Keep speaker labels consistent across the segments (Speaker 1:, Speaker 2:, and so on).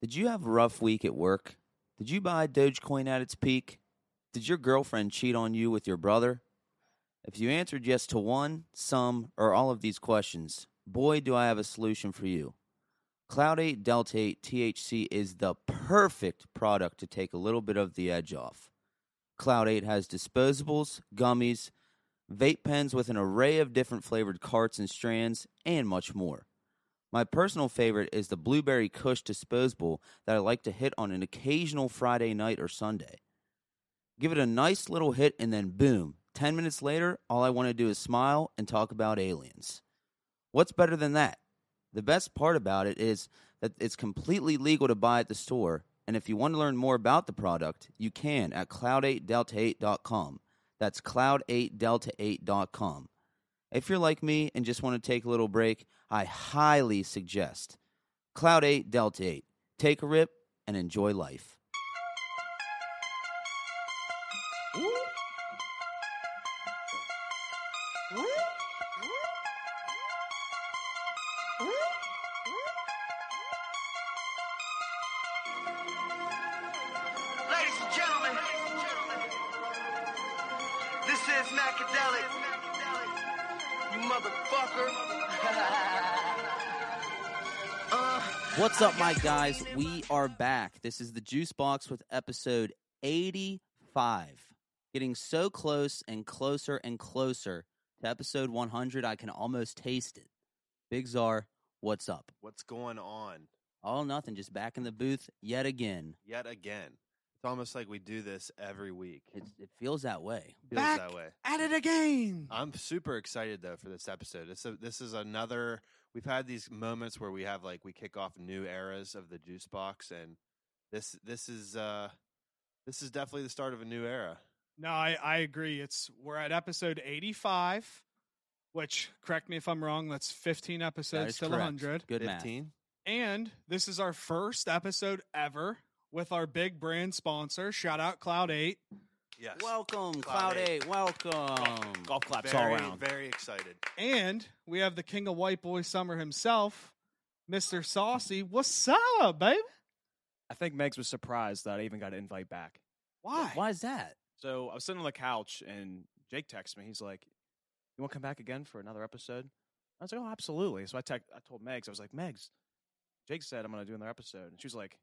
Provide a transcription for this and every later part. Speaker 1: Did you have a rough week at work? Did you buy Dogecoin at its peak? Did your girlfriend cheat on you with your brother? If you answered yes to one, some, or all of these questions, boy, do I have a solution for you. Cloud 8 Delta 8 THC is the perfect product to take a little bit of the edge off. Cloud 8 has disposables, gummies, vape pens with an array of different flavored carts and strands, and much more. My personal favorite is the Blueberry Kush disposable that I like to hit on an occasional Friday night or Sunday. Give it a nice little hit, and then boom, 10 minutes later, all I want to do is smile and talk about aliens. What's better than that? The best part about it is that it's completely legal to buy at the store, and if you want to learn more about the product, you can at cloud8delta8.com. That's cloud8delta8.com. If you're like me and just want to take a little break, I highly suggest Cloud 8 Delta 8. Take a rip and enjoy life.
Speaker 2: Ladies and gentlemen, this is Macadelic. You motherfucker.
Speaker 1: What's up, my guys? We are back. This is the Juice Box with episode 85. Getting so close and closer and closer to episode 100, I can almost taste it. Big Czar, what's up?
Speaker 3: What's going on
Speaker 1: All nothing, just back in the booth yet again.
Speaker 3: yet again? It's almost like we do this every week.
Speaker 1: It, it feels that way.
Speaker 3: Feels
Speaker 4: Back
Speaker 3: that way.
Speaker 4: at it again.
Speaker 3: I'm super excited though for this episode. This a, this is another. We've had these moments where we have like we kick off new eras of the juice box, and this this is uh this is definitely the start of a new era.
Speaker 4: No, I, I agree. It's we're at episode eighty-five, which correct me if I'm wrong. That's fifteen
Speaker 1: That
Speaker 4: episodes
Speaker 1: is
Speaker 4: till
Speaker 1: correct.
Speaker 4: hundred,
Speaker 1: Good math.
Speaker 3: Fifteen.
Speaker 4: and this is our first episode ever with our big brand sponsor. Shout out Cloud Eight.
Speaker 3: Yes.
Speaker 1: Welcome, Cloud
Speaker 3: Cloud
Speaker 1: 8. Welcome.
Speaker 5: golf claps
Speaker 3: very
Speaker 5: all around.
Speaker 3: very excited.
Speaker 4: And we have the king of white boy summer himself, Mr. Saucy. What's up, baby?
Speaker 5: I think Megs was surprised that I even got an invite back.
Speaker 4: Why?
Speaker 1: Why is that?
Speaker 5: So I was sitting on the couch and Jake texts me. He's like, "You want to come back again for another episode?" I was like, "Oh, absolutely." So I text, I told Megs, I was like, "Megs, Jake said I'm going to do another episode," and she was like,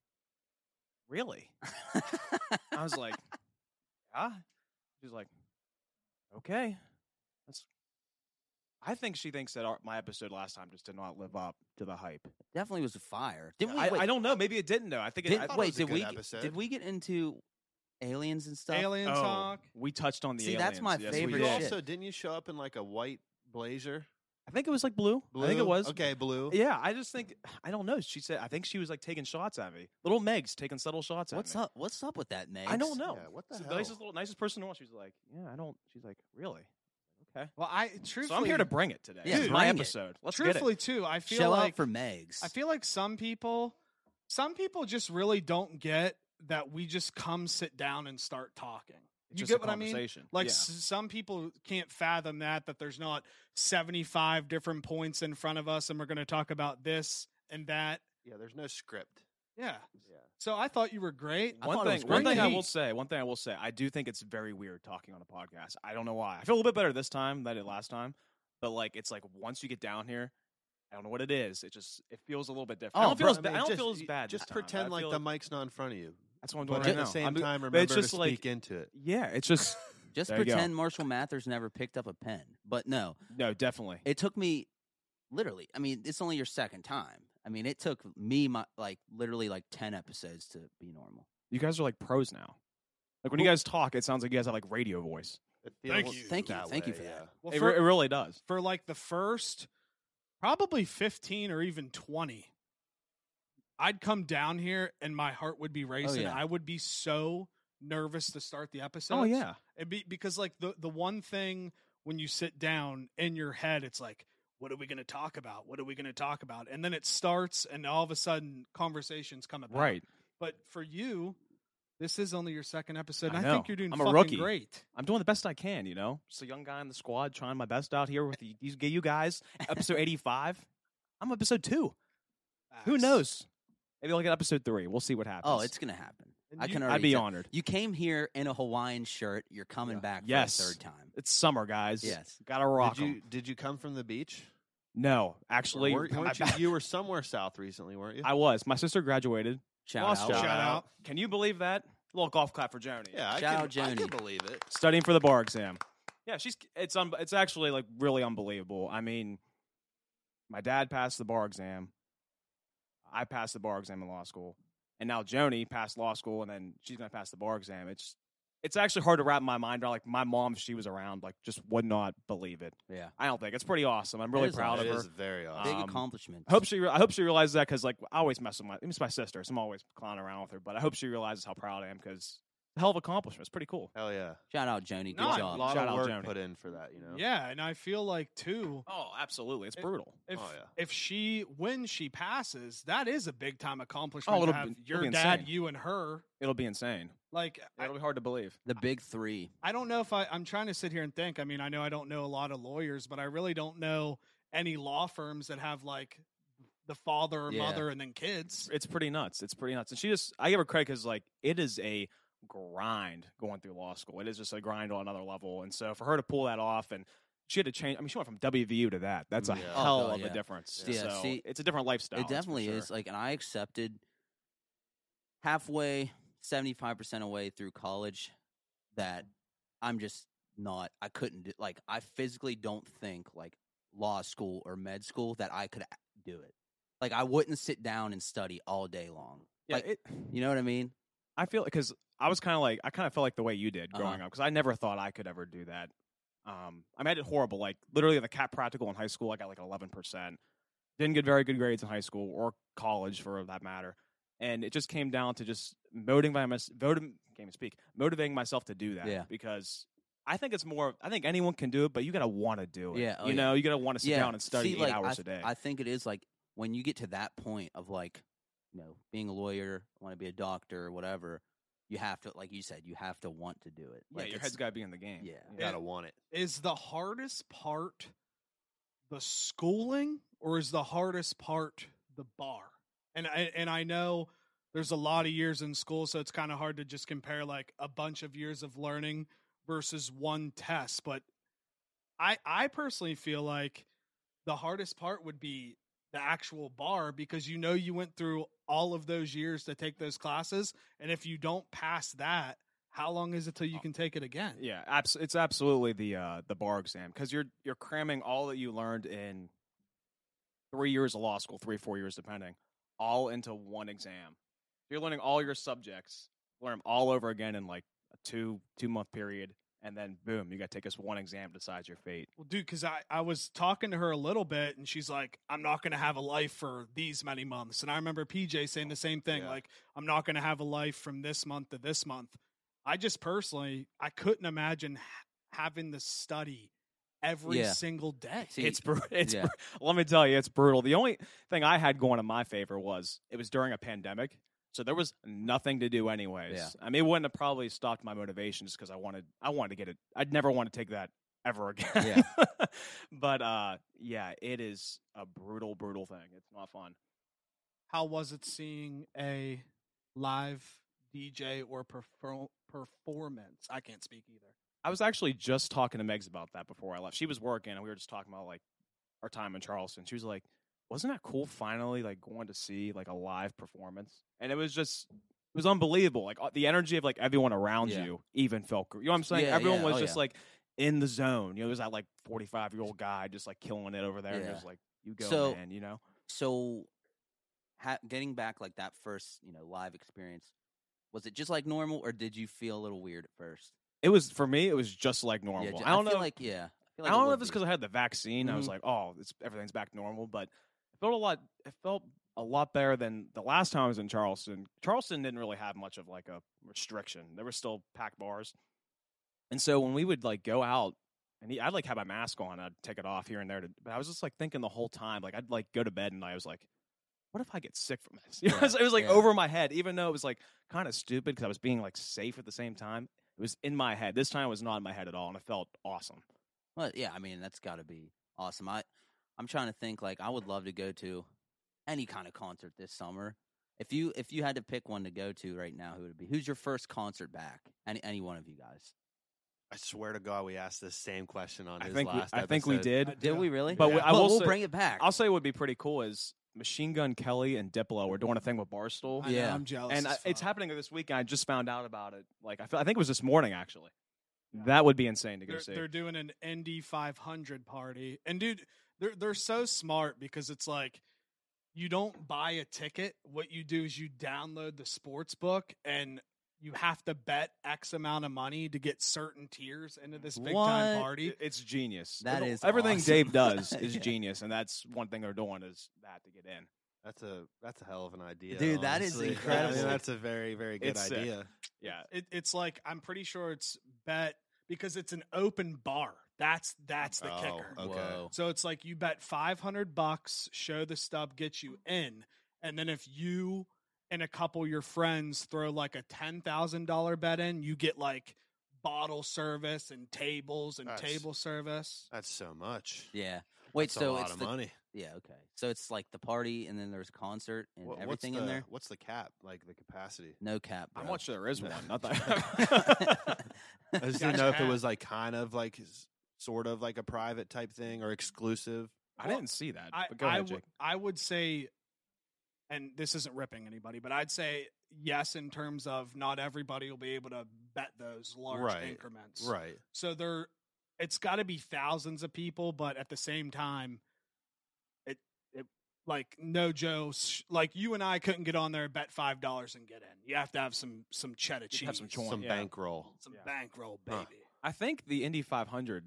Speaker 5: "Really?" I was like, "Yeah." She's like, "Okay." That's. I think she thinks that our, my episode last time just did not live up to the hype.
Speaker 1: Definitely was a fire. Didn't we,
Speaker 5: I,
Speaker 1: wait,
Speaker 5: I don't know. Maybe it didn't though. I think it,
Speaker 1: did,
Speaker 5: I,
Speaker 3: thought
Speaker 1: wait,
Speaker 3: was a
Speaker 1: did
Speaker 3: good
Speaker 1: we
Speaker 3: episode.
Speaker 1: did we get into aliens and stuff?
Speaker 4: Alien
Speaker 5: Oh,
Speaker 4: talk.
Speaker 5: We touched on the
Speaker 1: See,
Speaker 5: aliens.
Speaker 1: that's my
Speaker 5: Yes, we
Speaker 1: favorite
Speaker 3: You
Speaker 5: did.
Speaker 1: shit.
Speaker 3: also didn't you show up in like a white blazer?
Speaker 5: I think it was like blue.
Speaker 3: Blue.
Speaker 5: I think it was.
Speaker 3: Okay, blue.
Speaker 5: Yeah, I just think I don't know. She said I think she was like taking shots at me. Little Meg's taking subtle shots
Speaker 1: What's
Speaker 5: at me.
Speaker 1: up? What's up with that, Meg?
Speaker 5: I don't know.
Speaker 3: Yeah, what the
Speaker 5: She's
Speaker 3: hell?
Speaker 5: nicest little nicest person in the world. She's like, yeah, I don't. She's like, really? Okay.
Speaker 4: Well, I
Speaker 5: So
Speaker 4: truthfully,
Speaker 5: I'm here to bring it today.
Speaker 1: Yeah,
Speaker 5: This is
Speaker 1: Dude,
Speaker 5: my
Speaker 1: bring it.
Speaker 5: episode. Let's
Speaker 4: truthfully too. I feel
Speaker 1: Shout
Speaker 4: like
Speaker 1: out for Megs.
Speaker 4: I feel like some people, some people just really don't get that we just come sit down and start talking.
Speaker 5: get it. It's
Speaker 4: you
Speaker 5: just
Speaker 4: get
Speaker 5: a
Speaker 4: what I mean?
Speaker 5: conversation.
Speaker 4: Like
Speaker 5: Yeah.
Speaker 4: s- some people can't fathom that that there's not 75 different points in front of us and we're going to talk about this and that.
Speaker 3: Yeah. There's no script.
Speaker 4: Yeah.
Speaker 3: Yeah.
Speaker 4: So I thought you were great.
Speaker 1: I thought
Speaker 5: one
Speaker 1: it was
Speaker 5: thing, one
Speaker 1: great.
Speaker 5: thing I
Speaker 4: Hey.
Speaker 5: will say, one thing I will say, I do think it's very weird talking on a podcast. I don't know why. I feel a little bit better this time than I did last time, but like it's like once you get down here, I don't know what it is. It just it feels a little bit different.
Speaker 1: Oh,
Speaker 5: I don't feel
Speaker 1: bro,
Speaker 5: as bad. I,
Speaker 3: mean,
Speaker 5: don't
Speaker 3: just-
Speaker 5: feel as
Speaker 3: you-
Speaker 5: bad. this
Speaker 3: Just
Speaker 5: time, but I
Speaker 3: pretend like
Speaker 5: feel
Speaker 3: the mic's not in front of you.
Speaker 5: That's what I'm doing
Speaker 3: But
Speaker 5: right
Speaker 3: at
Speaker 5: now.
Speaker 3: the same
Speaker 5: I'm-
Speaker 3: time,
Speaker 5: but
Speaker 3: remember
Speaker 5: it's
Speaker 3: to
Speaker 5: just like
Speaker 3: speak into it.
Speaker 5: yeah, it's just
Speaker 1: just
Speaker 5: There you go.
Speaker 1: pretend Marshall Mathers never picked up a pen. But no,
Speaker 5: no, definitely.
Speaker 1: it took me literally. I mean, it's only your second time. I mean, it took me my like literally like ten episodes to be normal.
Speaker 5: You guys are like pros now. Like when you guys talk, it sounds like you guys have like radio voice.
Speaker 3: It
Speaker 4: Thank
Speaker 3: feels
Speaker 4: you.
Speaker 1: Thank you.
Speaker 3: that
Speaker 1: Thank you
Speaker 3: way,
Speaker 1: for that.
Speaker 3: yeah.
Speaker 4: Well,
Speaker 5: it,
Speaker 4: for,
Speaker 5: re- it really does.
Speaker 4: for like the first probably 15 or even 20, I'd come down here and my heart would be racing.
Speaker 1: yeah.
Speaker 4: I would be so nervous to start the episode.
Speaker 5: Oh, oh yeah,
Speaker 4: It'd be because like the the one thing when you sit down in your head, it's like, what are we going to talk about? What are we going to talk about? And then it starts, and all of a sudden, conversations come about.
Speaker 5: right.
Speaker 4: But for you, this is only your second episode. and
Speaker 5: I
Speaker 4: I think
Speaker 5: know.
Speaker 4: you're doing
Speaker 5: I'm a
Speaker 4: fucking
Speaker 5: rookie.
Speaker 4: great.
Speaker 5: I'm doing the best I can. You know, just a young guy in the squad trying my best out here with the, these you guys. Episode 85. I'm episode two. Who
Speaker 4: Facts.
Speaker 5: knows? Maybe I'll get episode three. We'll see what happens.
Speaker 1: Oh, it's gonna happen.
Speaker 4: And
Speaker 1: I
Speaker 4: you-
Speaker 1: can already.
Speaker 5: I'd be
Speaker 1: tell.
Speaker 5: honored.
Speaker 1: You came here in a Hawaiian shirt. You're coming
Speaker 5: Yeah.
Speaker 1: back
Speaker 5: Yes.
Speaker 1: for a third time.
Speaker 5: It's summer, guys.
Speaker 1: Yes.
Speaker 5: Gotta rock
Speaker 3: did you
Speaker 5: 'em.
Speaker 3: did you come from the beach?
Speaker 5: No,
Speaker 3: Or
Speaker 5: actually,
Speaker 3: weren't-
Speaker 5: my
Speaker 3: weren't you,
Speaker 5: bad.
Speaker 3: you were somewhere south recently, weren't you?
Speaker 5: I was. My sister graduated.
Speaker 1: Shout
Speaker 5: Lost
Speaker 1: out.
Speaker 5: job.
Speaker 4: Shout out.
Speaker 5: Can you believe that? A little golf clap for Joni.
Speaker 3: yeah, I
Speaker 1: Ciao,
Speaker 3: can, I can
Speaker 1: Joni.
Speaker 3: believe it.
Speaker 5: Studying for the bar exam. Yeah, she's. It's un, It's actually like really unbelievable. I mean, my dad passed the bar exam. I passed the bar exam in law school, and now Joni passed law school, and then she's gonna pass the bar exam. It's. It's actually hard to wrap my mind around. Like my mom, if she was around, like just would not believe it.
Speaker 1: Yeah.
Speaker 5: I don't think it's pretty awesome. I'm really
Speaker 1: is
Speaker 5: proud of
Speaker 3: It
Speaker 5: her.
Speaker 3: is very awesome.
Speaker 1: Big
Speaker 5: Um,
Speaker 1: accomplishment.
Speaker 5: I hope she. Re- I hope she realizes that because like I always mess with my. It's my sister, so I'm always clowning around with her. But I hope she realizes how proud I am because hell of accomplishment. It's pretty cool.
Speaker 3: Hell yeah.
Speaker 1: Shout out, Joni. Good
Speaker 4: No,
Speaker 3: A
Speaker 1: job.
Speaker 3: lot
Speaker 5: Shout
Speaker 3: of
Speaker 5: out
Speaker 3: work
Speaker 5: Joni.
Speaker 3: put in for that, you know.
Speaker 4: Yeah, and I feel like too
Speaker 5: Oh, absolutely. It's
Speaker 4: It-
Speaker 5: brutal.
Speaker 4: if
Speaker 3: Oh, yeah.
Speaker 4: if she when she passes, that is a big time accomplishment. to
Speaker 5: Oh, it'll
Speaker 4: have
Speaker 5: be- it'll
Speaker 4: your
Speaker 5: be
Speaker 4: dad,
Speaker 5: insane.
Speaker 4: you, and her.
Speaker 5: It'll be insane.
Speaker 4: Like I,
Speaker 5: It'll be hard to believe.
Speaker 1: The big three.
Speaker 4: I don't know if I, I'm trying to sit here and think. I mean, I know I don't know a lot of lawyers, but I really don't know any law firms that have like the father or
Speaker 1: Yeah.
Speaker 4: mother and then kids.
Speaker 5: It's pretty nuts. It's pretty nuts. And she just. I give her credit because like it is a grind going through law school. It is just a grind on another level. And so for her to pull that off and. She had to change. I mean, she went from WVU to that. That's a
Speaker 3: Yeah.
Speaker 1: Oh,
Speaker 5: hell
Speaker 1: God,
Speaker 5: of
Speaker 1: yeah.
Speaker 5: a difference.
Speaker 1: Yeah,
Speaker 5: so
Speaker 1: see,
Speaker 5: it's a different lifestyle.
Speaker 1: it definitely is. uh, Like, and I accepted halfway, seventy five percent away through college that I'm just not. I couldn't do. Like, I physically don't think like law school or med school that I could a- do it. Like, I wouldn't sit down and study all day long.
Speaker 5: Yeah,
Speaker 1: like,
Speaker 5: it,
Speaker 1: you know what I mean?
Speaker 5: I feel because I was kind of like I kind of felt like the way you did growing
Speaker 1: Uh-huh.
Speaker 5: up because I never thought I could ever do that. Um, I made it horrible. Like literally the cat practical in high school, I got like eleven percent. Didn't get very good grades in high school or college for that matter, and it just came down to just motivating my voting can't even speak motivating myself to do that
Speaker 1: Yeah.
Speaker 5: because. I think it's more. I think anyone can do it, but you gotta want to do it.
Speaker 1: Yeah, oh,
Speaker 5: you
Speaker 1: yeah.
Speaker 5: know, you gotta want to sit
Speaker 1: Yeah,
Speaker 5: down and study
Speaker 1: see,
Speaker 5: eight
Speaker 1: like, I
Speaker 5: hours
Speaker 1: th-
Speaker 5: a day.
Speaker 1: I think it is like when you get to that point of like, you know, being a lawyer, want to be a doctor, or whatever. You have to, like you said, you have to want to do it.
Speaker 5: yeah,
Speaker 1: Like
Speaker 5: your
Speaker 1: it's-
Speaker 5: head's gotta be in the game.
Speaker 1: yeah.
Speaker 3: You gotta want it.
Speaker 4: Is the hardest part the schooling or is the hardest part the bar? And I, and I know there's a lot of years in school, so it's kind of hard to just compare like a bunch of years of learning versus one test. But I I personally feel like the hardest part would be the actual bar because you know you went through all of those years to take those classes, and if you don't pass that, how long is it till you can take it again?
Speaker 5: Yeah, abs- it's absolutely the uh, the bar exam because you're you're cramming all that you learned in three years of law school, three four years depending, all into one exam. You're learning all your subjects, learn 'em all over again in like a two two month period, and then boom, you got to take this one exam decides your fate.
Speaker 4: Well, dude, because I, I was talking to her a little bit and she's like, I'm not going to have a life for these many months. And I remember PJ saying the same thing,
Speaker 3: Yeah.
Speaker 4: like, I'm not going to have a life from this month to this month. I just personally, I couldn't imagine ha- having to study every
Speaker 1: Yeah.
Speaker 4: single day.
Speaker 1: See,
Speaker 5: it's bru- it's
Speaker 1: yeah.
Speaker 5: bru- let me tell you, it's brutal. The only thing I had going in my favor was it was during a pandemic, so there was nothing to do anyways.
Speaker 1: Yeah.
Speaker 5: I mean, it wouldn't have probably stopped my motivation just because I wanted I wanted to get it. I'd never want to take that ever again. but uh, yeah, it is a brutal, brutal thing. It's not fun.
Speaker 4: How was it seeing a live DJ or perfor- performance? I can't speak either.
Speaker 5: I was actually just talking to Megs about that before I left. She was working, and we were just talking about like our time in Charleston. She was like, "Wasn't that cool? Finally, like going to see like a live performance." And it was just, it was unbelievable. Like uh, the energy of like everyone around
Speaker 1: Yeah.
Speaker 5: you, even felt. gr- You know what I'm saying?
Speaker 1: Yeah,
Speaker 5: everyone
Speaker 1: yeah.
Speaker 5: was
Speaker 1: Oh,
Speaker 5: just
Speaker 1: yeah.
Speaker 5: like in the zone. You know, there's that like 45 year old guy just like killing it over there, and
Speaker 1: Yeah.
Speaker 5: it was like, "You go,
Speaker 1: So-
Speaker 5: man." You know?
Speaker 1: so ha- getting back like that first you know live experience was it just like normal or did you feel a little weird at first
Speaker 5: It was for me. It was just like normal.
Speaker 1: ju-
Speaker 5: I don't
Speaker 1: feel
Speaker 5: know.
Speaker 1: like yeah feel
Speaker 5: I
Speaker 1: like
Speaker 5: don't know
Speaker 1: would
Speaker 5: if it's
Speaker 1: be.
Speaker 5: because I had the vaccine. I was
Speaker 1: Mhm.
Speaker 5: like, oh, it's, everything's back normal. But it felt a lot. It felt a lot better than the last time I was in Charleston. Charleston didn't really have much of like a restriction. There were still packed bars, and so when we would like go out, and e, I'd like have my mask on, I'd take it off here and there. To, but I was just like thinking the whole time, like I'd like go to bed, and I was like. What if I get sick from this? You know,
Speaker 1: Yeah,
Speaker 5: it was- it was like
Speaker 1: yeah.
Speaker 5: over my head, even though it was like kind of stupid because I was being like safe at the same time. It was in my head. This time it was not in my head at all, and it felt awesome.
Speaker 1: well, yeah i mean that's got to be awesome i i'm trying to think like i would love to go to any kind of concert this summer If you if you had to pick one to go to right now, who would it be? Who's your first concert back? Any any one of you guys?
Speaker 3: I swear to God, we asked this same question on
Speaker 5: I
Speaker 3: his
Speaker 5: think we,
Speaker 3: last
Speaker 5: I think we
Speaker 3: episode.
Speaker 5: did.
Speaker 4: I
Speaker 1: Did
Speaker 4: Yeah.
Speaker 1: we really?
Speaker 5: But
Speaker 3: we-
Speaker 5: I will
Speaker 1: we'll
Speaker 5: say-
Speaker 1: bring it back.
Speaker 5: I'll say what would be pretty cool is Machine Gun Kelly and Diplo were doing a thing with Barstool.
Speaker 4: I know,
Speaker 1: Yeah.
Speaker 4: I'm jealous.
Speaker 5: and I,
Speaker 4: as
Speaker 5: it's
Speaker 4: fuck.
Speaker 5: happening this week. and I just found out about it. Like I, feel, I think it was this morning actually.
Speaker 4: Yeah.
Speaker 5: That would be insane to go
Speaker 4: They're,
Speaker 5: see.
Speaker 4: they're doing an ND 500 party, and dude, they're they're so smart because it's like you don't buy a ticket. What you do is you download the sports book, and you have to bet X amount of money to get certain tiers into this big
Speaker 1: What?
Speaker 4: time party.
Speaker 5: It- it's genius.
Speaker 1: That
Speaker 5: It'll-
Speaker 1: is
Speaker 5: everything
Speaker 1: awesome.
Speaker 5: Dave does is
Speaker 1: Yeah.
Speaker 5: genius, and that's one thing they're doing is that to get in.
Speaker 3: That's a that's a hell of an idea,
Speaker 1: Dude, that is
Speaker 3: honestly. I mean,
Speaker 1: incredible.
Speaker 3: that's a very very good
Speaker 5: It's sick.
Speaker 3: idea.
Speaker 5: Yeah,
Speaker 4: It, it's like I'm pretty sure it's bet because it's an open bar. That's that's the
Speaker 3: Oh,
Speaker 4: kicker.
Speaker 3: okay.
Speaker 1: Whoa.
Speaker 4: So it's like you bet 500 bucks, show the stub, get you in. And then if you and a couple of your friends throw like a $10,000 bet in, you get like bottle service and tables and
Speaker 3: That's-
Speaker 4: table service.
Speaker 3: That's so much.
Speaker 1: Yeah. Wait.
Speaker 3: That's
Speaker 1: so
Speaker 3: a lot
Speaker 1: it's
Speaker 3: of
Speaker 1: the,
Speaker 3: money.
Speaker 1: yeah. Okay. So it's like the party, and then there's concert and
Speaker 3: Wha- what's
Speaker 1: everything
Speaker 3: the-
Speaker 1: in there.
Speaker 3: What's the cap? Like the capacity?
Speaker 1: No cap.
Speaker 5: I'm
Speaker 1: bro.
Speaker 5: not sure there is
Speaker 3: No.
Speaker 5: one. Not that.
Speaker 3: I just
Speaker 4: Gotcha.
Speaker 3: didn't know if it
Speaker 4: Cap.
Speaker 3: was like kind of like s- sort of like a private type thing or exclusive.
Speaker 5: I didn't see that.
Speaker 4: I,
Speaker 5: but go
Speaker 4: I
Speaker 5: ahead,
Speaker 4: would-
Speaker 5: Jake.
Speaker 4: I would say, and this isn't ripping anybody, but I'd say yes in terms of not everybody will be able to bet those large
Speaker 3: Right.
Speaker 4: increments.
Speaker 3: Right.
Speaker 4: So there, it's got to be thousands of people, but at the same time, it it like no Joe, sh- like you and I couldn't get on there and bet five dollars and get in. You have to have some some cheddar
Speaker 5: You'd
Speaker 4: cheese,
Speaker 5: have some choin.
Speaker 3: Some
Speaker 5: yeah.
Speaker 3: bankroll.
Speaker 4: some
Speaker 5: Yeah.
Speaker 4: bankroll, baby.
Speaker 3: Huh.
Speaker 5: I think the Indy 500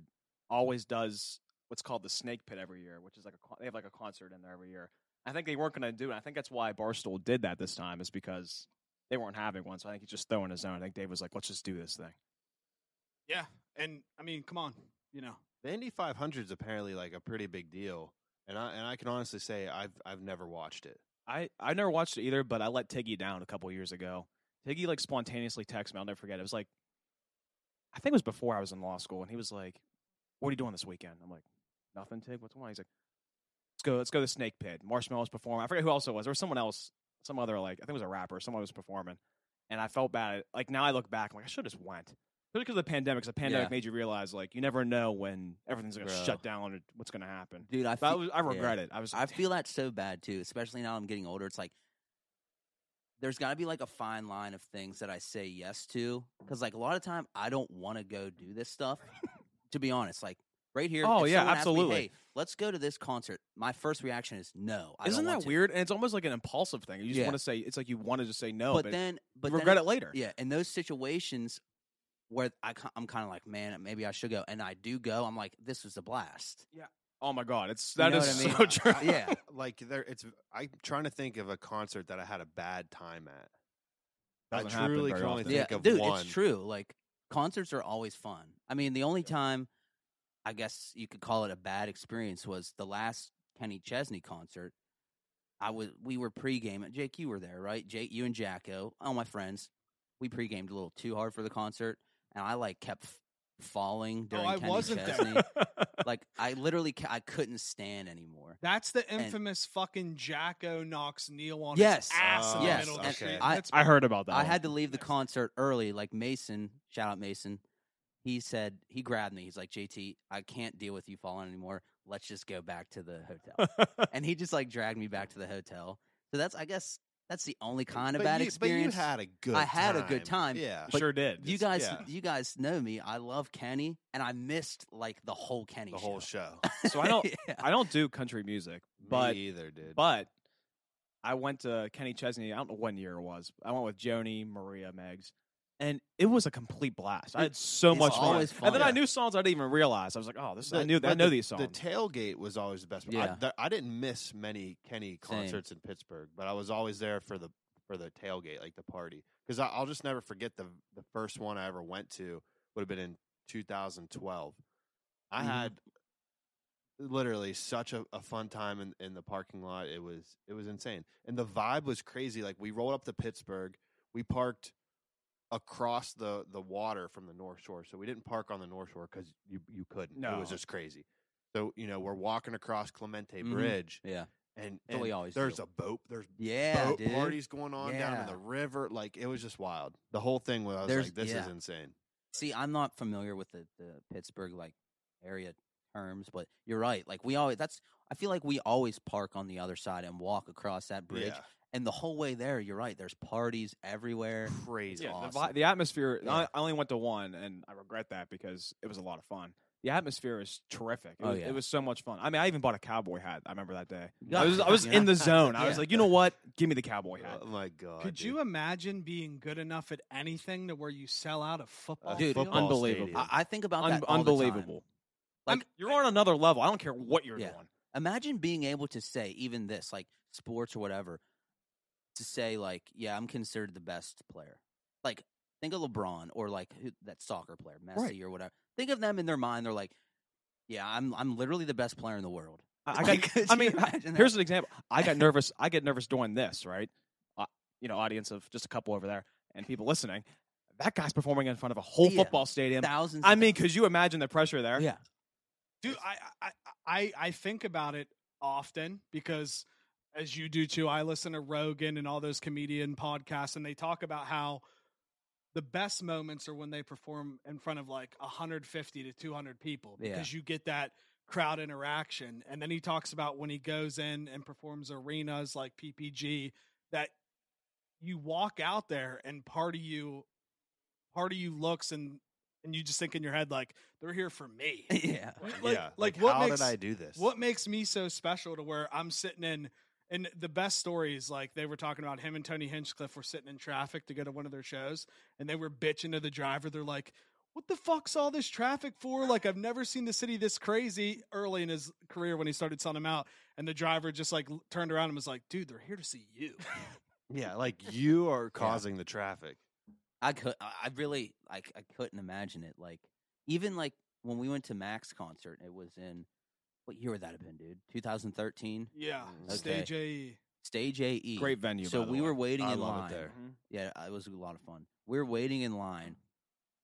Speaker 5: always does what's called the Snake Pit every year, which is like a con- they have like a concert in there every year. I think they weren't going to do it. I think that's why Barstool did that this time is because they weren't having one. So I think he's just throwing his own. I think Dave was like, "Let's just do this thing."
Speaker 4: Yeah, and I mean, come on, you know,
Speaker 3: The Indy 500 is apparently like a pretty big deal, and I and I can honestly say I've I've never watched it.
Speaker 5: I I never watched it either, but I let Tiggy down a couple years ago. Tiggy like spontaneously texted me. I'll never forget. It was like, I think it was before I was in law school, and he was like, "What are you doing this weekend?" I'm like, "Nothing, Tig. What's going on?" He's like, "Let's go. Let's go to the Snake Pit. Marshmallows perform." I forget who else it was. There was someone else, some other like I think it was a rapper. Someone was performing, and I felt bad. Like now I look back, I'm like I should have just went. Especially because of the pandemic. 'cause the pandemic
Speaker 1: Yeah.
Speaker 5: made you realize like you never know when everything's gonna
Speaker 3: Bro.
Speaker 5: shut down or what's gonna happen.
Speaker 1: Dude, I
Speaker 5: But I,
Speaker 1: feel,
Speaker 5: was, I
Speaker 1: yeah.
Speaker 5: regret it. I was.
Speaker 1: I feel that so bad too, especially now I'm getting older. It's like there's got to be like a fine line of things that I say yes to because like a lot of time I don't want to go do this stuff. to be honest, like right here.
Speaker 5: Oh,
Speaker 1: if
Speaker 5: yeah,
Speaker 1: someone asks me,
Speaker 5: absolutely.
Speaker 1: hey, let's go to this concert. My first reaction is no. I don't
Speaker 5: Isn't
Speaker 1: want
Speaker 5: that
Speaker 1: to."
Speaker 5: weird? And it's almost like an impulsive thing. You just
Speaker 1: Yeah.
Speaker 5: want to say it's like you want to just say no,
Speaker 1: But
Speaker 5: but,
Speaker 1: then, but then
Speaker 5: regret it later.
Speaker 1: Yeah, in those situations where I, ki- I'm kind of like, man, maybe I should go, and I do go. I'm like, this was a blast.
Speaker 5: Oh my god, it's
Speaker 1: You
Speaker 5: that
Speaker 1: know
Speaker 5: is
Speaker 1: what I mean?
Speaker 5: so true.
Speaker 1: yeah,
Speaker 3: Like there, it's I'm trying to think of a concert that I had a bad time at.
Speaker 5: Doesn't
Speaker 3: I
Speaker 5: happen
Speaker 3: truly
Speaker 5: very
Speaker 3: can only
Speaker 5: often.
Speaker 3: think
Speaker 1: yeah,
Speaker 3: of
Speaker 1: dude,
Speaker 3: one.
Speaker 1: it's true. Like concerts are always fun. I mean, the only time I guess you could call it a bad experience was the last Kenny Chesney concert. I was we were pregame. Jake, you were there, right? Jake, you and Jacko, all my friends. We pregamed a little too hard for the concert, and I like kept f- falling during
Speaker 4: I
Speaker 1: Kenny
Speaker 4: wasn't there.
Speaker 1: Chesney. like I literally ca- I couldn't stand anymore.
Speaker 4: that's the infamous fucking Jacko knocks Neil on
Speaker 1: Yes.
Speaker 4: his ass in
Speaker 1: Yes.
Speaker 4: the middle of the
Speaker 1: And
Speaker 4: street.
Speaker 1: I-
Speaker 4: That's-
Speaker 5: I heard about that.
Speaker 1: I
Speaker 5: one.
Speaker 1: had to leave the
Speaker 4: Yes.
Speaker 1: concert early. Like Mason, shout out Mason. He said he grabbed me. He's like, JT, I can't deal with you falling anymore. Let's just go back to the hotel. and he just like dragged me back to the hotel. So that's, I guess, that's the only kind of
Speaker 3: but
Speaker 1: bad
Speaker 3: you,
Speaker 1: experience.
Speaker 3: But you had a good.
Speaker 1: I had a good time,
Speaker 3: Yeah.
Speaker 1: but
Speaker 5: sure did.
Speaker 1: you
Speaker 5: It's-
Speaker 1: guys,
Speaker 3: yeah.
Speaker 1: you guys know me. I love Kenny, and I missed like the whole Kenny.
Speaker 3: The whole show.
Speaker 5: so I don't.
Speaker 1: Yeah.
Speaker 5: I don't do country music, but
Speaker 3: Me either, dude.
Speaker 5: but I went to Kenny Chesney. I don't know what year it was. I went with Joni, Maria, Megs, and it was a complete blast. I
Speaker 1: It-
Speaker 5: had so
Speaker 1: it's
Speaker 5: much fun.
Speaker 1: always
Speaker 5: And then I
Speaker 1: fun.
Speaker 5: knew songs I didn't even realize. I was like, oh, this I
Speaker 3: The-
Speaker 5: knew. I
Speaker 3: but
Speaker 5: know
Speaker 3: the-
Speaker 5: these songs.
Speaker 3: The tailgate was always the best.
Speaker 1: Yeah.
Speaker 3: I, the, I didn't miss many Kenny concerts in Pittsburgh, but I was always there for the for the tailgate, like the party, because I'll just never forget the the first one I ever went to would have been in 2012. I
Speaker 5: Mm-hmm.
Speaker 1: Mhm.
Speaker 3: had literally such a, a fun time in, in the parking lot. It was it was insane, and the vibe was crazy. Like we rolled up to Pittsburgh, we parked across the the water from the North Shore, so we didn't park on the North Shore because you you couldn't. It was
Speaker 5: No.
Speaker 3: just crazy. So you know we're walking across Clemente
Speaker 1: Mhm.
Speaker 3: Bridge,
Speaker 1: Yeah.
Speaker 3: and,
Speaker 1: That's what we
Speaker 3: and
Speaker 1: always
Speaker 3: there's
Speaker 1: do.
Speaker 3: a boat, there's
Speaker 1: Yeah,
Speaker 3: boat
Speaker 1: dude.
Speaker 3: parties going on down in
Speaker 1: Yeah.
Speaker 3: the river. Like it was just wild. The whole thing was I was
Speaker 1: There's-
Speaker 3: like, this
Speaker 1: yeah.
Speaker 3: is insane.
Speaker 1: See, I'm not familiar with the, the Pittsburgh like area terms, but you're right. Like we always that's I feel like we always park on the other side and walk across that bridge.
Speaker 3: Yeah,
Speaker 1: And the whole way there, you're right. There's parties everywhere.
Speaker 3: crazy.
Speaker 5: yeah, the, vi-
Speaker 1: awesome.
Speaker 5: the atmosphere. I-
Speaker 1: Yeah.
Speaker 5: I only went to one, and I regret that because it was a lot of fun. The atmosphere is terrific. It
Speaker 1: Oh,
Speaker 5: was,
Speaker 1: yeah.
Speaker 5: it was so much fun. I mean, I even bought a cowboy hat. I remember that day.
Speaker 1: Yeah,
Speaker 5: I was I was
Speaker 1: you
Speaker 5: in
Speaker 1: know?
Speaker 5: the zone. I was
Speaker 1: Yeah. Uh,
Speaker 5: like, you know what? Give me the cowboy hat.
Speaker 3: Oh my god.
Speaker 4: Could
Speaker 3: dude.
Speaker 4: you imagine being good enough at anything to where you sell out a
Speaker 3: Uh,
Speaker 4: football
Speaker 1: Dude,
Speaker 4: field?
Speaker 5: football unbelievable.
Speaker 3: stadium.
Speaker 1: I, I think about
Speaker 5: Un-
Speaker 1: that. all the time.
Speaker 5: unbelievable. Like
Speaker 1: Like-
Speaker 5: you're on another level. I don't care what you're
Speaker 1: Yeah.
Speaker 5: doing.
Speaker 1: Imagine being able to say even this, like sports or whatever, to say like, yeah, I'm considered the best player. Like, think of LeBron or like who, that soccer player, Messi or whatever. Think of them in their mind. They're like, yeah, I'm I'm literally the best player in the world.
Speaker 5: I, I,
Speaker 1: Like,
Speaker 5: got,
Speaker 1: could
Speaker 5: I
Speaker 1: you
Speaker 5: mean, I-
Speaker 1: imagine that?
Speaker 5: here's an example. I got nervous. I get nervous doing this, right? Uh, you know, audience of just a couple over there and people listening. That guy's performing in front of a whole
Speaker 1: Yeah.
Speaker 5: football stadium.
Speaker 1: Thousands.
Speaker 5: I
Speaker 1: and
Speaker 5: mean,
Speaker 1: thousands.
Speaker 5: could you imagine the pressure there?
Speaker 1: yeah,
Speaker 4: Dude, I, I I I think about it often because as you do too, I listen to Rogan and all those comedian podcasts and they talk about how the best moments are when they perform in front of like 150 to 200 people
Speaker 1: Yeah.
Speaker 4: because you get that crowd interaction and then he talks about when he goes in and performs arenas like PPG that you walk out there and part of you part of you looks and and you just think in your head like they're here for me
Speaker 1: yeah.
Speaker 4: like,
Speaker 3: yeah.
Speaker 4: like, what
Speaker 3: how
Speaker 4: makes
Speaker 3: did I do this?
Speaker 4: what makes me so special to where I'm sitting in and the best story is like they were talking about him and Tony Hinchcliffe were sitting in traffic to go to one of their shows and they were bitching to the driver. They're like, What the fuck's all this traffic for? Like I've never seen the city this crazy early in his career when he started selling them out. And the driver just like l- turned around and was like, dude, they're here to see you.
Speaker 3: Yeah, like you are causing the traffic.
Speaker 1: I could. I I really like. I couldn't imagine it. Like even like when we went to Max concert, it was in what year would that have been, dude? 2013.
Speaker 4: Yeah.
Speaker 3: Mm,
Speaker 1: Okay.
Speaker 4: Stage AE.
Speaker 1: Stage AE.
Speaker 5: Great venue.
Speaker 1: So
Speaker 5: by the
Speaker 1: we
Speaker 5: way.
Speaker 1: were waiting
Speaker 3: I
Speaker 1: in
Speaker 3: love it
Speaker 1: line.
Speaker 3: there.
Speaker 1: Yeah, uh, it was a lot of fun. We were waiting in line,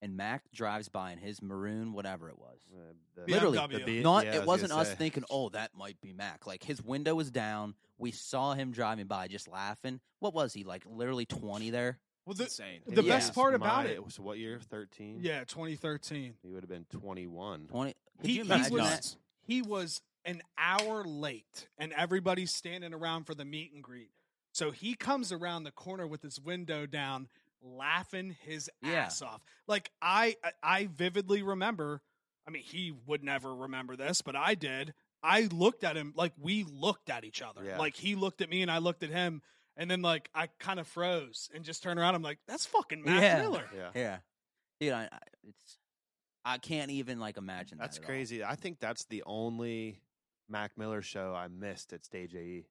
Speaker 1: and Mac drives by in his maroon, whatever it was.
Speaker 3: Uh, the-
Speaker 1: Literally,
Speaker 4: BMW.
Speaker 3: B-
Speaker 1: Not
Speaker 3: yeah, I
Speaker 1: it
Speaker 3: was gonna
Speaker 1: wasn't us
Speaker 3: say.
Speaker 1: thinking, oh, that might be Mac. Like his window was down. We saw him driving by, just laughing. What was he like? Literally twenty there.
Speaker 4: Well,
Speaker 5: It's
Speaker 4: the,
Speaker 5: insane.
Speaker 4: the
Speaker 1: Yeah.
Speaker 4: best part about
Speaker 3: My-
Speaker 4: it.
Speaker 3: was what year? Thirteen.
Speaker 4: Yeah, 2013.
Speaker 3: he would have been twenty-one.
Speaker 1: Twenty. Could
Speaker 4: He-
Speaker 1: you
Speaker 4: he
Speaker 1: imagine
Speaker 4: was-
Speaker 1: that?
Speaker 4: he was an hour late and everybody's standing around for the meet and greet. So he comes around the corner with his window down, laughing his
Speaker 1: Yeah.
Speaker 4: ass off. Like I I- I vividly remember, I mean he would never remember this, but I did. I looked at him like we looked at each other.
Speaker 3: Yeah.
Speaker 4: Like he looked at me and I looked at him and then like I kind of froze and just turned around. I'm like, that's fucking Matt
Speaker 1: Yeah.
Speaker 4: Miller.
Speaker 3: Yeah,
Speaker 1: Yeah, dude. I, I, it's I can't even like imagine. that
Speaker 3: that's
Speaker 1: at all.
Speaker 3: crazy. I think that's the only Mac Miller show I missed at Stage AE.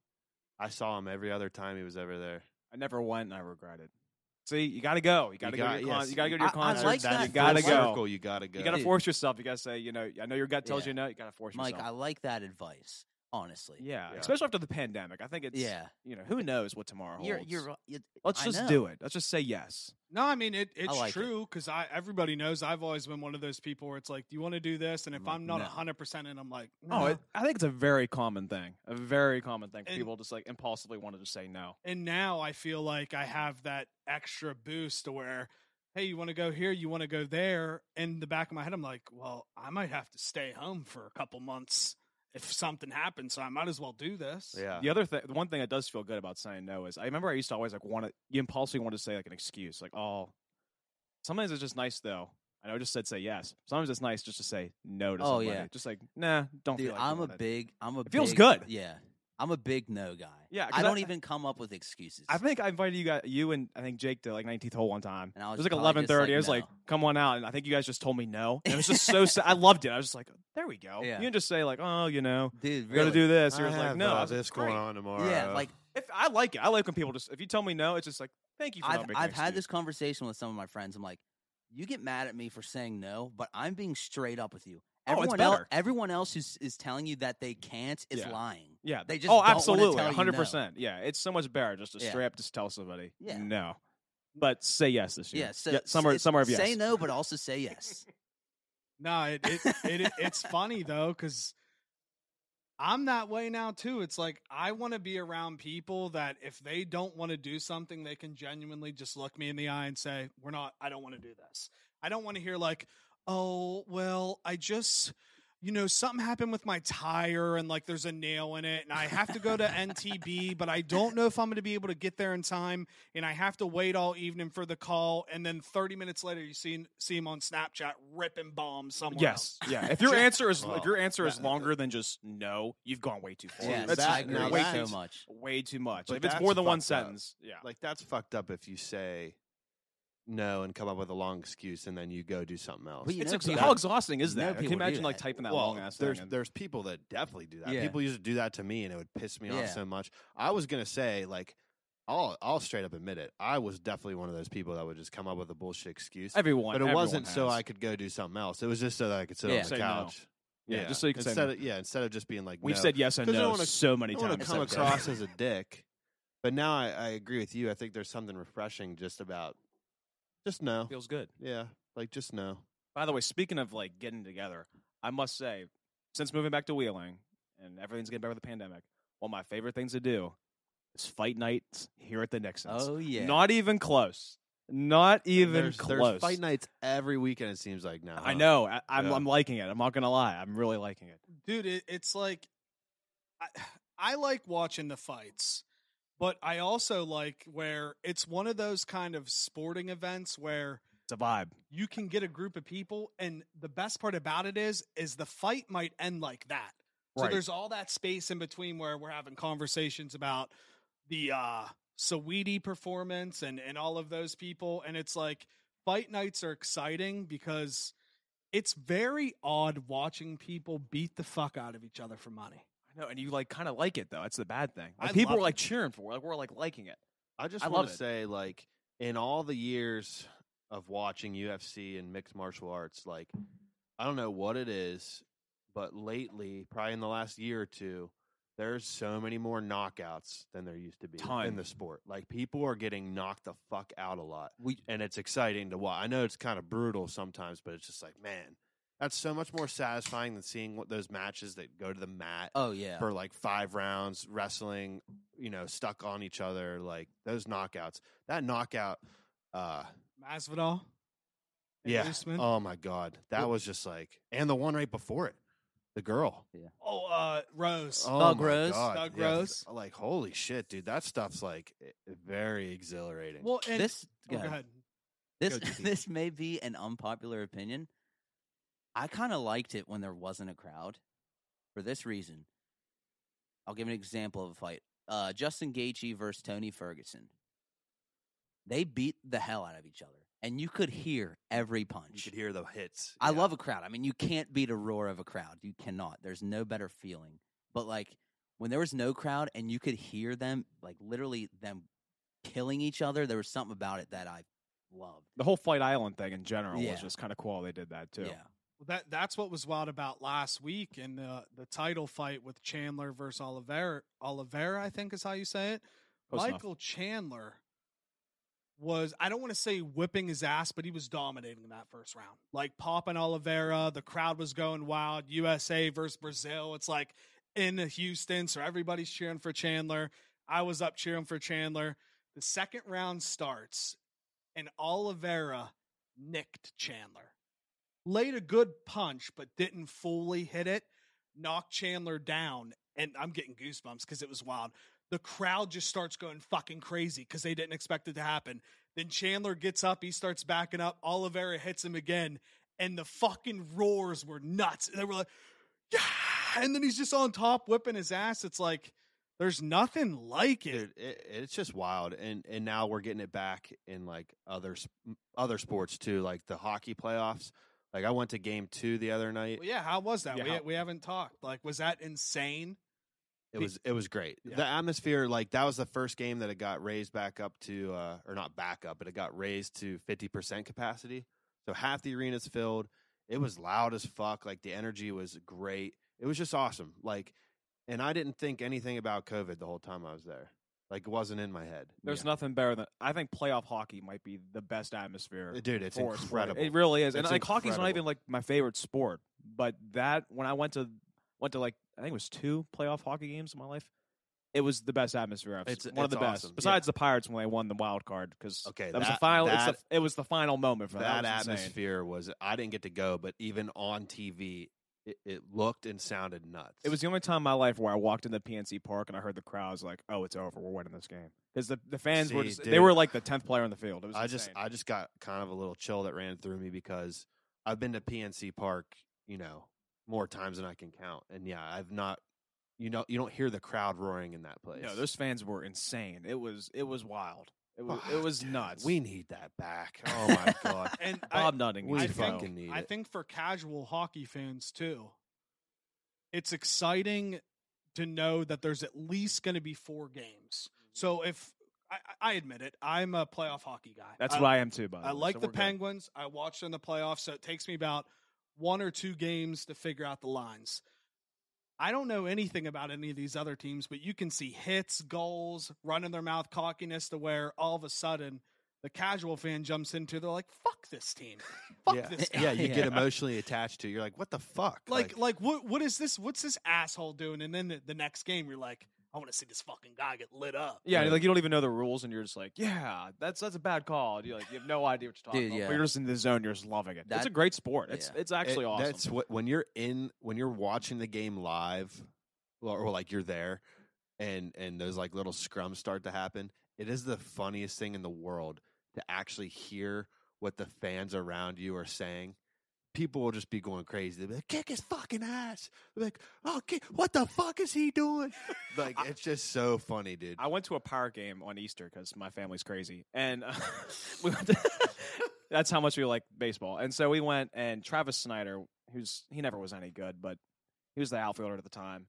Speaker 3: I saw him every other time he was ever there.
Speaker 5: I never went, and I regret it. See, you got to go. You got to go.
Speaker 3: got-
Speaker 5: to your con-
Speaker 3: yes,
Speaker 5: You got to go to
Speaker 1: I-
Speaker 5: your
Speaker 1: I
Speaker 5: concert.
Speaker 1: like that
Speaker 5: you gotta
Speaker 1: full
Speaker 5: go.
Speaker 3: Circle, you gotta go.
Speaker 5: You got to
Speaker 1: Dude.
Speaker 5: force yourself. You got to say, you know, I know your gut tells
Speaker 1: Yeah.
Speaker 5: you no. You got to force
Speaker 1: Mike. I
Speaker 5: yourself.
Speaker 1: like that advice. Honestly.
Speaker 5: yeah.
Speaker 3: Yeah.
Speaker 5: especially after the pandemic. I think it's.
Speaker 1: Yeah.
Speaker 5: You know, who knows what tomorrow holds?
Speaker 1: You're. You're. you
Speaker 5: Let's
Speaker 1: I
Speaker 5: just
Speaker 1: know.
Speaker 5: do it. Let's just say yes.
Speaker 4: No, I mean it. It's
Speaker 1: like it.
Speaker 4: true because I everybody knows I've always been one of those people where it's like, do you want to do this? And if
Speaker 1: I'm like,
Speaker 4: I'm not
Speaker 1: no.
Speaker 4: hundred percent, in, I'm like, no.
Speaker 5: Oh, it, I think it's a very common thing. A very common thing for
Speaker 4: And-
Speaker 5: people just like impulsively want to just say no.
Speaker 4: and now I feel like I have that extra boost to where, hey, you want to go here, you want to go there. In the back of my head, I'm like, well, I might have to stay home for a couple months if something happens, so I might as well do this.
Speaker 3: Yeah,
Speaker 5: The other thing, the one thing that does feel good about saying no is I remember I used to always like want to, you impulsively want to say like an excuse, like, oh, sometimes it's just nice though. I know I just said say yes. Sometimes it's nice just to say no to
Speaker 1: Oh,
Speaker 5: somebody.
Speaker 1: yeah.
Speaker 5: Just like, nah, don't
Speaker 1: Dude,
Speaker 5: feel like
Speaker 1: I'm a
Speaker 5: doing it."
Speaker 1: big. I'm a.
Speaker 5: It feels
Speaker 1: big-
Speaker 5: good.
Speaker 1: Yeah, I'm a big no guy.
Speaker 5: Yeah, 'cause
Speaker 1: I don't
Speaker 5: I-
Speaker 1: even come up with excuses.
Speaker 5: I think I invited you guys, you and I think Jake to like 19th hole one time.
Speaker 1: And I was
Speaker 5: it was like
Speaker 1: probably
Speaker 5: 11:30.
Speaker 1: just like,
Speaker 5: I was like,
Speaker 1: "No."
Speaker 5: "Come on out," and I think you guys just told me no. And it was just so sad. I loved it. I was just like, "There we go."
Speaker 1: Yeah.
Speaker 5: You can just say like, "Oh, you know,
Speaker 1: dude,
Speaker 5: we got
Speaker 1: really.
Speaker 5: to do this."
Speaker 3: I
Speaker 5: You're just like,
Speaker 3: have,
Speaker 5: "No,
Speaker 3: uh,
Speaker 5: I was like,
Speaker 3: this going
Speaker 5: "Great."
Speaker 3: on tomorrow.
Speaker 1: Yeah, like
Speaker 5: If I like it, I like when people just if you tell me no, it's just like, "Thank you for
Speaker 1: I've
Speaker 5: not making an
Speaker 1: I've had
Speaker 5: excuse."
Speaker 1: this conversation with some of my friends. I'm like, you get mad at me for saying no, but I'm being straight up with you.
Speaker 5: Oh, it's
Speaker 1: Everyone else,
Speaker 5: better.
Speaker 1: everyone else who's is telling you that they can't is
Speaker 5: Yeah.
Speaker 1: lying.
Speaker 5: Yeah,
Speaker 1: They just
Speaker 5: oh,
Speaker 1: don't wanna
Speaker 5: absolutely,
Speaker 1: tell you no.
Speaker 5: hundred percent. Yeah, it's so much better just to
Speaker 1: Yeah.
Speaker 5: straight up just tell somebody
Speaker 1: Yeah.
Speaker 5: no, but say yes this year.
Speaker 1: Yeah, so
Speaker 5: somewhere,
Speaker 1: it's-
Speaker 5: somewhere of yes.
Speaker 1: Say no, but also say yes.
Speaker 4: No, it, it, it it's funny though because I'm that way now too. It's like I want to be around people that if they don't want to do something, they can genuinely just look me in the eye and say, "We're not. I don't want to do this." I don't want to hear like, "Oh, well, I just." You know, something happened with my tire and like there's a nail in it, and I have to go to NTB, but I don't know if I'm going to be able to get there in time, and I have to wait all evening for the call. And then 30 minutes later, you see, see him on Snapchat ripping bombs somewhere. else.
Speaker 5: Yes. Yeah. If your answer is
Speaker 3: Well,
Speaker 5: if your answer is
Speaker 3: that-
Speaker 5: longer than just no, you've gone way too far.
Speaker 1: Yes,
Speaker 5: That's
Speaker 1: I
Speaker 3: that-
Speaker 1: agree
Speaker 3: now
Speaker 5: way,
Speaker 1: so
Speaker 5: too,
Speaker 1: much.
Speaker 5: way too much.
Speaker 3: But
Speaker 5: if it's
Speaker 3: that's
Speaker 5: more than one
Speaker 3: fucked up.
Speaker 5: sentence, yeah.
Speaker 3: Like that's fucked up if you say no and come up with a long excuse and then you go do something else.
Speaker 1: But you
Speaker 5: it's
Speaker 1: know
Speaker 5: ex-
Speaker 1: people-
Speaker 5: how exhausting is
Speaker 1: you know
Speaker 5: that? I can
Speaker 1: people do
Speaker 5: imagine like
Speaker 1: that.
Speaker 5: typing that
Speaker 3: well,
Speaker 5: long ass
Speaker 3: there's
Speaker 5: thing. and-
Speaker 3: there's people that definitely do that.
Speaker 1: Yeah.
Speaker 3: People used to do that to me, and it would piss me
Speaker 1: Yeah.
Speaker 3: off so much. I was gonna say like. I'll, I'll straight up admit it. I was definitely one of those people that would just come up with a bullshit excuse.
Speaker 5: everyone,
Speaker 3: but it
Speaker 5: everyone
Speaker 3: wasn't so
Speaker 5: has.
Speaker 3: I could go do something else. It was just so that I could sit
Speaker 1: Yeah.
Speaker 3: on the
Speaker 5: Say no.
Speaker 3: couch.
Speaker 5: Yeah, just so you can say
Speaker 3: instead
Speaker 5: no.
Speaker 3: Of, yeah, instead of just being like,
Speaker 5: We've
Speaker 3: no.
Speaker 5: said yes and
Speaker 3: 'Cause I don't
Speaker 5: no
Speaker 3: wanna-
Speaker 5: so many
Speaker 3: I don't want
Speaker 5: times.
Speaker 3: to come
Speaker 1: It's okay.
Speaker 3: across as a dick. But now I, I agree with you. I think there's something refreshing just about just no.
Speaker 5: feels good.
Speaker 3: Yeah, like just no.
Speaker 5: By the way, speaking of like getting together, I must say, since moving back to Wheeling and everything's getting better with the pandemic, one of my favorite things to do is fight nights here at the Nixons.
Speaker 1: Oh yeah.
Speaker 5: Not even close. Not even
Speaker 3: there's,
Speaker 5: close.
Speaker 3: There's fight nights every weekend. It seems like now.
Speaker 5: I know. I, I'm,
Speaker 3: Yeah.
Speaker 5: I'm liking it. I'm not gonna lie. I'm really liking it.
Speaker 4: dude it, it's like I, I like watching the fights but i also like where it's one of those kind of sporting events where
Speaker 5: It's a vibe.
Speaker 4: you can get a group of people and the best part about it is is the fight might end like that so
Speaker 3: Right.
Speaker 4: there's all that space in between where we're having conversations about the uh Saweetie performance and and all of those people and it's like fight nights are exciting because it's very odd watching people beat the fuck out of each other for money.
Speaker 5: I know, and you like kind of like it though. That's the bad thing.
Speaker 4: I
Speaker 5: Like, people
Speaker 4: love
Speaker 5: are like
Speaker 4: it.
Speaker 5: cheering for. it. Like we're like liking it.
Speaker 3: I just
Speaker 5: I
Speaker 3: want
Speaker 5: love
Speaker 3: to
Speaker 5: it.
Speaker 3: say, like, in all the years of watching UFC and mixed martial arts, like, I don't know what it is, but lately, probably in the last year or two, there's so many more knockouts than there used to be in
Speaker 5: Ton.
Speaker 3: the sport. Like, people are getting knocked the fuck out a lot,
Speaker 1: We
Speaker 3: and it's exciting to watch. I know it's kind of brutal sometimes, but it's just like, man, that's so much more satisfying than seeing what those matches that go to the mat
Speaker 1: Oh yeah.
Speaker 3: for like five rounds wrestling you know stuck on each other like those knockouts that knockout uh
Speaker 4: Masvidal, and
Speaker 3: yeah
Speaker 4: Usman.
Speaker 3: oh my god that
Speaker 1: Well-
Speaker 3: was just like and the one right before it the girl
Speaker 4: oh, uh, Rose.
Speaker 3: oh
Speaker 1: Thug
Speaker 3: my
Speaker 1: Rose.
Speaker 3: God,
Speaker 4: Thug
Speaker 3: yeah,
Speaker 4: Rose.
Speaker 3: like holy shit dude that stuff's like i- very exhilarating
Speaker 4: well, and
Speaker 1: This
Speaker 4: oh,
Speaker 1: go
Speaker 4: go
Speaker 1: ahead.
Speaker 4: ahead.
Speaker 1: this
Speaker 3: Go, JP.
Speaker 1: this may be an unpopular opinion. I kind of liked it when there wasn't a crowd for this reason. I'll give an example of a fight. Uh, Justin Gaethje versus Tony Ferguson. They beat the hell out of each other, and you could hear every punch.
Speaker 3: you could hear the hits
Speaker 1: I
Speaker 3: yeah.
Speaker 1: love a crowd. I mean, you can't beat a roar of a crowd. You cannot. There's no better feeling. But like when there was no crowd and you could hear them, like literally them killing each other, there was something about it that I loved.
Speaker 5: The whole Fight Island thing in general
Speaker 1: Yeah.
Speaker 5: was just kind of cool. They did that too.
Speaker 1: Yeah.
Speaker 4: Well, that that's what was wild about last week in the the title fight with Chandler versus Oliveira. Oliveira, I think is how you say it.
Speaker 5: Close enough.
Speaker 4: Michael Chandler was I don't want to say whipping his ass, but he was dominating in that first round. Like popping Oliveira, the crowd was going wild. USA versus Brazil. It's like in Houston, so everybody's cheering for Chandler. I was up cheering for Chandler. The second round starts, and Oliveira nicked Chandler. Laid a good punch, but didn't fully hit it. Knocked Chandler down, and I'm getting goosebumps because it was wild. The crowd just starts going fucking crazy because they didn't expect it to happen. Then Chandler gets up, he starts backing up. Oliveira hits him again, and the fucking roars were nuts. They were like, yeah. And then he's just on top whipping his ass. It's like, there's nothing like it.
Speaker 3: Dude, it, it's just wild, and and now we're getting it back in like other s- m- other sports too, like the hockey playoffs. Like I went to game two the other night.
Speaker 4: Well, yeah, how was that?
Speaker 5: Yeah,
Speaker 4: we,
Speaker 5: how-
Speaker 4: we haven't talked. Like, was that insane?
Speaker 3: It was it was great.
Speaker 4: Yeah.
Speaker 3: The atmosphere, like that was the first game that it got raised back up to, uh, or not back up, but it got raised to fifty percent capacity. So half the arena's filled. It was loud as fuck. Like the energy was great. It was just awesome. Like, and I didn't think anything about COVID the whole time I was there. Like it wasn't in my head.
Speaker 5: There's nothing better than I think playoff hockey might be the best atmosphere.
Speaker 3: dude, it's
Speaker 5: for a sport.
Speaker 3: incredible.
Speaker 5: It really is. and
Speaker 3: It's
Speaker 5: like hockey's not
Speaker 3: incredible.
Speaker 5: even like my favorite sport, but that when I went to Went to like I think it was two playoff hockey games in my life. It was the best atmosphere I've
Speaker 3: It's-
Speaker 5: seen. One of
Speaker 3: it's
Speaker 5: the best,
Speaker 3: awesome, yeah.
Speaker 5: besides the Pirates when they won the wild card because
Speaker 3: Okay,
Speaker 5: that, was the
Speaker 3: that-
Speaker 5: final. it's
Speaker 3: that-
Speaker 5: the, it was the final moment for
Speaker 3: that
Speaker 5: that. That was insane.
Speaker 3: atmosphere was I didn't get to go, but even on TV, it, it looked and sounded nuts.
Speaker 5: It was the only time in my life where I walked into PNC Park and I heard the crowds like, "Oh, it's over. We're winning this game." Because the, the fans were
Speaker 3: See,
Speaker 5: just, they
Speaker 3: dude,
Speaker 5: were like the tenth player on the field. It was
Speaker 3: I just
Speaker 5: insane.
Speaker 3: I just got kind of a little chill that ran through me because I've been to PNC Park, you know, more times than I can count, and yeah, I've not. You know, you don't hear the crowd roaring in that place.
Speaker 5: no, those fans were insane. It was it was wild. It was it
Speaker 3: Fuck,
Speaker 5: was
Speaker 3: dude,
Speaker 5: nuts.
Speaker 3: We need that back. Oh my god.
Speaker 4: And I-
Speaker 5: Bob Nutting.
Speaker 3: We
Speaker 5: is
Speaker 4: I
Speaker 5: the
Speaker 4: think,
Speaker 3: fucking need
Speaker 4: I
Speaker 3: it.
Speaker 4: think for casual hockey fans too, it's exciting to know that there's at least going to be four games. So if I, I I admit it, I'm a playoff hockey guy.
Speaker 5: That's
Speaker 4: I,
Speaker 5: what I am too. By the
Speaker 4: I
Speaker 5: way,
Speaker 4: like
Speaker 5: Uh, so
Speaker 4: the
Speaker 5: we're good.
Speaker 4: Penguins. I watched in the playoffs, so it takes me about one or two games to figure out the lines. I don't know anything about any of these other teams, but you can see hits, goals, running their mouth, cockiness to where all of a sudden the casual fan jumps into. They're like, "Fuck this team, fuck
Speaker 3: yeah.
Speaker 4: this guy."
Speaker 3: yeah, you
Speaker 5: Yeah.
Speaker 3: get emotionally attached to. it. You're like, what the fuck?
Speaker 4: Like, like, what, what is this? What's this asshole doing? And then the, the next game, you're like, "I want to see this fucking guy get lit up."
Speaker 5: Yeah,
Speaker 3: Yeah.
Speaker 5: like you don't even know the rules, and you're just like, yeah, that's that's a bad call. You like you have no idea what you're talking
Speaker 1: Dude,
Speaker 5: about. but
Speaker 1: yeah.
Speaker 5: You're just in the zone. You're just loving it. it's
Speaker 1: That-
Speaker 5: a great sport. It's
Speaker 1: yeah.
Speaker 5: it's actually
Speaker 3: It-
Speaker 5: awesome.
Speaker 3: That's what when you're in when you're watching the game live, or, or like you're there, and and those like little scrums start to happen. It is the funniest thing in the world to actually hear what the fans around you are saying. People will just be going crazy. They'll be like, "Kick his fucking ass!" They're like, "Oh, kick, what the fuck is he doing?" Like, it's just so funny, dude.
Speaker 5: I went to a pirate game on Easter because my family's crazy, and uh, we went. To, that's how much we like baseball, and so we went. And Travis Snyder, who's he never was any good, but he was the outfielder at the time,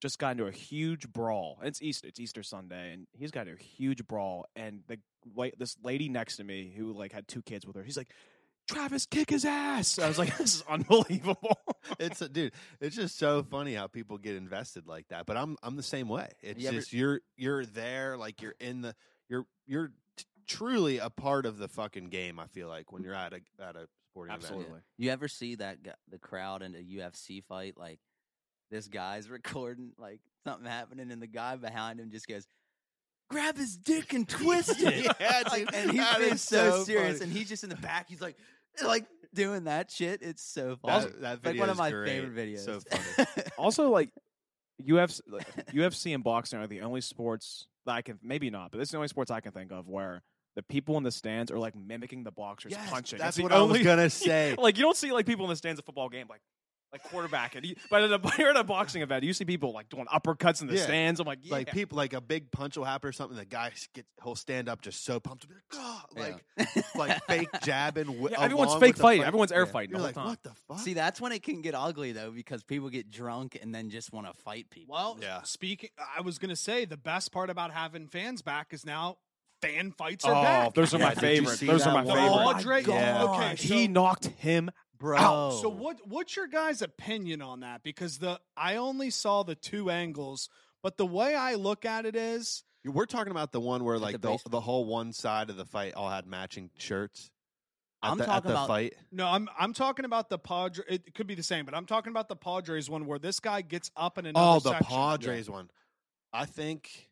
Speaker 5: just got into a huge brawl. It's Easter, it's Easter Sunday, and he's got into a huge brawl. And the la- this lady next to me who like had two kids with her, he's like, "Travis, kick his ass!" I was like, "This is unbelievable."
Speaker 3: it's dude it's just so funny how people get invested like that but i'm i'm the same way it's
Speaker 1: You ever-
Speaker 3: just you're you're there like you're in the you're you're t- truly a part of the fucking game i feel like when you're at a at a sporting event
Speaker 5: Absolutely.
Speaker 1: You ever see that gu the crowd in a UFC fight? Like this guy's recording, like something happening, and the guy behind him just goes, "Grab his dick and twist it."
Speaker 3: yeah
Speaker 1: Like,
Speaker 3: dude,
Speaker 1: and he's
Speaker 3: that
Speaker 1: being
Speaker 3: is
Speaker 1: so,
Speaker 3: so
Speaker 1: serious,
Speaker 3: funny.
Speaker 1: and he's just in the back. He's like, like doing that shit. It's so funny.
Speaker 3: that, that
Speaker 1: like
Speaker 3: video
Speaker 1: one
Speaker 3: is
Speaker 1: of my
Speaker 3: great.
Speaker 1: favorite videos.
Speaker 3: so funny
Speaker 5: also like UFC, like, UFC and boxing are the only sports that I can maybe not, but this is the only sports I can think of where the people in the stands are like mimicking the boxers
Speaker 3: Yes,
Speaker 5: punching.
Speaker 3: that's
Speaker 5: It's the
Speaker 3: what i was
Speaker 5: only-
Speaker 3: gonna say
Speaker 5: Like you don't see like people in the stands at football game like like quarterbacking, You- but at a you're at a boxing event, you see people like doing uppercuts in the
Speaker 3: Yeah.
Speaker 5: stands. I'm like, yeah.
Speaker 3: like people like a big punch will happen or something the guy s- gets he'll stand up just so pumped be like, "God," like like fake jabbing wi-
Speaker 5: Yeah, everyone's
Speaker 3: along
Speaker 5: fake
Speaker 3: with the
Speaker 5: fighting.
Speaker 3: fight.
Speaker 5: Everyone's air
Speaker 3: Yeah.
Speaker 5: fighting the
Speaker 3: You're
Speaker 5: whole
Speaker 3: like,
Speaker 5: time.
Speaker 3: what the fuck
Speaker 1: See, that's when it can get ugly though, because people get drunk and then just want to fight people.
Speaker 4: Well,
Speaker 3: Yeah.
Speaker 4: speaking, I was going to say the best part about having fans back is now fan fights
Speaker 5: oh,
Speaker 4: are back.
Speaker 5: those are
Speaker 3: Yeah,
Speaker 5: my
Speaker 3: did you
Speaker 5: favorites.
Speaker 3: see
Speaker 5: Those
Speaker 3: that
Speaker 5: are my
Speaker 4: one?
Speaker 5: favorites.
Speaker 4: Oh, Andre-
Speaker 3: Yeah.
Speaker 4: okay,
Speaker 5: he
Speaker 4: so-
Speaker 5: knocked him
Speaker 1: bro.
Speaker 5: out.
Speaker 4: So what what's your guys' opinion on that? Because the I only saw the two angles, but the way I look at it is
Speaker 3: You- We're talking about the one where
Speaker 1: At the
Speaker 3: like the,
Speaker 1: base-
Speaker 3: the whole one side of the fight all had matching shirts. At
Speaker 1: I'm
Speaker 3: the, at
Speaker 1: talking
Speaker 3: the
Speaker 1: about-
Speaker 3: fight.
Speaker 4: no, I'm I'm talking about the Padre. It could be the same, but I'm talking about the Padres one where this guy gets up in another.
Speaker 3: Oh, the
Speaker 4: section.
Speaker 3: Padres one. I think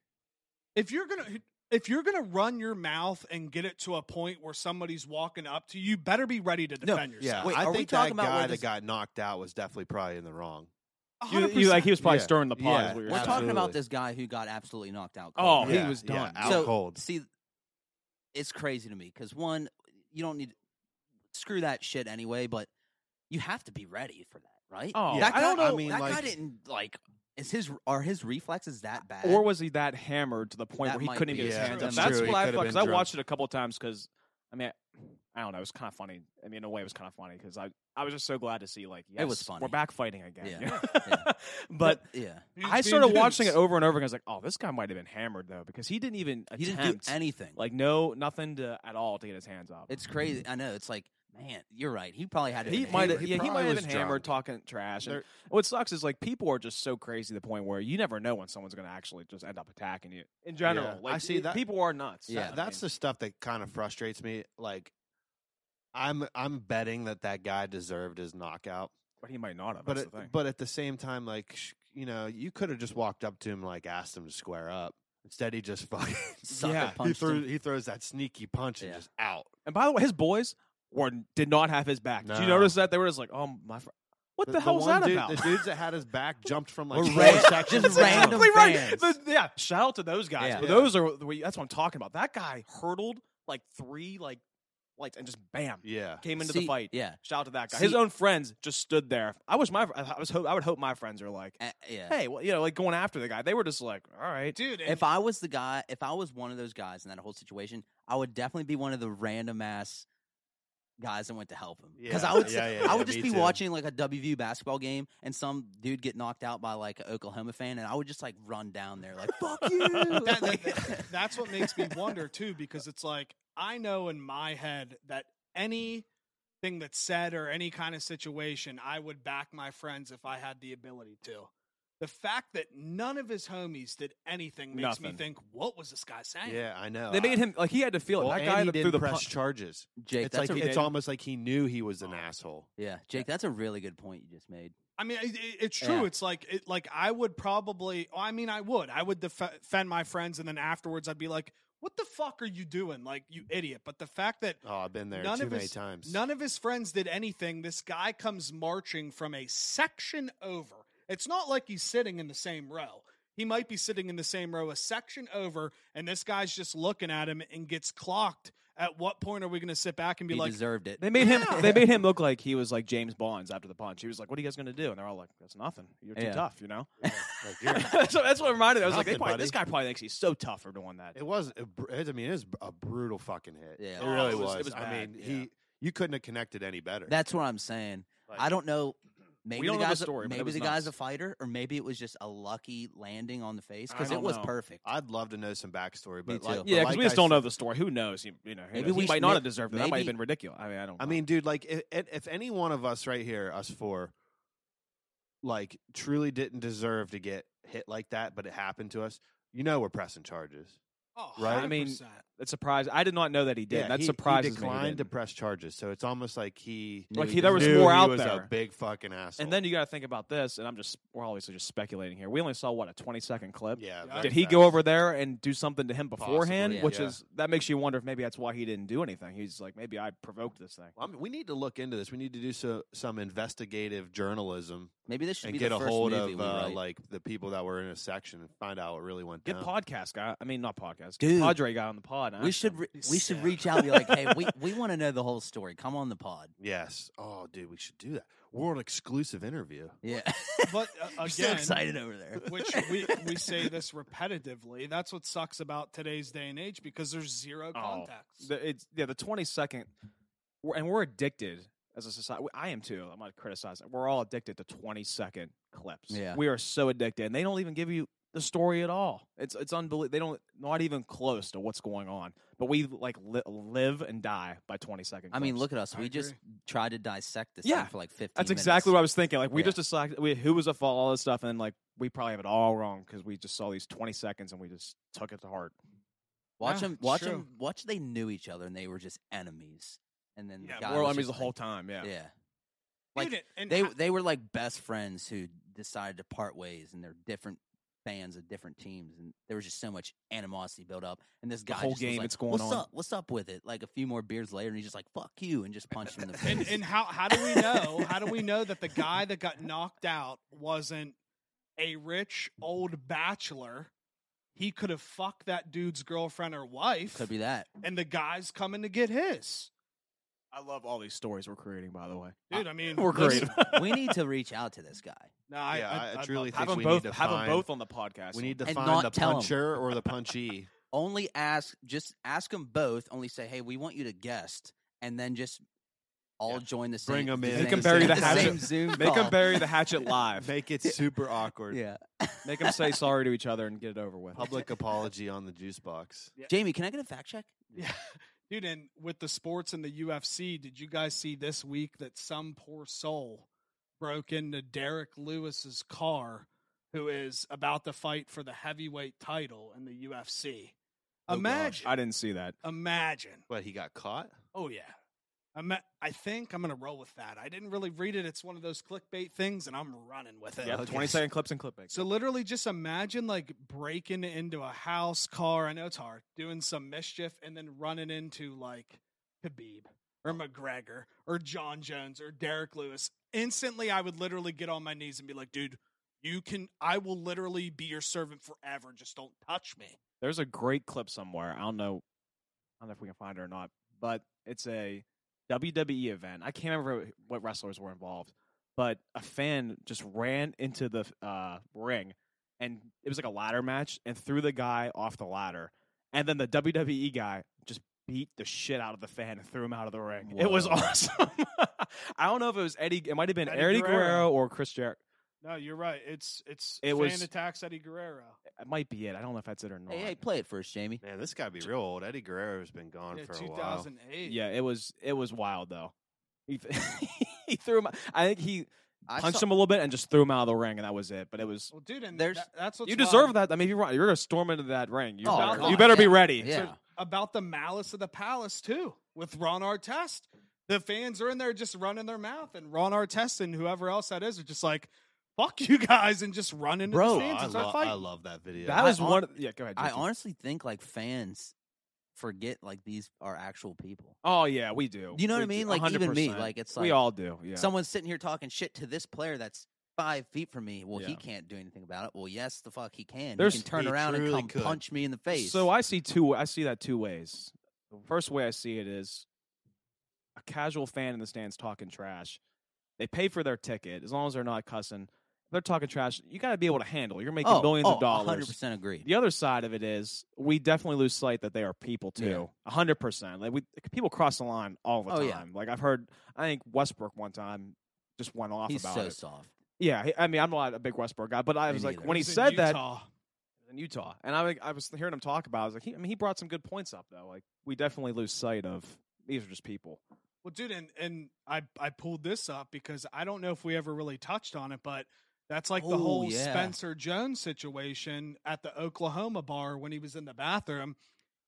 Speaker 4: If you're gonna if you're gonna run your mouth and get it to a point where somebody's walking up to you, you better be ready to defend
Speaker 3: yeah.
Speaker 4: yourself.
Speaker 1: Wait,
Speaker 3: I
Speaker 1: are we
Speaker 3: think
Speaker 1: talking
Speaker 3: that
Speaker 1: about where
Speaker 3: guy
Speaker 1: this-
Speaker 3: that got knocked out was definitely probably in the wrong.
Speaker 5: You, you, like he was probably
Speaker 3: Yeah.
Speaker 5: stirring the pot.
Speaker 3: Yeah.
Speaker 5: is what you're
Speaker 1: We're
Speaker 5: saying.
Speaker 1: talking about
Speaker 3: Absolutely.
Speaker 1: this guy who got absolutely knocked out.
Speaker 5: Oh,
Speaker 1: cold.
Speaker 5: he
Speaker 3: Yeah,
Speaker 5: was
Speaker 3: yeah,
Speaker 5: done.
Speaker 3: out
Speaker 1: So-
Speaker 3: cold.
Speaker 1: See, it's crazy to me because one, you don't need screw that shit anyway, but you have to be ready for that, right?
Speaker 5: Oh,
Speaker 1: that
Speaker 3: I
Speaker 1: guy,
Speaker 3: don't know, I mean,
Speaker 1: that guy
Speaker 3: like-
Speaker 1: didn't like. Is his are his reflexes that bad?
Speaker 5: or was he that hammered to the point
Speaker 1: That
Speaker 5: where he
Speaker 1: might
Speaker 5: couldn't
Speaker 1: be
Speaker 5: even get
Speaker 1: it.
Speaker 5: his hands
Speaker 4: Yeah,
Speaker 5: up?
Speaker 4: that's
Speaker 5: That's
Speaker 4: true.
Speaker 5: what
Speaker 3: He
Speaker 5: I
Speaker 3: could've
Speaker 5: thought
Speaker 3: been
Speaker 5: because I
Speaker 3: drunk.
Speaker 5: watched it a couple times because I mean I, I don't know it was kind of funny. I mean in a way it was kind of funny because I I was just so glad to see like yes,
Speaker 1: was
Speaker 5: we're
Speaker 1: funny.
Speaker 5: back fighting again.
Speaker 1: Yeah,
Speaker 5: but
Speaker 1: yeah,
Speaker 5: I started watching it over and over and I was like oh this guy might have been hammered though because he didn't even
Speaker 1: he
Speaker 5: attempt
Speaker 1: didn't do anything.
Speaker 5: like no nothing to at all to get his hands up.
Speaker 1: it's crazy. I know. It's like, man, you're right. He probably had. to
Speaker 5: he
Speaker 1: been
Speaker 5: might
Speaker 1: hammered.
Speaker 5: have, yeah, he
Speaker 3: probably
Speaker 5: might have
Speaker 3: was
Speaker 5: been hammered, talking trash. And what sucks is like people are just so crazy to the point where you never know when someone's going to actually just end up attacking you. In general,
Speaker 3: Yeah.
Speaker 5: like
Speaker 3: I see
Speaker 5: it-
Speaker 3: that-
Speaker 5: people are nuts.
Speaker 1: Yeah.
Speaker 5: I
Speaker 3: That's
Speaker 5: mean,
Speaker 3: the stuff that kind of frustrates me. Like I'm I'm betting that that guy deserved his knockout.
Speaker 5: but he might not have.
Speaker 3: but
Speaker 5: that's
Speaker 3: at,
Speaker 5: the thing.
Speaker 3: but at the same time, like sh- you know, you could have just walked up to him like asked him to square up. Instead, he just fucking
Speaker 1: Sucker
Speaker 5: Yeah, he
Speaker 3: he
Speaker 1: punched
Speaker 3: threw
Speaker 1: him.
Speaker 3: he throws that sneaky punch and
Speaker 1: Yeah.
Speaker 3: just out.
Speaker 5: and by the way, his boys were did not have his back. Did you notice
Speaker 3: No.
Speaker 5: that they were just like, "Oh my, fr- what the,
Speaker 3: the
Speaker 5: hell was
Speaker 3: one
Speaker 5: that
Speaker 3: dude-
Speaker 5: about?"
Speaker 3: The dudes that had his back jumped from like
Speaker 1: Or
Speaker 3: four
Speaker 1: ran-
Speaker 3: sections
Speaker 1: just
Speaker 5: That's
Speaker 3: down.
Speaker 1: random
Speaker 5: exactly right.
Speaker 1: fans.
Speaker 5: The- yeah, shout out to those guys.
Speaker 1: Yeah.
Speaker 5: But
Speaker 3: Yeah.
Speaker 5: Those are the way- that's what I'm talking about. That guy hurtled like three like lights and just bam
Speaker 3: Yeah,
Speaker 5: came into
Speaker 1: See,
Speaker 5: the fight.
Speaker 1: Yeah.
Speaker 5: Shout out to that guy.
Speaker 1: See-
Speaker 5: His own friends just stood there. I wish my I was hope I would hope my friends are like,
Speaker 1: Uh, yeah.
Speaker 5: hey, well, you know, like going after the guy. They were just like, all right,
Speaker 4: dude. and-
Speaker 1: If I was the guy, if I was one of those guys in that whole situation, I would definitely be one of the random ass guys that went to help him. Because
Speaker 3: Yeah,
Speaker 1: I would, s-
Speaker 3: yeah, yeah,
Speaker 1: I
Speaker 3: yeah,
Speaker 1: would just
Speaker 3: me
Speaker 1: be
Speaker 3: too.
Speaker 1: watching like a WVU basketball game and some dude get knocked out by like an Oklahoma fan, and I would just like run down there like "fuck you."
Speaker 4: that- that-
Speaker 1: Like-
Speaker 4: that- that's what makes me wonder too, because it's like I know in my head that anything that's said or any kind of situation, I would back my friends if I had the ability to. The fact that none of his homies did anything makes me
Speaker 5: Nothing.
Speaker 4: think, what was this guy saying?
Speaker 3: yeah, I know.
Speaker 5: they
Speaker 3: I-
Speaker 5: made him like he had to feel it.
Speaker 3: Well,
Speaker 5: that
Speaker 3: and
Speaker 5: guy
Speaker 3: he
Speaker 5: that threw
Speaker 3: didn't
Speaker 5: the
Speaker 3: press
Speaker 5: punch.
Speaker 3: charges.
Speaker 1: Jake,
Speaker 3: It's
Speaker 1: that's
Speaker 3: like
Speaker 1: a,
Speaker 5: he
Speaker 3: it's
Speaker 5: did.
Speaker 3: almost like he knew he was an asshole.
Speaker 1: yeah, Jake, that's a really good point you just made.
Speaker 4: I mean, it, it- it's true.
Speaker 1: Yeah.
Speaker 4: It's like it, like I would probably. oh, I mean, I would. I would def- defend my friends, and then afterwards, I'd be like, "What the fuck are you doing? Like, you idiot!" But the fact that
Speaker 3: Oh, I've been there
Speaker 4: None
Speaker 3: too
Speaker 4: of
Speaker 3: many
Speaker 4: his-
Speaker 3: times.
Speaker 4: None of his friends did anything. This guy comes marching from a section over. It's not like he's sitting in the same row. He might be sitting in the same row a section over, and this guy's just looking at him and gets clocked. At what point are we going to sit back and be
Speaker 1: he
Speaker 4: like,
Speaker 1: deserved it.
Speaker 5: They made
Speaker 4: Yeah.
Speaker 5: him. They made him look like he was like James Bonds after the punch. He was like, "What are you guys gonna do?" And they're all like, "That's nothing. You're too
Speaker 1: Yeah.
Speaker 5: tough." You know.
Speaker 3: Yeah, like, you're-
Speaker 5: so that's what reminded me. I was like, they
Speaker 3: Nothing,
Speaker 5: probably,
Speaker 3: buddy.
Speaker 5: "This guy probably thinks he's so tough for doing that."
Speaker 3: It was. a br- It, I mean, it was a brutal fucking hit.
Speaker 1: Yeah.
Speaker 3: it
Speaker 1: Oh,
Speaker 3: really
Speaker 5: it
Speaker 3: was.
Speaker 5: was- it was
Speaker 3: I
Speaker 5: bad,
Speaker 3: mean,
Speaker 5: yeah.
Speaker 3: he you couldn't have connected any better.
Speaker 1: That's what I'm saying.
Speaker 3: Like,
Speaker 1: I don't know. Maybe
Speaker 5: don't
Speaker 1: the
Speaker 5: know the
Speaker 1: guy's a-
Speaker 5: story, but it
Speaker 1: maybe
Speaker 5: was
Speaker 1: the guy's a
Speaker 5: nuts.
Speaker 1: fighter, or maybe it was just a lucky landing on the face
Speaker 5: I
Speaker 1: because it
Speaker 5: don't
Speaker 1: was
Speaker 5: know.
Speaker 1: perfect.
Speaker 3: I'd love to know some backstory,
Speaker 1: Me
Speaker 3: but like,
Speaker 1: too.
Speaker 3: but
Speaker 5: Yeah, because
Speaker 3: like
Speaker 5: we
Speaker 3: I
Speaker 5: just don't
Speaker 3: said-
Speaker 5: know the story. Who knows? You, you know, who
Speaker 1: Maybe
Speaker 5: knows?
Speaker 1: we
Speaker 5: he
Speaker 1: should-
Speaker 5: might not
Speaker 1: may-
Speaker 5: have deserved it. That might
Speaker 1: maybe-
Speaker 5: have been ridiculous. I mean, I don't.
Speaker 3: I
Speaker 5: know.
Speaker 3: mean, dude, like if, if if any one of us right here, us four, like truly didn't deserve to get hit like that, but it happened to us. You know, we're pressing charges.
Speaker 4: "Oh,
Speaker 3: Right?
Speaker 5: I mean,
Speaker 4: 100%."
Speaker 5: it's surprised. I did not know that he did. that
Speaker 3: he,
Speaker 5: surprises
Speaker 3: he declined
Speaker 5: me.
Speaker 3: to
Speaker 5: he didn't.
Speaker 3: press charges, so it's almost like he
Speaker 1: Knew
Speaker 5: Like,
Speaker 1: he
Speaker 5: he- there was
Speaker 1: deserved
Speaker 3: knew
Speaker 5: more
Speaker 3: he
Speaker 5: out
Speaker 3: was
Speaker 5: there.
Speaker 3: A big fucking asshole.
Speaker 5: And then you got to think about this, and I'm just we're obviously just speculating here. We only saw what a 20 second clip.
Speaker 3: yeah,
Speaker 4: Did
Speaker 5: Did
Speaker 3: very
Speaker 5: he
Speaker 3: fast.
Speaker 5: go over there and do something to him beforehand?
Speaker 1: Possibly,
Speaker 5: which
Speaker 3: yeah.
Speaker 5: is that makes you wonder if maybe that's why he didn't do anything. He's like, maybe I provoked this thing.
Speaker 3: I mean, we need to look into this. We need to do so, some investigative journalism
Speaker 1: Maybe this should
Speaker 3: and
Speaker 1: be
Speaker 3: get
Speaker 1: the
Speaker 3: a
Speaker 1: first
Speaker 3: hold
Speaker 1: movie
Speaker 3: of
Speaker 1: we
Speaker 3: uh,
Speaker 1: write.
Speaker 3: like the people that were in a section and find out what really went
Speaker 5: Get
Speaker 3: down.
Speaker 5: podcast guy. I mean, not podcast.
Speaker 1: Dude.
Speaker 5: Get Padre guy on the pod. and
Speaker 1: We
Speaker 5: ask
Speaker 1: should
Speaker 5: him.
Speaker 1: re-
Speaker 4: be
Speaker 1: we should
Speaker 4: sad.
Speaker 1: reach out and be like, hey, we, we want to know the whole story. Come on the pod.
Speaker 3: yes. Oh, dude, we should do that. World exclusive interview.
Speaker 1: Yeah,
Speaker 4: but uh, again,
Speaker 1: I'm so excited over there.
Speaker 4: which we we say this repetitively. That's what sucks about today's day and age because there's zero
Speaker 5: Oh,
Speaker 4: context.
Speaker 5: The, it's yeah, the twenty second, we're, and we're addicted as a society. I am too. I'm not criticizing. We're all addicted to twenty second clips.
Speaker 1: Yeah.
Speaker 5: we are so addicted, and they don't even give you the story at all. It's it's unbelievable. They don't not even close to what's going on. But we like li- live and die by twenty second.
Speaker 1: I mean, look at us.
Speaker 4: I
Speaker 1: We just tried to dissect this
Speaker 5: Yeah,
Speaker 1: thing for like 15
Speaker 5: That's
Speaker 1: minutes.
Speaker 5: exactly what I was thinking. Like we
Speaker 1: Yeah.
Speaker 5: just decided we, who was a fall, all this stuff, and like we probably have it all wrong because we just saw these twenty seconds and we just took it to heart.
Speaker 1: Watch
Speaker 4: Yeah,
Speaker 1: them.
Speaker 4: it's
Speaker 1: Watch
Speaker 4: true.
Speaker 1: them. Watch. They knew each other and they were just enemies. And then
Speaker 4: Yeah,
Speaker 1: the guy
Speaker 5: We're
Speaker 1: was
Speaker 5: enemies the
Speaker 1: just
Speaker 5: whole
Speaker 1: like-
Speaker 5: time. Yeah.
Speaker 1: Yeah, like,
Speaker 4: Dude, and
Speaker 1: they
Speaker 4: I-
Speaker 1: they were like best friends who decided to part ways, and they're different fans of different teams, and there was just so much animosity built up. And this
Speaker 5: The
Speaker 1: guy
Speaker 5: whole
Speaker 1: just was
Speaker 5: game
Speaker 1: like,
Speaker 5: it's going
Speaker 1: What's
Speaker 5: on."
Speaker 1: up? What's up with it? Like a few more beers later, and he's just like, "Fuck you," and just punched him in the face.
Speaker 4: and, and how how do we know? How do we know that the guy that got knocked out wasn't a rich old bachelor? He could have fucked that dude's girlfriend or wife,
Speaker 1: Could be that.
Speaker 4: and the guy's coming to get his.
Speaker 5: I love all these stories we're creating. By the way,
Speaker 4: Dude, I mean,
Speaker 5: we're
Speaker 4: listen-
Speaker 5: great.
Speaker 1: we need to reach out to this guy.
Speaker 4: No, I,
Speaker 3: Yeah, I
Speaker 4: I,
Speaker 3: truly
Speaker 4: love
Speaker 3: think
Speaker 5: have them
Speaker 3: we
Speaker 5: both.
Speaker 3: need to
Speaker 5: Have them
Speaker 3: find-
Speaker 5: both on the podcast.
Speaker 3: We need to
Speaker 1: And
Speaker 3: find
Speaker 1: not
Speaker 3: the
Speaker 1: tell 'em.
Speaker 3: puncher or the punchee.
Speaker 1: Only ask, just ask them both. Only say, "Hey, we want you to guest," and then just all
Speaker 3: Yeah.
Speaker 1: join the same.
Speaker 3: Bring 'em
Speaker 1: the
Speaker 3: in.
Speaker 5: Make
Speaker 1: same-
Speaker 5: 'em bury the hatchet.
Speaker 1: same Zoom
Speaker 5: make
Speaker 1: call.
Speaker 5: them bury the hatchet live.
Speaker 3: Make it super awkward.
Speaker 1: Yeah.
Speaker 5: Make them say sorry to each other and get it over with.
Speaker 3: Public apology on the juice box.
Speaker 1: Jamie, can I get a fact check?
Speaker 4: Yeah. Dude, and with the sports and the UFC, did you guys see this week that some poor soul broke into Derek Lewis's car, who is about to fight for the heavyweight title in the UFC?
Speaker 5: Oh, gosh.
Speaker 4: imagine,
Speaker 5: I didn't see that.
Speaker 4: imagine.
Speaker 3: But he got caught.
Speaker 4: Oh yeah. I'm, I think I'm gonna roll with that. I didn't really read it. It's one of those clickbait things, and I'm running with it.
Speaker 5: Yeah,
Speaker 3: Okay.
Speaker 5: twenty second clips and clip
Speaker 4: So literally, just imagine like breaking into a house, car. I know it's hard, doing some mischief, and then running into like Khabib
Speaker 5: Oh.
Speaker 4: or McGregor or John Jones or Derek Lewis. Instantly, I would literally get on my knees and be like, "Dude, you can. I will literally be your servant forever. Just don't touch me."
Speaker 5: There's a great clip somewhere. I don't know. I don't know if we can find it or not, but it's a WWE event. I can't remember what wrestlers were involved, but a fan just ran into the uh, ring, and it was like a ladder match, and threw the guy off the ladder, and then the WWE guy just beat the shit out of the fan and threw him out of the ring. It was
Speaker 1: Whoa.
Speaker 5: awesome. I don't know if it was Eddie. It might have been
Speaker 4: Eddie
Speaker 5: Eddie,
Speaker 4: Guerrero.
Speaker 5: Guerrero. or Chris Jericho.
Speaker 4: No, you're right. It's it's
Speaker 5: It fan was-
Speaker 4: attacks Eddie Guerrero.
Speaker 5: It might be it. I don't know if that's it or not.
Speaker 1: Hey, hey, play it first, Jamie.
Speaker 3: Man, this gotta be real old. Eddie Guerrero's been gone
Speaker 4: Yeah,
Speaker 3: for a while.
Speaker 4: 2008.
Speaker 5: Yeah, it was it was wild though. He, th- he threw him. I think he
Speaker 1: I
Speaker 5: punched
Speaker 1: saw-
Speaker 5: him a little bit and just threw him out of the ring, and that was it. But it was
Speaker 4: Well, dude, and
Speaker 1: There's-
Speaker 4: that- that's what's
Speaker 5: you deserve
Speaker 4: wild
Speaker 5: that. I mean, if you're right. You're gonna storm into that ring. You,
Speaker 1: Oh,
Speaker 5: better,
Speaker 1: God,
Speaker 5: you better be
Speaker 1: yeah,
Speaker 5: ready.
Speaker 1: Yeah.
Speaker 4: about the malice of the palace too with Ron Artest. The fans are in there just running their mouth, and Ron Artest and whoever else that is are just like, "Fuck you guys," and just run into the
Speaker 5: Bro,
Speaker 4: stands
Speaker 3: Oh, I,
Speaker 4: and start
Speaker 3: lo- I
Speaker 4: fighting.
Speaker 3: love that video.
Speaker 5: That
Speaker 1: I
Speaker 5: was
Speaker 1: hon-
Speaker 5: one. Of, yeah, go ahead.
Speaker 1: I
Speaker 5: Jason.
Speaker 1: honestly think like fans forget like these are actual people.
Speaker 5: oh yeah, we do.
Speaker 1: You know what
Speaker 5: We
Speaker 1: I
Speaker 5: do,
Speaker 1: mean? Like even me,
Speaker 5: 100%.
Speaker 1: like, it's
Speaker 5: we
Speaker 1: like-
Speaker 5: all do. Yeah.
Speaker 1: Someone's sitting here talking shit to this player that's five feet from me. Well, he
Speaker 5: Yeah.
Speaker 1: can't do anything about it. Well, yes, the fuck he can.
Speaker 5: There's-
Speaker 1: he can turn
Speaker 3: He
Speaker 1: around and
Speaker 3: truly
Speaker 1: come
Speaker 3: could.
Speaker 1: punch me in the face.
Speaker 5: So I see two. I see that two ways. The first way I see it is a casual fan in the stands talking trash. They pay for their ticket as long as they're not cussing. If they're talking trash, you got to be able to handle. You're making
Speaker 1: oh,
Speaker 5: millions
Speaker 1: oh,
Speaker 5: of dollars.
Speaker 1: 100% agree.
Speaker 5: The other side of it is we definitely lose sight that they are people too. A hundred percent. Like we people cross the line all the
Speaker 1: Oh,
Speaker 5: time.
Speaker 1: yeah.
Speaker 5: Like I've heard. I think Westbrook one time just went off
Speaker 1: He's
Speaker 5: about
Speaker 1: so
Speaker 5: it.
Speaker 1: soft.
Speaker 5: Yeah, he- I mean I'm not a big Westbrook guy, but I
Speaker 1: Me
Speaker 5: was like
Speaker 1: neither.
Speaker 5: when
Speaker 4: It
Speaker 5: he
Speaker 4: was in
Speaker 5: said that,
Speaker 4: Utah.
Speaker 5: in Utah. And I, I was hearing him talk about. It. I was like, he, I mean, he brought some good points up though. Like we definitely lose sight of these are just people.
Speaker 4: Well, dude, and and I I pulled this up because I don't know if we ever really touched on it, but that's like the
Speaker 1: Oh,
Speaker 4: whole
Speaker 1: yeah.
Speaker 4: Spencer Jones situation at the Oklahoma bar when he was in the bathroom.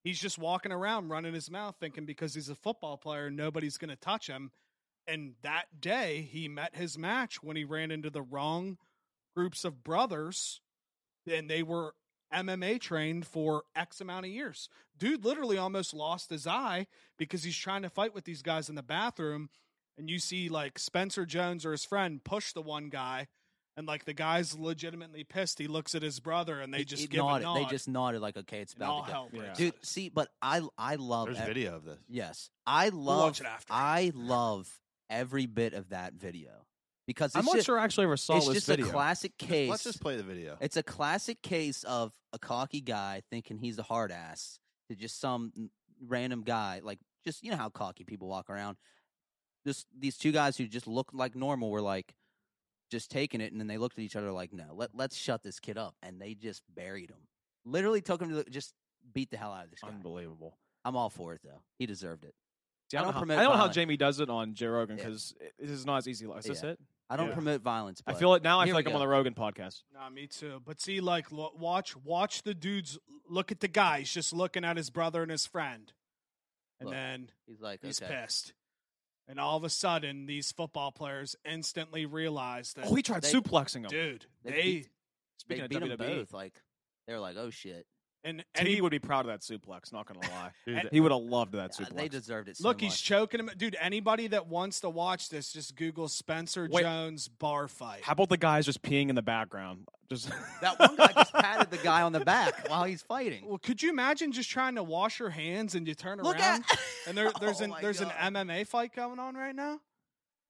Speaker 4: He's just walking around running his mouth, thinking because he's a football player, nobody's going to touch him. And that day, he met his match when he ran into the wrong groups of brothers, and they were MMA trained for X amount of years. Dude literally almost lost his eye because he's trying to fight with these guys in the bathroom and you see like Spencer Jones or his friend push the one guy and like the guy's legitimately pissed. He looks at his brother and they
Speaker 1: He-
Speaker 4: just
Speaker 1: he
Speaker 4: give
Speaker 1: nodded.
Speaker 4: a nod.
Speaker 1: They just nodded like, okay, it's
Speaker 4: and all
Speaker 1: about to go.
Speaker 4: hell breaks
Speaker 1: Dude,
Speaker 4: loose.
Speaker 1: see, but I I love
Speaker 3: There's
Speaker 1: ev-
Speaker 3: video of this.
Speaker 1: Yes, I
Speaker 4: We'll
Speaker 1: love
Speaker 4: watch it after.
Speaker 1: I love every bit of that video because it's
Speaker 5: I'm not
Speaker 1: just,
Speaker 5: sure I actually ever saw
Speaker 1: it's
Speaker 5: this
Speaker 1: just
Speaker 5: video.
Speaker 1: a classic case.
Speaker 3: Let's just play the video.
Speaker 1: It's a classic case of a cocky guy thinking he's a hard ass to just some n- random guy. Like, just, you know how cocky people walk around. Just these two guys who just looked like normal were like just taking it. And then they looked at each other like, no, let, let's shut this kid up. And they just buried him. Literally took him to the, just beat the hell out of this guy.
Speaker 5: Unbelievable.
Speaker 1: I'm all for it, though. He deserved it.
Speaker 5: See,
Speaker 1: I
Speaker 5: I,
Speaker 1: don't
Speaker 5: don't know how, I
Speaker 1: promote
Speaker 5: don't know how
Speaker 1: violence.
Speaker 5: Jamie does it on Joe Rogan
Speaker 1: Yeah.
Speaker 5: because this is not as easy. Is this
Speaker 1: Yeah.
Speaker 5: it?
Speaker 1: I don't
Speaker 4: Yeah.
Speaker 1: promote violence.
Speaker 5: I
Speaker 1: but
Speaker 5: feel it now. I
Speaker 1: here
Speaker 5: feel
Speaker 1: we
Speaker 5: like I'm
Speaker 1: go.
Speaker 5: on the Rogan podcast.
Speaker 4: Nah, me too. But see, like, lo- watch, watch the dudes. Look at the guy. He's just looking at his brother and his friend, and
Speaker 1: Look.
Speaker 4: then
Speaker 1: He's like,
Speaker 4: he's
Speaker 1: okay.
Speaker 4: pissed. And all of a sudden, these football players instantly realize that,
Speaker 5: Oh, he tried
Speaker 1: They-
Speaker 5: suplexing him.
Speaker 4: dude,
Speaker 1: They
Speaker 4: they,
Speaker 1: beat- They
Speaker 5: Speaking of E.
Speaker 1: beat 'em
Speaker 5: WWE,
Speaker 1: both. Like, they were like, oh shit.
Speaker 4: and and
Speaker 5: Eddie
Speaker 4: he
Speaker 5: would be proud of that suplex. Not gonna lie,
Speaker 3: Dude,
Speaker 5: he would have loved that
Speaker 1: Uh,
Speaker 5: suplex.
Speaker 1: they deserved it. So
Speaker 4: Look,
Speaker 1: much.
Speaker 4: he's choking him. Dude, anybody that wants to watch this, just Google Spencer
Speaker 5: Wait.
Speaker 4: Jones bar fight.
Speaker 5: how about the guys just peeing in the background? Just
Speaker 1: That one guy just patted the guy on the back while he's fighting.
Speaker 4: well, could you imagine just trying to wash your hands and you turn
Speaker 1: Look
Speaker 4: around
Speaker 1: at
Speaker 4: and there, there's
Speaker 1: Oh
Speaker 4: an
Speaker 1: my
Speaker 4: there's
Speaker 1: God.
Speaker 4: an MMA fight going on right now?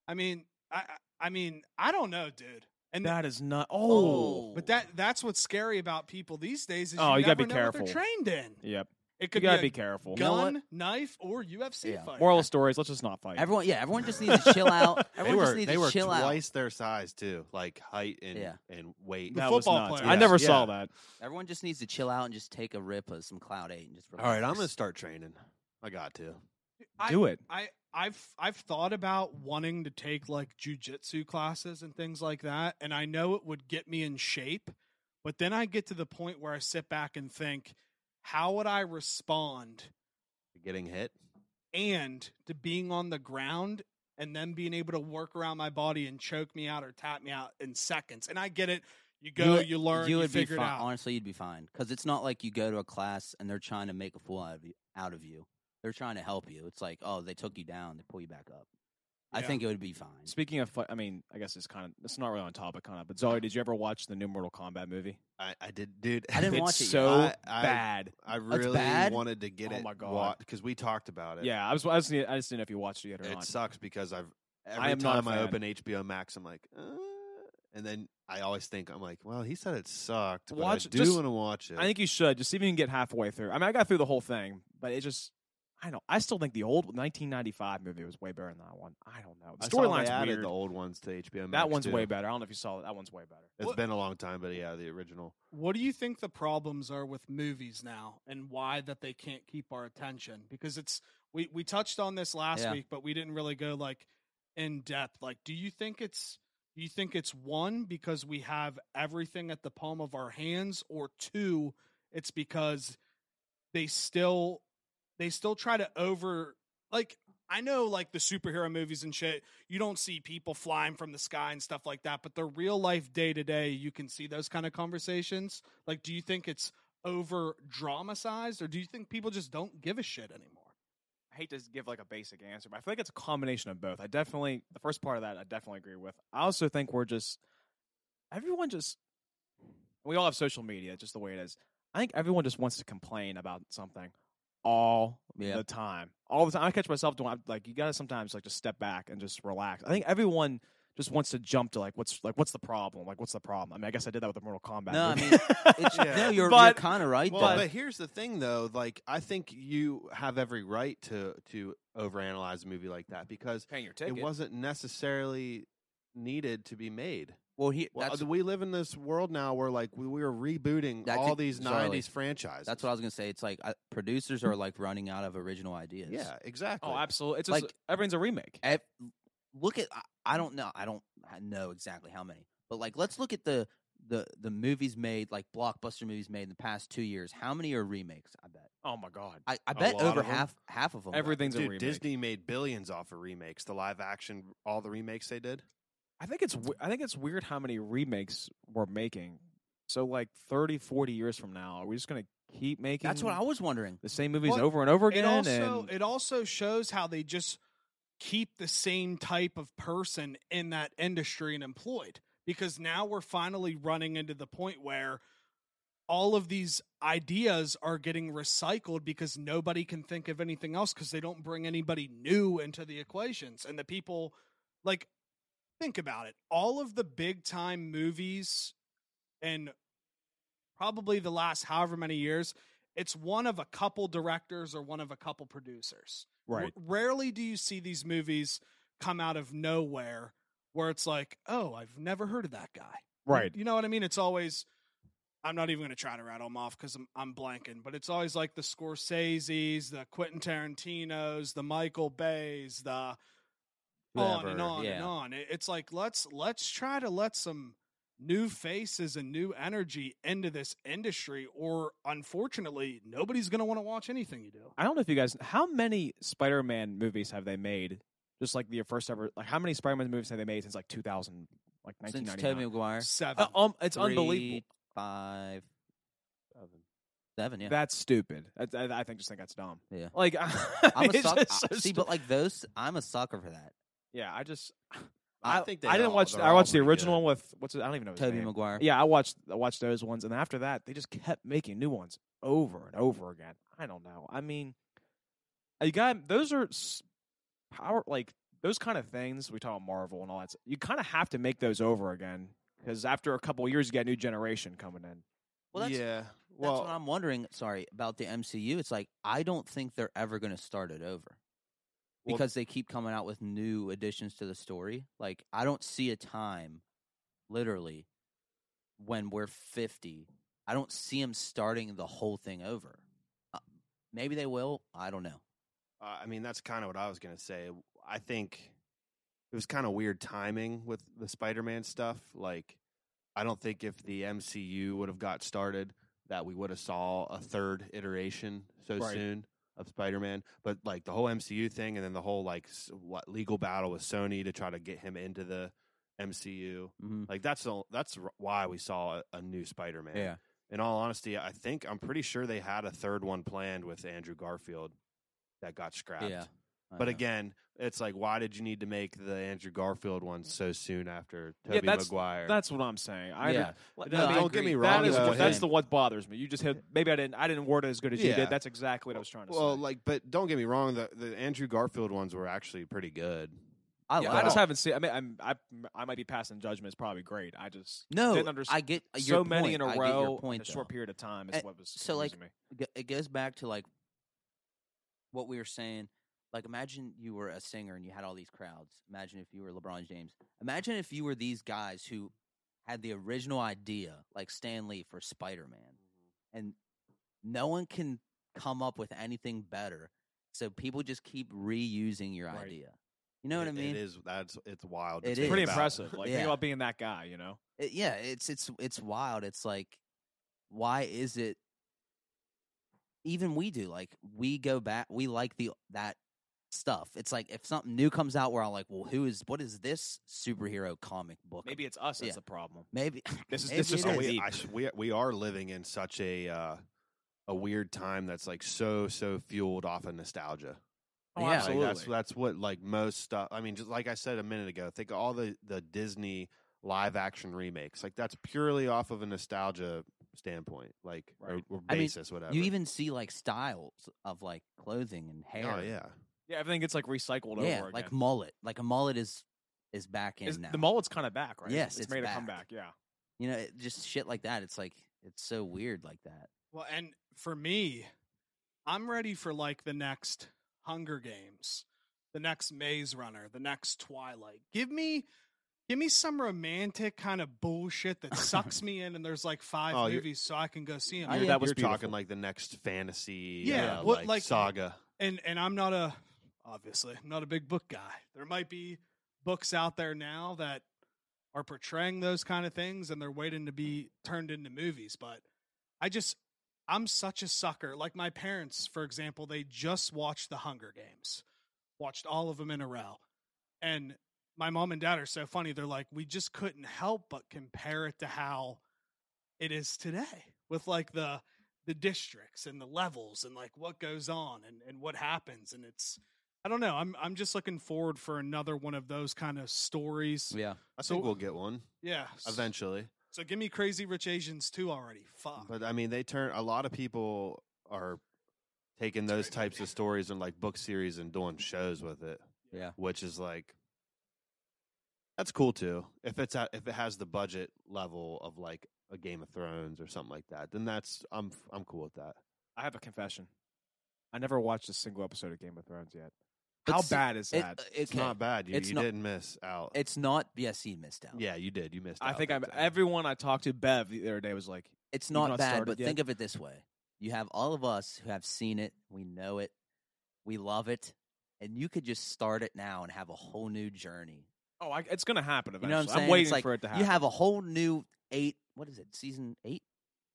Speaker 4: I mean, I I I mean, I don't know, dude. And
Speaker 5: That is not. Oh,
Speaker 1: Oh.
Speaker 4: but that that's what's scary about people these days is
Speaker 5: Oh,
Speaker 4: you,
Speaker 5: you gotta
Speaker 4: never
Speaker 5: be
Speaker 4: know What
Speaker 5: careful.
Speaker 4: they're trained in.
Speaker 5: yep.
Speaker 4: It
Speaker 5: You
Speaker 4: could
Speaker 5: gotta
Speaker 4: be
Speaker 5: be
Speaker 4: a
Speaker 5: careful.
Speaker 1: You know what?
Speaker 4: gun, knife, or UFC
Speaker 1: Yeah.
Speaker 4: fight.
Speaker 5: Moral of stories: Let's just not fight.
Speaker 1: everyone. Yeah, everyone just needs to chill out.
Speaker 3: they
Speaker 1: Everyone
Speaker 3: were
Speaker 1: just needs
Speaker 3: they
Speaker 1: to
Speaker 3: were
Speaker 1: chill out.
Speaker 3: twice their size too, like height and
Speaker 1: Yeah.
Speaker 3: and weight.
Speaker 4: The
Speaker 5: that was
Speaker 4: football
Speaker 5: nuts.
Speaker 4: players.
Speaker 5: I never
Speaker 3: Yeah.
Speaker 5: saw that.
Speaker 1: Everyone just needs to chill out and just take a rip of some Cloud Eight and just.
Speaker 3: All right, I'm gonna
Speaker 1: relax.
Speaker 3: start training. I got to.
Speaker 4: I-
Speaker 5: Do it.
Speaker 4: I I've I've thought about wanting to take like jujitsu classes and things like that, and I know it would get me in shape, but then I get to the point where I sit back and think, how would I respond
Speaker 3: Getting hit.
Speaker 4: and to being on the ground and then being able to work around my body and choke me out or tap me out in seconds. And I get it. You go, you, learn, you, figure
Speaker 1: be
Speaker 4: it
Speaker 1: fine.
Speaker 4: out.
Speaker 1: Honestly, you'd be fine because it's not like you go to a class and they're trying to make a fool out of you. Out of you. They're trying to help you. It's like, oh, they took you down, they pull you back up. I
Speaker 4: Yeah.
Speaker 1: think it would be fine.
Speaker 5: Speaking of, fi- I mean, I guess it's kind of it's not really on topic, kind of. But Zoe, did you ever watch the new Mortal Kombat movie?
Speaker 3: I, I did, dude.
Speaker 1: I didn't
Speaker 5: it's
Speaker 1: watch it yet.
Speaker 5: so
Speaker 3: I- I-
Speaker 5: bad.
Speaker 3: I really
Speaker 1: bad?
Speaker 3: wanted to get
Speaker 5: Oh
Speaker 3: it.
Speaker 5: my God.
Speaker 3: Because we talked about it.
Speaker 5: yeah, I was. I just, need, I just didn't know if you watched it yet or
Speaker 3: It
Speaker 5: not.
Speaker 3: sucks because I've every
Speaker 5: am not a
Speaker 3: time I
Speaker 5: fan.
Speaker 3: open HBO Max, I'm like, uh, and then I always think I'm like, well, he said it sucked. but
Speaker 5: Watch-
Speaker 3: I do
Speaker 5: just-
Speaker 3: want to watch it.
Speaker 5: I think you should just see if you can get halfway through. I mean, I got through the whole thing, but it just. I don't. I still think the old 1995 movie was way better than that one. I don't know.
Speaker 3: I
Speaker 5: The
Speaker 3: saw they
Speaker 5: storyline's
Speaker 3: added
Speaker 5: weird.
Speaker 3: the old ones to HBO. Max
Speaker 5: that one's
Speaker 3: too.
Speaker 5: way better. I don't know if you saw it. That one's way better.
Speaker 3: It's
Speaker 4: What-
Speaker 3: been a long time, but yeah, the original.
Speaker 4: What do you think the problems are with movies now and why that they can't keep our attention? Because it's we we touched on this last
Speaker 1: Yeah.
Speaker 4: week, but we didn't really go like in depth. Like do you think it's do you think it's one because we have everything at the palm of our hands or two it's because they still they still try to over like I know like the superhero movies and shit, you don't see people flying from the sky and stuff like that, but the real life day to day, you can see those kind of conversations. Like, do you think it's over dramatized or do you think people just don't give a shit anymore?
Speaker 5: I hate to give like a basic answer, but I feel like it's a combination of both. I definitely the first part of that I definitely agree with. I also think we're just everyone just we all have social media, just the way it is. I think everyone just wants to complain about something all
Speaker 1: Yeah.
Speaker 5: the time. All the time. I catch myself doing I'm like you gotta sometimes like just step back and just relax. I think everyone just wants to jump to like what's like what's the problem? Like what's the problem? I mean I guess I did that with the Mortal Kombat.
Speaker 1: No, I
Speaker 5: movie.
Speaker 1: mean, It's,
Speaker 3: Yeah.
Speaker 1: No, you're,
Speaker 5: But-
Speaker 1: you're kind of right.
Speaker 3: Well,
Speaker 1: though.
Speaker 3: but here's the thing, though. Like, I think you have every right to to overanalyze a movie like that because
Speaker 5: paying your
Speaker 3: it
Speaker 5: ticket.
Speaker 3: wasn't necessarily needed to be made.
Speaker 1: well, he,
Speaker 3: Well, uh,
Speaker 1: that's,
Speaker 3: we live in this world now where like we, we are rebooting
Speaker 1: That's
Speaker 3: all
Speaker 1: ex-
Speaker 3: these
Speaker 1: Charlie,
Speaker 3: '90s franchises.
Speaker 1: that's what I was gonna say. It's like I, producers are like running out of original ideas.
Speaker 3: yeah, exactly.
Speaker 5: Oh, absolutely. It's just,
Speaker 1: Like-
Speaker 5: like everything's a remake.
Speaker 1: Ev- look at I, I don't know I don't h- know exactly how many, but like let's look at the the the movies made like blockbuster movies made in the past two years. How many are remakes? I bet
Speaker 5: Oh my god.
Speaker 1: I, I
Speaker 3: A
Speaker 1: bet
Speaker 3: lot
Speaker 1: over
Speaker 3: of 'em.
Speaker 1: half half of them.
Speaker 5: Everything's a
Speaker 3: Dude,
Speaker 5: remake.
Speaker 3: Disney made billions off of remakes. The live action, all the remakes they did.
Speaker 5: I think it's we- I think it's weird how many remakes we're making. So like 30, 40 years from now, are we just going to keep making
Speaker 1: That's what I was wondering.
Speaker 5: the same movies
Speaker 4: Well,
Speaker 5: over and over again
Speaker 4: It also,
Speaker 5: and
Speaker 4: it also shows how they just keep the same type of person in that industry and employed because now we're finally running into the point where all of these ideas are getting recycled because nobody can think of anything else because they don't bring anybody new into the equations and the people like think about it all of the big time movies and probably the last however many years it's one of a couple directors or one of a couple producers R- rarely do you see these movies come out of nowhere where it's like oh i've never heard of that guy
Speaker 5: right.
Speaker 4: you know what i mean it's always i'm not even going to try to rattle them off because I'm, I'm blanking but it's always like the scorsese's the quentin tarantino's the michael bay's the on and
Speaker 1: Whoever,
Speaker 4: on and
Speaker 1: yeah.
Speaker 4: on. It- It's like let's let's try to let some new faces and new energy into this industry, or unfortunately, nobody's gonna want to watch anything you do.
Speaker 5: I don't know if you guys how many Spider-Man movies have they made? Just like the first ever like how many Spider-Man movies have they made since like 2000 like
Speaker 1: Since Tobey
Speaker 5: 1999?
Speaker 1: Maguire,
Speaker 4: Seven.
Speaker 5: Uh,
Speaker 3: oh
Speaker 5: um, it's
Speaker 1: three,
Speaker 5: unbelievable.
Speaker 1: Five, seven, yeah.
Speaker 5: That's stupid. I, I, I think just think that's dumb.
Speaker 1: Yeah.
Speaker 5: Like
Speaker 1: I'm a
Speaker 5: it's
Speaker 1: sucker.
Speaker 5: just so
Speaker 1: see,
Speaker 5: stu-
Speaker 1: but like those, I'm a sucker for that.
Speaker 5: yeah, I just
Speaker 3: I think they
Speaker 5: I didn't
Speaker 3: all-
Speaker 5: watch
Speaker 3: they're
Speaker 5: I
Speaker 3: all
Speaker 5: watched the
Speaker 3: pretty good.
Speaker 5: original with what's it, I don't even know his
Speaker 1: Tobey
Speaker 5: name.
Speaker 1: Maguire.
Speaker 5: Yeah, I watched I watched those ones, and after that, they just kept making new ones over and over again. I don't know. I mean, you got those are s- power like those kind of things we talk about Marvel and all that. s- You kind of have to make those over again because after a couple of years, you got a new generation coming in.
Speaker 1: Well, that's,
Speaker 3: yeah.
Speaker 1: that's
Speaker 3: Well,
Speaker 1: what I'm wondering. Sorry about the MCU. It's like I don't think they're ever going to start it over
Speaker 3: Well-
Speaker 1: because they keep coming out with new additions to the story. Like I don't see a time, literally, when we're 50. I don't see them starting the whole thing over. Uh, maybe they will. I don't know.
Speaker 3: Uh, I mean, that's kind of what I was going to say. I think it was kind of weird timing with the Spider-Man stuff. Like, I don't think if the MCU would have got started, that we would have saw a third iteration so
Speaker 5: Right.
Speaker 3: soon. of Spider-Man, but like the whole MCU thing, and then the whole like s- what legal battle with Sony to try to get him into the MCU.
Speaker 1: hmm
Speaker 3: Like that's the, that's r- why we saw a, a new Spider-Man.
Speaker 1: Yeah.
Speaker 3: In all honesty, I think I'm pretty sure they had a third one planned with Andrew Garfield that got scrapped.
Speaker 1: Yeah. I
Speaker 3: But
Speaker 1: know.
Speaker 3: again, it's like, why did you need to make the Andrew Garfield one so soon after
Speaker 5: Yeah,
Speaker 3: Tobey
Speaker 5: that's-
Speaker 3: Maguire?
Speaker 5: That's what I'm saying. I
Speaker 1: yeah.
Speaker 5: Well,
Speaker 1: No, I
Speaker 5: mean,
Speaker 3: don't get
Speaker 1: agree.
Speaker 3: me
Speaker 5: that
Speaker 3: wrong.
Speaker 5: is
Speaker 3: about
Speaker 5: what, that's
Speaker 3: him.
Speaker 5: the what bothers me. You just hit. Maybe I didn't. I didn't word it as good as you
Speaker 3: Yeah.
Speaker 5: did. That's exactly what I was trying to
Speaker 3: well,
Speaker 5: say.
Speaker 3: like, but don't get me wrong. The the Andrew Garfield ones were actually pretty good.
Speaker 5: I,
Speaker 1: Yeah,
Speaker 5: I just
Speaker 1: well-
Speaker 5: haven't seen. I mean, I'm, I I might be passing judgment. It's probably great. I just
Speaker 1: no,
Speaker 5: didn't understand.
Speaker 1: I get Uh, your
Speaker 5: so many
Speaker 1: point.
Speaker 5: in
Speaker 1: I
Speaker 5: a
Speaker 1: get your
Speaker 5: row
Speaker 1: point,
Speaker 5: in a short
Speaker 1: though.
Speaker 5: period of time is
Speaker 1: Eh,
Speaker 5: what was
Speaker 1: so, like,
Speaker 5: confusing me.
Speaker 1: Go- It goes back to like what we were saying. Like, imagine you were a singer and you had all these crowds. Imagine if you were LeBron James. Imagine if you were these guys who had the original idea, like Stan Lee for Spider Man,
Speaker 3: Mm-hmm.
Speaker 1: and no one can come up with anything better. So people just keep reusing your
Speaker 5: Right.
Speaker 1: idea. You know what I
Speaker 3: It-
Speaker 1: mean?
Speaker 3: It is that's it's wild. to
Speaker 1: It
Speaker 3: think
Speaker 1: is.
Speaker 5: pretty
Speaker 3: about.
Speaker 5: impressive. Like
Speaker 1: Yeah.
Speaker 5: think about being that guy, you know.
Speaker 1: it- yeah it's it's it's wild it's like why is it even we do like we go back we like the that stuff it's like if something new comes out we're all like well who is what is this superhero comic book
Speaker 5: Maybe it's us
Speaker 1: Yeah.
Speaker 5: that's the problem.
Speaker 1: maybe
Speaker 5: This is
Speaker 1: Maybe
Speaker 5: this
Speaker 1: it
Speaker 5: is
Speaker 3: Oh,
Speaker 5: a
Speaker 1: is.
Speaker 5: week.
Speaker 3: we, I sh- we we are living in such a uh, a weird time that's like so so fueled off of nostalgia.
Speaker 5: Oh,
Speaker 1: Yeah. Like,
Speaker 5: yeah,
Speaker 3: Like,
Speaker 5: absolutely.
Speaker 3: that's that's what like most stuff. I mean, just like I said a minute ago, think of all the the Disney live action remakes. Like that's purely off of a nostalgia standpoint, like or-
Speaker 5: Right.
Speaker 3: or,
Speaker 1: I mean,
Speaker 3: basis, whatever.
Speaker 1: you even see like styles of like clothing and hair
Speaker 3: oh yeah,
Speaker 5: yeah, everything gets like recycled
Speaker 1: yeah
Speaker 5: over again.
Speaker 1: like mullet like a mullet is is back in
Speaker 5: Is-
Speaker 1: now
Speaker 5: the mullet's kind of back, right?
Speaker 1: Yes,
Speaker 5: it's,
Speaker 1: it's
Speaker 5: made
Speaker 1: back.
Speaker 5: a comeback. Yeah,
Speaker 1: you know it, just shit like that it's like it's so weird like that
Speaker 4: Well, and for me, I'm ready for like the next Hunger Games, the next Maze Runner, the next Twilight. Give me give me some romantic kind of bullshit that sucks me in and there's like five
Speaker 3: Oh, you're-
Speaker 4: movies so I can go see them.
Speaker 1: I
Speaker 3: You're-
Speaker 1: am-
Speaker 5: that was
Speaker 3: you're
Speaker 5: beautiful.
Speaker 3: talking like the next fantasy,
Speaker 4: Yeah,
Speaker 3: uh,
Speaker 4: what,
Speaker 3: like,
Speaker 4: like-
Speaker 3: saga.
Speaker 4: and and I'm not a obviously I'm not a big book guy. There might be books out there now that are portraying those kind of things and they're waiting to be turned into movies, but I just I'm such a sucker. Like my parents, for example, they just watched The Hunger Games. Watched all of them in a row. And my mom and dad are so funny. They're like, we just couldn't help but compare it to how it is today with like the the districts and the levels and like what goes on and, and what happens. And it's I don't know. I'm I'm just looking forward for another one of those kind of stories.
Speaker 1: yeah
Speaker 3: I
Speaker 4: So-
Speaker 3: think we'll get one
Speaker 4: Yeah.
Speaker 3: eventually.
Speaker 4: So give me Crazy Rich Asians too already. Fuck.
Speaker 3: But I mean, they turn a lot of people are taking
Speaker 4: That's a
Speaker 3: those
Speaker 4: great
Speaker 3: types
Speaker 4: movie.
Speaker 3: of stories and like book series and doing shows with it.
Speaker 1: Yeah.
Speaker 3: which is like that's cool too. If it's a, if it has the budget level of like a Game of Thrones or something like that, then that's I'm f- I'm cool with that.
Speaker 5: I have a confession. I never watched a single episode of Game of Thrones yet.
Speaker 1: But
Speaker 5: How
Speaker 1: see-
Speaker 5: bad is
Speaker 1: it, uh,
Speaker 5: that?
Speaker 3: It's not bad. You,
Speaker 1: It's
Speaker 3: you
Speaker 1: not-
Speaker 3: didn't miss out.
Speaker 1: it's not yes he missed out
Speaker 3: yeah, you did. You missed.
Speaker 5: I
Speaker 3: out
Speaker 5: think
Speaker 3: big
Speaker 5: I'm.
Speaker 3: time.
Speaker 5: Everyone I talked to, Bev, the other day was like,
Speaker 1: it's
Speaker 5: You've
Speaker 1: not,
Speaker 5: not
Speaker 1: bad,
Speaker 5: started
Speaker 1: but
Speaker 5: yet?
Speaker 1: think of it this way. You have all of us who have seen it, we know it, we love it, and you could just start it now and have a whole new journey.
Speaker 5: "Oh, I, it's going to happen
Speaker 1: You
Speaker 5: eventually."
Speaker 1: know what I'm saying? It's
Speaker 5: waiting
Speaker 1: like
Speaker 5: for it to happen.
Speaker 1: You have a whole new eight, what is it, season eight?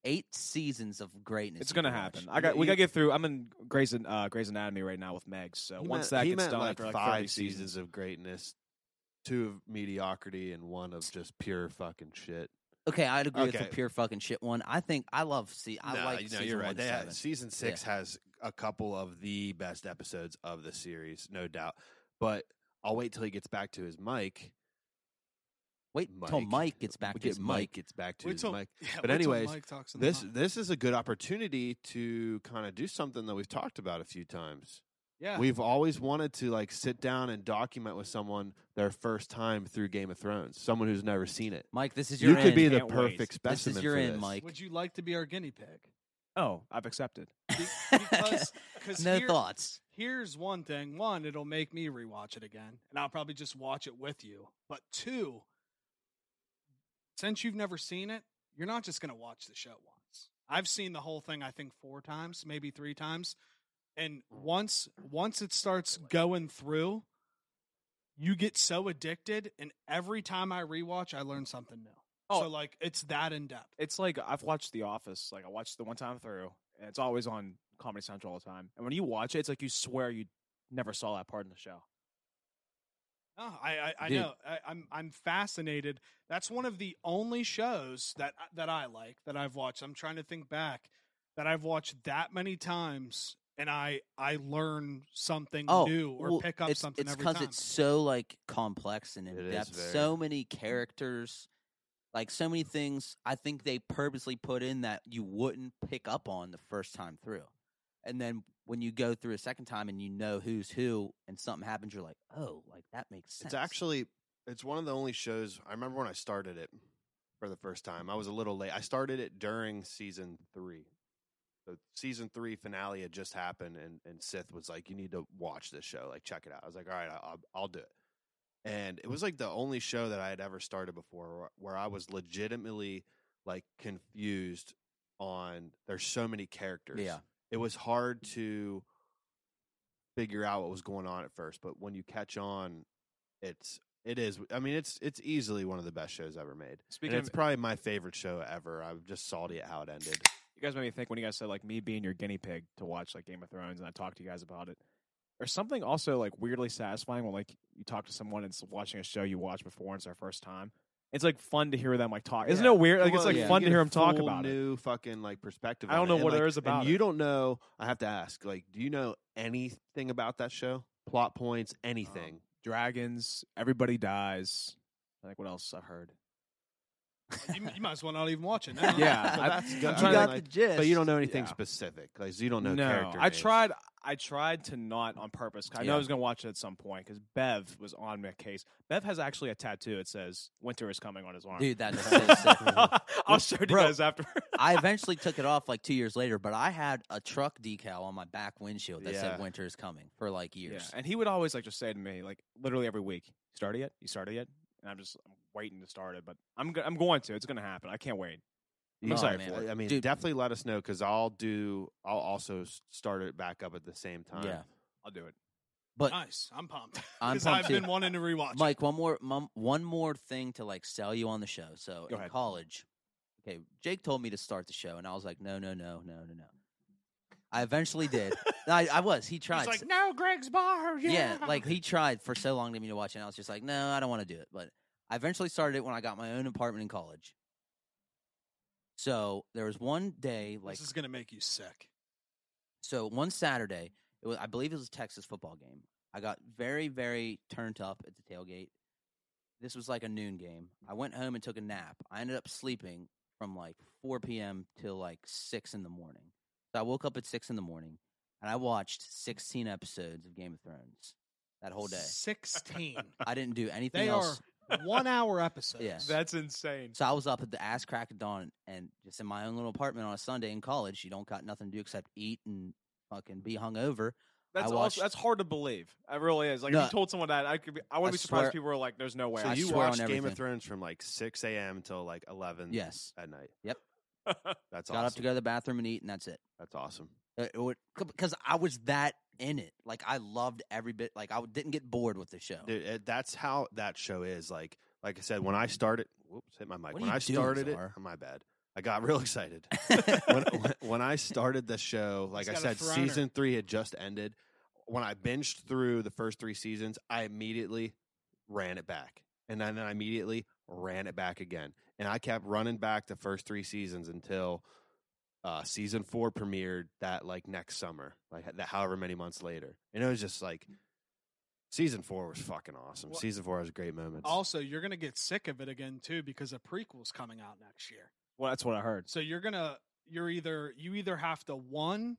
Speaker 1: Eight seasons of greatness.
Speaker 5: It's
Speaker 1: you
Speaker 5: gonna
Speaker 1: can
Speaker 5: happen.
Speaker 1: watch.
Speaker 5: I got. We
Speaker 3: You-
Speaker 5: gotta get through. I'm in Grey's, An- uh, Grey's Anatomy right now with Meg. So
Speaker 3: He meant-
Speaker 5: once that
Speaker 3: he
Speaker 5: gets
Speaker 3: meant,
Speaker 5: done,
Speaker 3: like
Speaker 5: after like
Speaker 3: five
Speaker 5: 30
Speaker 3: seasons.
Speaker 5: seasons,
Speaker 3: of greatness, two of mediocrity, and one of just pure fucking shit.
Speaker 1: Okay, I'd agree with
Speaker 3: Okay.
Speaker 1: the pure fucking shit one. I think I love see I
Speaker 3: Nah,
Speaker 1: like
Speaker 3: you know,
Speaker 1: season
Speaker 3: you're right.
Speaker 1: one to
Speaker 3: They had-
Speaker 1: seven.
Speaker 3: season six has a couple of the best episodes of the series, no doubt. But I'll wait till he gets back to his mic.
Speaker 1: Wait till
Speaker 3: Mike.
Speaker 1: Mike gets back
Speaker 3: We
Speaker 1: to
Speaker 3: get
Speaker 1: his mic.
Speaker 3: gets back to
Speaker 4: Wait
Speaker 3: his
Speaker 4: till-
Speaker 3: mic.
Speaker 4: yeah,
Speaker 3: but
Speaker 4: wait till
Speaker 3: anyways,
Speaker 4: Mike talks in the
Speaker 3: This
Speaker 4: mic.
Speaker 3: this is a good opportunity to kind of do something that we've talked about a few times.
Speaker 4: yeah.
Speaker 3: We've always wanted to like sit down and document with someone their first time through Game of Thrones, someone who's never seen it.
Speaker 1: Mike, this is your
Speaker 3: You could
Speaker 1: end.
Speaker 3: be the
Speaker 5: Can't wait.
Speaker 3: perfect
Speaker 1: This
Speaker 3: specimen.
Speaker 1: is your
Speaker 3: for
Speaker 1: end,
Speaker 3: this.
Speaker 1: Mike.
Speaker 4: Would you like to be our guinea pig?
Speaker 5: oh, I've accepted.
Speaker 4: Be- Because, because
Speaker 1: no
Speaker 4: here-
Speaker 1: thoughts.
Speaker 4: Here's one thing. One, it'll make me rewatch it again, and I'll probably just watch it with you. But two, since you've never seen it, you're not just going to watch the show once. I've seen the whole thing I think 4 times, maybe 3 times. And once once it starts going through, you get so addicted and every time I rewatch, I learn something new.
Speaker 5: Oh.
Speaker 4: So like it's that in depth.
Speaker 5: It's like I've watched The Office. Like I watched the one time through, and it's always on Comedy Central all the time, and when you watch it, it's like you swear you never saw that part in the show.
Speaker 4: No, I I, I
Speaker 1: Dude.
Speaker 4: know. I, I'm I'm fascinated. That's one of the only shows that that I like that I've watched. I'm trying to think back that I've watched that many times, and I I learn something
Speaker 1: Oh,
Speaker 4: new or
Speaker 1: well,
Speaker 4: pick up
Speaker 1: it's,
Speaker 4: something
Speaker 1: It's
Speaker 4: every time.
Speaker 1: it's so like complex and in
Speaker 3: It is
Speaker 1: depth.
Speaker 3: very.
Speaker 1: So many characters, like so many things. I think they purposely put in that you wouldn't pick up on the first time through, and then when you go through a second time and you know who's who, and something happens, you're like, oh, like that makes sense.
Speaker 3: It's actually it's one of the only shows I remember when I started it for the first time. I was a little late. I started it during season three. So season three finale had just happened, and and Sith was like, "You need to watch this show. Like, check it out." I was like, "All right, I- I'll, I'll do it." And it was like the only show that I had ever started before where, where I was legitimately like confused on. There's so many characters
Speaker 1: yeah.
Speaker 3: it was hard to figure out what was going on at first but when you catch on it's it is i mean it's it's easily one of the best shows ever made and
Speaker 5: Speaking
Speaker 3: it's
Speaker 5: of,
Speaker 3: probably my favorite show ever i'm just salty at how it ended
Speaker 5: you guys made me think when you guys said like me being your guinea pig to watch like Game of Thrones, and I talked to you guys about it. There's something also like weirdly satisfying when like you talk to someone and it's watching a show you watched before and it's their first time. It's like fun to hear them like talk. Isn't
Speaker 3: Yeah.
Speaker 5: it weird? Like it's
Speaker 3: Well,
Speaker 5: like
Speaker 3: yeah.
Speaker 5: fun
Speaker 3: You
Speaker 5: to
Speaker 3: get
Speaker 5: hear
Speaker 3: a
Speaker 5: them talk
Speaker 3: full
Speaker 5: about it.
Speaker 3: new fucking like perspective on
Speaker 5: I don't
Speaker 3: it.
Speaker 5: know
Speaker 3: And,
Speaker 5: what
Speaker 3: like,
Speaker 5: there is about
Speaker 3: and
Speaker 5: it.
Speaker 3: you don't know i have to ask like do you know anything about that show plot points anything
Speaker 5: Um, dragons, everybody dies. I think what else I heard.
Speaker 4: you, you might as well not even watch it. Now.
Speaker 5: Yeah,
Speaker 3: So
Speaker 5: I-
Speaker 3: that's
Speaker 5: I'm
Speaker 3: good.
Speaker 1: you
Speaker 5: trying to,
Speaker 1: got
Speaker 3: like-
Speaker 1: the gist,
Speaker 3: but you don't know anything
Speaker 5: Yeah.
Speaker 3: specific like so you don't know character
Speaker 5: I
Speaker 3: names.
Speaker 5: tried. I tried to not on purpose. 'cause I know
Speaker 1: Yeah.
Speaker 5: I was going to watch it at some point because Bev was on my case. Bev has actually a tattoo. It says "Winter is coming" on his arm.
Speaker 1: Dude, that's so sick.
Speaker 5: I'll show it to you
Speaker 1: Bro,
Speaker 5: guys after.
Speaker 1: I eventually took it off like two years later, but I had a truck decal on my back windshield that
Speaker 3: Yeah.
Speaker 1: said "Winter is coming" for like
Speaker 5: Yeah,
Speaker 1: years.
Speaker 5: and he would always like just say to me, like literally every week, "You started yet? You started yet?" And I'm just I'm waiting to start it, but I'm go- I'm going to. It's going to happen. I can't wait. I'm
Speaker 3: Yeah,
Speaker 5: sorry
Speaker 3: I-
Speaker 1: for it.
Speaker 3: I mean,
Speaker 1: Dude.
Speaker 3: definitely let us know because I'll do. I'll also s- start it back up at the same time.
Speaker 1: Yeah.
Speaker 5: I'll do it.
Speaker 1: But
Speaker 4: nice. I'm pumped
Speaker 1: I'm
Speaker 4: because I've
Speaker 1: pumped too.
Speaker 4: been wanting to rewatch. it.
Speaker 1: Mike, one more mum, one more thing to like sell you on the show. So
Speaker 5: Go
Speaker 1: in
Speaker 5: ahead.
Speaker 1: college, okay, Jake told me to start the show, and I was like, no, no, no, no, no, no. I eventually did. No, I, I was. He tried.
Speaker 4: He's like, no, Greg's bar.
Speaker 1: yeah. like he tried for so long to me to watch, it, and I was just like, no, I don't want to do it. But I eventually started it when I got my own apartment in college. So there was one day, like
Speaker 4: this is gonna make you sick.
Speaker 1: so one Saturday, it was, I believe it was a Texas football game. I got very, very turned up at the tailgate. This was like a noon game. I went home and took a nap. I ended up sleeping from like 4 p.m. till like 6 in the morning. So I woke up at 6 in the morning and I watched 16 episodes of Game of Thrones that whole day.
Speaker 4: Sixteen.
Speaker 1: I didn't do anything
Speaker 4: they
Speaker 1: else.
Speaker 4: are one hour episodes.
Speaker 1: Yeah.
Speaker 5: That's insane.
Speaker 1: So I was up at the ass crack of dawn and just in my own little apartment on a Sunday in college. You don't got nothing to do except eat and fucking be hungover.
Speaker 5: That's
Speaker 1: watched-
Speaker 5: also that's hard to believe. It really is. Like
Speaker 1: No.
Speaker 5: if you told someone that, I could be. I would
Speaker 1: I
Speaker 5: not be surprised
Speaker 1: swear-
Speaker 5: if people were like, "There's no way."
Speaker 3: So
Speaker 1: I
Speaker 5: I
Speaker 3: you
Speaker 1: swear on
Speaker 3: watched Game
Speaker 1: everything.
Speaker 3: of Thrones from like six a.m. till like eleven.
Speaker 1: Yes.
Speaker 3: at night.
Speaker 1: Yep.
Speaker 3: That's
Speaker 1: Got
Speaker 3: awesome.
Speaker 1: up to go to the bathroom and eat, and that's it. Uh,
Speaker 3: That's awesome.
Speaker 1: because I was that in it. Like I loved every bit. Like I w- didn't get bored with the show.
Speaker 3: Dude, it, uh, that's how that show is. Like, like I said, when I started, whoops, hit my mic.
Speaker 1: What are
Speaker 3: when
Speaker 1: you
Speaker 3: I
Speaker 1: doing,
Speaker 3: started it,
Speaker 1: Czar?
Speaker 3: oh, my bad. I got real excited.
Speaker 1: Dude,
Speaker 3: when, when- when I started the show, like I
Speaker 4: got a
Speaker 3: said,
Speaker 4: throner.
Speaker 3: season three had just ended. When I binged through the first three seasons, I immediately ran it back. And then I immediately ran it back again. And I kept running back the first three seasons until uh, season four premiered that like next summer, like that however many months later. And it was just like season four was fucking awesome.
Speaker 4: Well,
Speaker 3: season four has great moments.
Speaker 4: Also, you're gonna get sick of it again too because a prequel's coming out next year.
Speaker 5: Well, that's what I heard.
Speaker 4: So you're gonna you're either you either have to one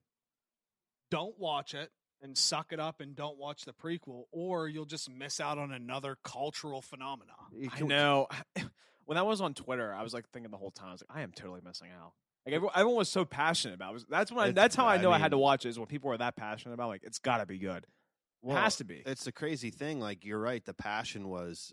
Speaker 4: don't watch it and suck it up and don't watch the prequel, or you'll just miss out on another cultural phenomenon.
Speaker 3: It
Speaker 5: I
Speaker 3: can-
Speaker 5: know. when I was on Twitter, I was like thinking the whole time, I was like, I am totally missing out. Like everyone, everyone was so passionate about. It. It was- That's when I,
Speaker 3: It's-
Speaker 5: that's how I
Speaker 3: I
Speaker 5: know I had to
Speaker 3: mean-
Speaker 5: watch it is when people are that passionate about. Like it's got to be good.
Speaker 3: Well,
Speaker 5: has to be.
Speaker 3: It's a crazy thing. Like you're right. The passion was,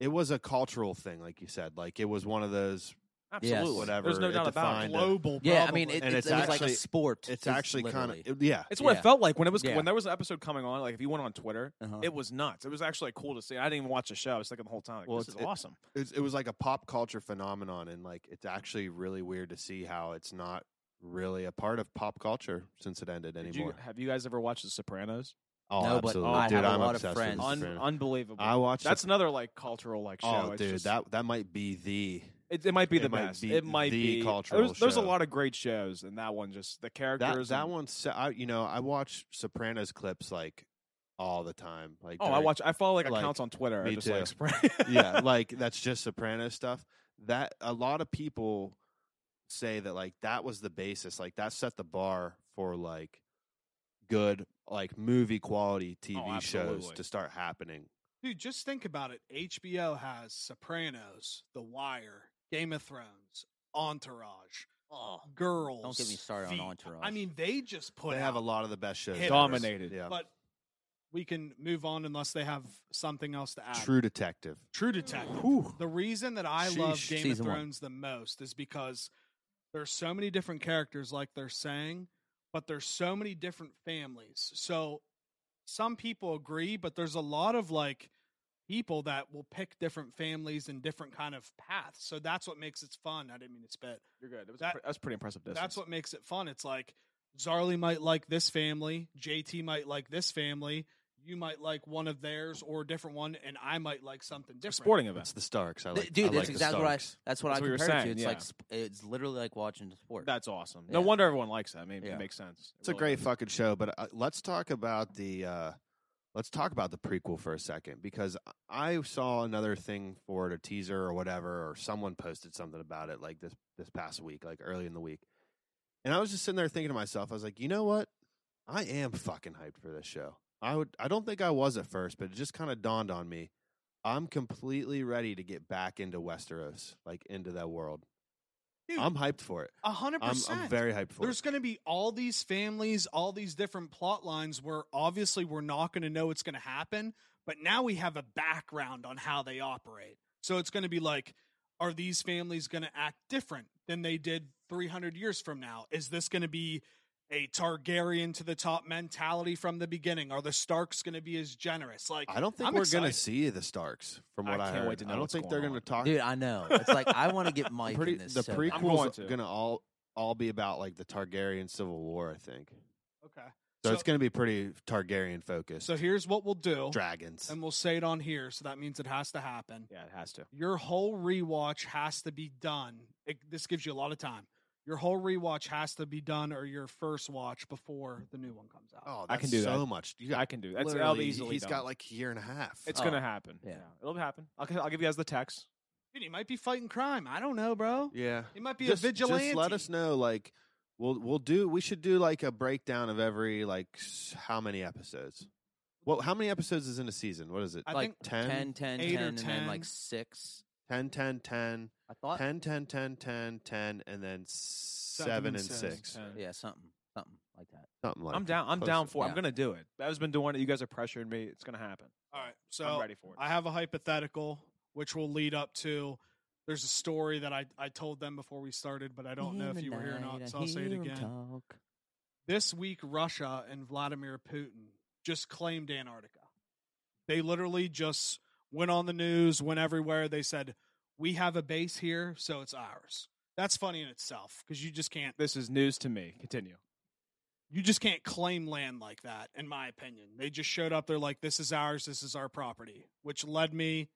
Speaker 3: it was a cultural thing, like you said. Like it was one of those
Speaker 5: Absolutely.
Speaker 3: whatever.
Speaker 5: There's no
Speaker 3: it
Speaker 5: doubt about it.
Speaker 3: defined a-
Speaker 4: Global,
Speaker 1: yeah, I mean,
Speaker 4: probably.
Speaker 1: it,
Speaker 3: And
Speaker 1: it-
Speaker 3: it's
Speaker 1: it was like a
Speaker 3: actually-
Speaker 1: sport.
Speaker 3: It's actually kind
Speaker 1: literally.
Speaker 3: of yeah.
Speaker 5: It's what
Speaker 1: Yeah.
Speaker 5: it felt like when it was
Speaker 1: Yeah.
Speaker 5: when there was an episode coming on. Like if you went on Twitter,
Speaker 1: Uh-huh.
Speaker 5: it was nuts. It was actually cool to see. I didn't even watch the show. I was thinking the whole time, like,
Speaker 3: Well,
Speaker 5: this is
Speaker 3: it's- it-
Speaker 5: awesome.
Speaker 3: It's, it was like a pop culture phenomenon, and like it's actually really weird to see how it's not really a part of pop culture since it ended
Speaker 5: Did
Speaker 3: anymore.
Speaker 5: you, have you guys ever watched The Sopranos?
Speaker 3: oh,
Speaker 1: No, but
Speaker 3: absolutely,
Speaker 5: I
Speaker 3: dude!
Speaker 5: have a
Speaker 3: I'm
Speaker 1: lot of
Speaker 3: obsessed
Speaker 1: friends.
Speaker 3: with
Speaker 5: Un-
Speaker 3: Sopranos.
Speaker 5: unbelievable.
Speaker 3: I watched.
Speaker 5: That's
Speaker 3: the,
Speaker 5: another like cultural like show.
Speaker 3: oh,
Speaker 5: It's
Speaker 3: dude,
Speaker 5: just-
Speaker 3: that that might be the
Speaker 5: it, it might be
Speaker 3: it
Speaker 5: the
Speaker 3: might
Speaker 5: best.
Speaker 3: be
Speaker 5: it might
Speaker 3: the
Speaker 5: be
Speaker 3: cultural
Speaker 5: There's, there's a
Speaker 3: show.
Speaker 5: lot of great shows, and that one just the
Speaker 3: that
Speaker 5: characters.
Speaker 3: that
Speaker 5: and-
Speaker 3: one. se- I you know I watch Sopranos clips like all the time. Like
Speaker 5: Oh, I
Speaker 3: during-
Speaker 5: watch. I follow like
Speaker 3: like,
Speaker 5: accounts on Twitter.
Speaker 3: me
Speaker 5: just, like,
Speaker 3: too.
Speaker 5: Sopran-
Speaker 3: yeah, like that's just soprano stuff. That a lot of people say that like that was the basis, like that set the bar for like good like movie
Speaker 4: Oh,
Speaker 3: quality TV shows
Speaker 5: absolutely.
Speaker 3: to start happening.
Speaker 4: Dude, just think about it. HBO has Sopranos, The Wire, Game of Thrones, Entourage,
Speaker 1: Oh,
Speaker 4: Girls.
Speaker 1: don't get me started on
Speaker 4: Veep.
Speaker 1: Entourage.
Speaker 4: I mean, they just put
Speaker 3: they
Speaker 4: out,
Speaker 3: have a lot of the best shows.
Speaker 4: hit
Speaker 3: ever.
Speaker 5: Dominated.
Speaker 3: Yeah.
Speaker 4: but we can move on unless they have something else to add.
Speaker 3: True Detective.
Speaker 4: True Detective. The reason that I love
Speaker 1: Sheesh.
Speaker 4: Game
Speaker 1: Season
Speaker 4: of
Speaker 1: one.
Speaker 4: Thrones the most is because there's so many different characters, like they're saying, but there's so many different families. So some people agree, but there's a lot of like people that will pick different families and different kind of paths. So that's what makes it fun. I didn't mean to spit.
Speaker 5: You're good. It was
Speaker 4: That-
Speaker 5: pre- that's pretty impressive. Distance.
Speaker 4: That's what makes it fun. It's like Zarly might like this family, JT might like this family, you might like one of theirs or a different one, and I might like something
Speaker 5: a
Speaker 4: different.
Speaker 5: sporting event.
Speaker 3: That's the Starks. I like.
Speaker 1: Th- dude,
Speaker 3: I
Speaker 1: that's
Speaker 3: like the
Speaker 1: exactly what I.
Speaker 3: Starks.
Speaker 1: That's what
Speaker 5: That's
Speaker 1: I
Speaker 5: what you were
Speaker 1: compared it to.
Speaker 5: saying,
Speaker 1: It's
Speaker 5: yeah.
Speaker 1: like sp- it's literally like watching the sport.
Speaker 5: That's awesome. No
Speaker 1: Yeah.
Speaker 5: wonder everyone likes that. I mean,
Speaker 1: Yeah.
Speaker 5: it makes sense. It
Speaker 3: It's a
Speaker 5: really
Speaker 3: great
Speaker 5: does.
Speaker 3: fucking show, but uh, let's talk about the uh, let's talk about the prequel for a second because I saw another thing for it, a teaser or whatever, or someone posted something about it like this this past week, like early in the week, and I was just sitting there thinking to myself, I was like, you know what, I am fucking hyped for this show. I would, I don't think I was at first, but it just kind of dawned on me. I'm completely ready to get back into Westeros, like into that world.
Speaker 4: Dude,
Speaker 3: I'm hyped for it.
Speaker 4: A hundred
Speaker 3: I'm,
Speaker 4: percent.
Speaker 3: I'm very hyped for
Speaker 4: There's
Speaker 3: it.
Speaker 4: going to be all these families, all these different plot lines where obviously we're not going to know it's going to happen, but now we have a background on how they operate. So it's going to be like, are these families going to act different than they did 300 years from now? Is this going to be a Targaryen to the top mentality from the beginning? Are the Starks going to be as generous? Like,
Speaker 3: I don't think
Speaker 4: I'm
Speaker 3: we're going
Speaker 4: excited.
Speaker 3: to see the Starks from
Speaker 5: I
Speaker 3: what I,
Speaker 5: can't
Speaker 3: heard.
Speaker 5: wait to know
Speaker 3: I don't
Speaker 5: what's
Speaker 3: think
Speaker 5: going
Speaker 3: they're going
Speaker 5: on.
Speaker 3: to talk.
Speaker 1: dude. I know. It's like I want to get
Speaker 3: I'm
Speaker 1: Mike
Speaker 3: pretty-
Speaker 1: in this.
Speaker 3: the
Speaker 1: so bad.
Speaker 5: I'm
Speaker 3: prequels going
Speaker 5: going to.
Speaker 3: to all all be about like the Targaryen Civil War, I think.
Speaker 4: okay.
Speaker 3: So, it's going to be pretty Targaryen focused.
Speaker 4: so here's what we'll do,
Speaker 3: dragons.
Speaker 5: um,
Speaker 4: and we'll say it on here. So that means it has to happen.
Speaker 5: Yeah, it has to.
Speaker 4: your whole rewatch has to be done. It, this gives you a lot of time. Your whole rewatch has to be done, or your first watch before the new one comes out.
Speaker 3: oh,
Speaker 5: I
Speaker 3: that's
Speaker 5: can do
Speaker 3: so
Speaker 5: that.
Speaker 3: much. You got
Speaker 5: I can do. That's that'll be
Speaker 3: literally,
Speaker 5: easily.
Speaker 3: he's
Speaker 5: done.
Speaker 3: got like a year and a half. Uh,
Speaker 5: It's
Speaker 1: Oh,
Speaker 5: gonna happen.
Speaker 1: yeah.
Speaker 5: it'll happen. I'll, I'll give you guys the text.
Speaker 4: Dude, he might be fighting crime. I don't know, bro.
Speaker 3: yeah.
Speaker 4: He might be
Speaker 3: Just,
Speaker 4: a
Speaker 3: just
Speaker 4: vigilante.
Speaker 3: let us know like we'll we'll do we should do like a breakdown of every like s- how many episodes. Well, how many episodes is in a season? What is it?
Speaker 4: I
Speaker 1: like
Speaker 3: 10,
Speaker 4: think
Speaker 1: 10, 10,
Speaker 4: eight
Speaker 1: 10,
Speaker 4: or
Speaker 1: and then like
Speaker 4: 10.
Speaker 1: six.
Speaker 3: 10, 10, 10,
Speaker 1: I thought.
Speaker 3: 10, 10, 10, 10, 10, and then 7
Speaker 4: and
Speaker 3: and
Speaker 4: six.
Speaker 3: 6.
Speaker 5: Ten.
Speaker 1: Yeah, something, something like that.
Speaker 3: Something like
Speaker 5: I'm down. I'm down
Speaker 3: close-
Speaker 5: for. it. I'm
Speaker 1: yeah.
Speaker 5: gonna do it. I've been doing it. You guys are pressuring me. It's gonna happen.
Speaker 4: All right,
Speaker 5: I'm
Speaker 4: so
Speaker 5: ready for it.
Speaker 4: I have a hypothetical, which will lead up to. There's a story that I, I told them before we started, but I don't know if you were here or not, so I'll say it again. This week, Russia and Vladimir Putin just claimed Antarctica. They literally just went on the news, went everywhere. They said, We have a base here, so it's ours. That's funny in itself because you just can't
Speaker 5: this is news to me. Continue.
Speaker 4: you just can't claim land like that, in my opinion. They just showed up, they're like, This is ours, this is our property, which led me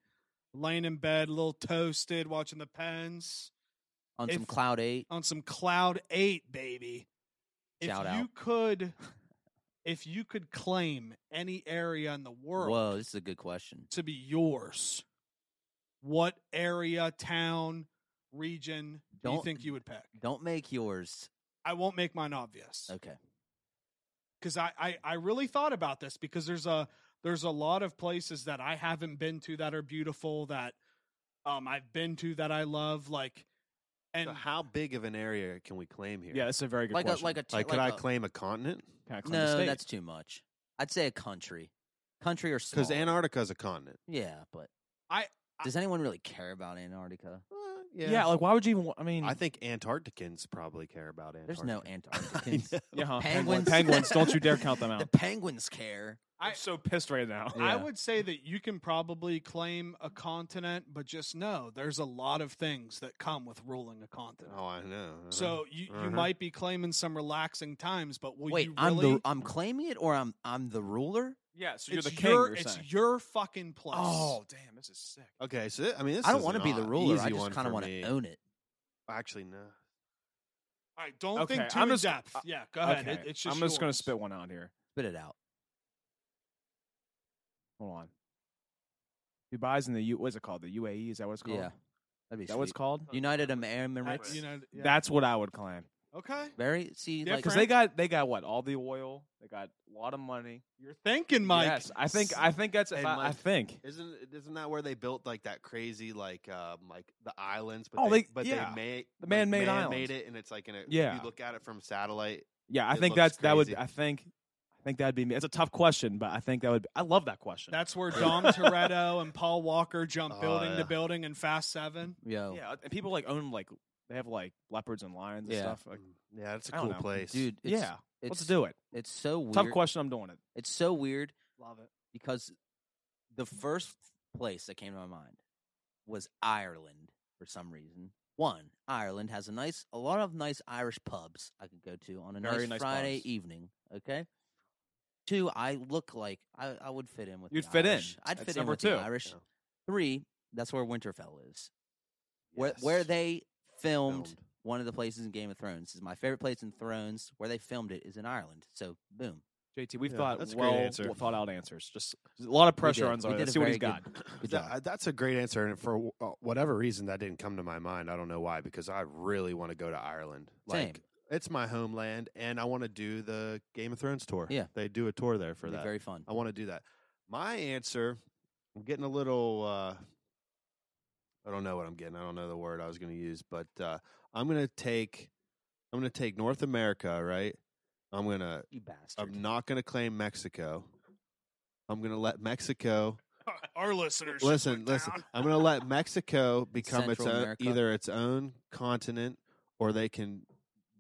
Speaker 4: laying in bed, a little toasted, watching the pens
Speaker 1: On some
Speaker 4: If-
Speaker 1: Cloud 8.
Speaker 4: on some cloud eight, baby.
Speaker 1: Shout
Speaker 4: if
Speaker 1: out.
Speaker 4: you could if you could claim any area in the world
Speaker 1: Whoa, this is a good question.
Speaker 4: to be yours, what area, town, region do you
Speaker 1: Don't-
Speaker 4: think you would pick?
Speaker 1: Don't make yours.
Speaker 4: I won't make mine obvious
Speaker 1: Okay.
Speaker 4: because I, I I really thought about this because there's a there's a lot of places that I haven't been to that are beautiful that um I've been to that I love like and
Speaker 3: So how big of an area can we claim here?
Speaker 5: Yeah, that's a very good
Speaker 1: Like a,
Speaker 5: question.
Speaker 1: like a, t-
Speaker 3: Like, could
Speaker 1: like
Speaker 3: I
Speaker 1: a-
Speaker 3: claim a continent?
Speaker 5: Can I claim the
Speaker 1: No,
Speaker 5: state?
Speaker 1: that's too much. I'd say a country. Country or
Speaker 3: Because
Speaker 1: smaller.
Speaker 3: Antarctica is a continent.
Speaker 1: Yeah, but.
Speaker 4: I- I-
Speaker 1: Does anyone really care about Antarctica?
Speaker 3: Uh,
Speaker 5: Yeah. like why would you even? wa- I mean,
Speaker 3: I think Antarcticans probably care about
Speaker 1: There's
Speaker 3: Antarctica.
Speaker 1: no Antarcticans.
Speaker 3: Antarcticans.
Speaker 5: yeah, huh?
Speaker 1: Penguins.
Speaker 5: Uh, penguins. Don't you dare count them
Speaker 1: the
Speaker 5: out.
Speaker 1: penguins care.
Speaker 5: I'm
Speaker 4: I-
Speaker 5: so pissed right now.
Speaker 4: I
Speaker 5: Yeah.
Speaker 4: would say that you can probably claim a continent, but just know there's a lot of things that come with ruling a continent.
Speaker 3: Oh, I know.
Speaker 4: So you, you
Speaker 3: Uh-huh.
Speaker 5: Mm-hmm.
Speaker 4: might be claiming some relaxing times, but will
Speaker 1: Wait,
Speaker 4: you
Speaker 1: I'm
Speaker 4: really?
Speaker 1: the I'm claiming it, or I'm I'm the ruler.
Speaker 5: Yeah, so you're
Speaker 4: it's
Speaker 5: the king.
Speaker 4: your
Speaker 5: you're
Speaker 4: it's
Speaker 5: saying.
Speaker 4: your fucking place.
Speaker 5: oh, damn, this is sick.
Speaker 3: okay, so th- I mean, this
Speaker 1: I don't
Speaker 3: want to
Speaker 1: be the ruler. I just
Speaker 3: kind
Speaker 1: kind of
Speaker 3: of
Speaker 1: want to own it.
Speaker 3: Actually, no.
Speaker 4: All right, don't
Speaker 5: Okay,
Speaker 4: think too
Speaker 5: I'm
Speaker 4: in
Speaker 5: just-
Speaker 4: depth.
Speaker 5: uh,
Speaker 4: yeah, go ahead.
Speaker 5: Okay,
Speaker 4: It, it's just
Speaker 5: I'm just gonna
Speaker 4: yours.
Speaker 5: spit one out here.
Speaker 1: Spit it out.
Speaker 5: Hold on. Dubai's in the U. What's it called? The UAE? Is that what it's called?
Speaker 1: Yeah, that'd be
Speaker 5: Is that what it's
Speaker 1: sweet.
Speaker 5: called?
Speaker 1: United Arab
Speaker 4: That's-
Speaker 1: Emirates.
Speaker 4: You know, yeah.
Speaker 5: That's what I would claim.
Speaker 4: okay.
Speaker 1: Very see, like
Speaker 5: Because they got they got what all the oil. They got a lot of money.
Speaker 4: You're thinking, Mike.
Speaker 5: yes, I think I think that's
Speaker 3: Hey,
Speaker 5: if I, I
Speaker 3: Mike.
Speaker 5: think.
Speaker 3: Isn't isn't that where they built like that crazy like um like the islands? But
Speaker 5: Oh,
Speaker 3: they,
Speaker 5: they-
Speaker 3: but
Speaker 5: yeah.
Speaker 3: they made
Speaker 5: The man-made islands.
Speaker 3: made it, and it's like in a
Speaker 5: Yeah.
Speaker 3: You look at it from satellite.
Speaker 5: Yeah, I
Speaker 3: It looks
Speaker 5: think that's that would
Speaker 3: crazy.
Speaker 5: I think I think that'd be me. It's a tough question, but I think that would be, I love that question.
Speaker 4: That's where Dom Toretto and Paul Walker jump
Speaker 3: Oh,
Speaker 4: building
Speaker 3: yeah.
Speaker 4: to building in Fast Seven.
Speaker 1: yo,
Speaker 5: yeah, and people like own like they have like leopards and lions and
Speaker 1: Yeah.
Speaker 5: stuff. Like,
Speaker 3: Mm, yeah, that's a
Speaker 5: I don't
Speaker 3: cool
Speaker 5: know.
Speaker 3: place,
Speaker 1: dude. It's,
Speaker 5: yeah,
Speaker 1: it's,
Speaker 5: let's do it.
Speaker 1: It's so weird.
Speaker 5: Tough question. I'm doing it.
Speaker 1: It's so weird
Speaker 4: Love it.
Speaker 1: because the first place that came to my mind was Ireland for some reason. One, Ireland has a nice, a lot of nice Irish pubs I could go to on a
Speaker 5: Very
Speaker 1: nice,
Speaker 5: nice
Speaker 1: Friday
Speaker 5: pubs.
Speaker 1: evening. Okay. Two, I look like I, I would fit in with.
Speaker 5: You'd
Speaker 1: the
Speaker 5: fit in.
Speaker 1: Irish. I'd
Speaker 5: That's
Speaker 1: fit in
Speaker 5: number
Speaker 1: with
Speaker 5: two.
Speaker 1: the Irish.
Speaker 3: Yeah.
Speaker 1: Three, that's where Winterfell is, where where
Speaker 3: Yes.
Speaker 1: they filmed,
Speaker 3: Filmed.
Speaker 1: one of the places in Game of Thrones. Is my favorite place in Thrones where they filmed it is in Ireland. So boom,
Speaker 5: JT, we've
Speaker 3: Yeah,
Speaker 5: thought
Speaker 3: that's a great
Speaker 5: well
Speaker 3: answer.
Speaker 5: well thought out answers. Just, just a lot of pressure
Speaker 1: did-
Speaker 5: on
Speaker 1: we
Speaker 5: Zoe.
Speaker 1: did
Speaker 5: Let's
Speaker 1: a
Speaker 5: see what he's
Speaker 1: very
Speaker 5: got.
Speaker 1: good- good
Speaker 3: That-
Speaker 1: job.
Speaker 3: uh, that's a great answer, and for wh- uh, whatever reason, that didn't come to my mind. I don't know why, because I really want to go to Ireland. Like
Speaker 1: Same.
Speaker 3: it's my homeland, and I want to do the Game of Thrones tour.
Speaker 1: Yeah.
Speaker 3: they do a tour there for
Speaker 1: It'd be
Speaker 3: that.
Speaker 1: very fun.
Speaker 3: I want to do that. My answer, I'm getting a little. Uh, I don't know what I'm getting. I don't know the word I was going to use, but uh, I'm going to take. I'm going to take North America, right? I'm going to.
Speaker 1: You bastard.
Speaker 3: I'm not going to claim Mexico. I'm going to let Mexico
Speaker 4: Our listeners, just
Speaker 3: listen,
Speaker 4: went
Speaker 3: listen.
Speaker 4: down.
Speaker 3: I'm going to let Mexico become its
Speaker 1: Central
Speaker 3: own,
Speaker 1: America.
Speaker 3: either its own continent, or they can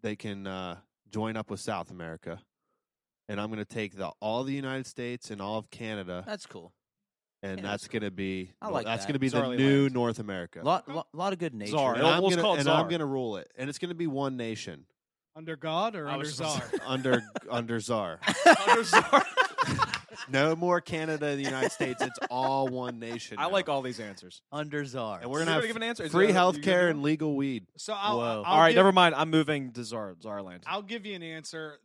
Speaker 3: they can uh, join up with South America. And I'm going to take the all the United States and all of Canada,
Speaker 1: That's cool.
Speaker 3: and
Speaker 1: yeah, that's
Speaker 3: that's going to be
Speaker 1: I like
Speaker 3: that's
Speaker 1: that.
Speaker 3: going to be the
Speaker 5: Zarly
Speaker 3: new
Speaker 5: land.
Speaker 3: North
Speaker 1: A
Speaker 3: America.
Speaker 1: lot, lot, lot of good nature.
Speaker 5: Czar.
Speaker 3: and
Speaker 5: We'll-
Speaker 3: I'm
Speaker 5: we'll
Speaker 3: gonna-
Speaker 5: call it
Speaker 3: and I'm
Speaker 5: czar.
Speaker 3: going to rule it, and it's going to be one nation
Speaker 4: under God or
Speaker 5: I
Speaker 4: under
Speaker 5: was just
Speaker 4: Czar.
Speaker 5: gonna
Speaker 3: under under czar.
Speaker 5: Under Czar.
Speaker 3: No more Canada and the United States. It's all one nation.
Speaker 5: I
Speaker 3: now.
Speaker 5: like all these answers.
Speaker 1: Under czar.
Speaker 3: and we're
Speaker 5: You're
Speaker 3: gonna
Speaker 5: gonna give
Speaker 3: have
Speaker 5: an answer? Is
Speaker 3: free
Speaker 5: that-
Speaker 3: healthcare
Speaker 5: you're gonna do
Speaker 3: and
Speaker 5: it?
Speaker 3: legal weed.
Speaker 4: So I'll,
Speaker 1: Whoa.
Speaker 4: I'll
Speaker 5: all right,
Speaker 4: give,
Speaker 5: never mind. I'm moving to Czar Czarland.
Speaker 4: I'll give you an answer.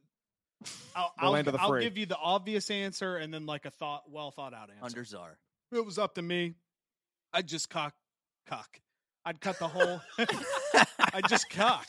Speaker 4: I'll,
Speaker 5: The
Speaker 4: I'll,
Speaker 5: land of
Speaker 4: gi-
Speaker 5: the
Speaker 4: I'll
Speaker 5: free.
Speaker 4: give you the obvious answer and then like a thought, well thought out answer.
Speaker 1: under czar.
Speaker 4: If it was up to me, I'd just cock, cock. I'd cut the whole. I'd just cock.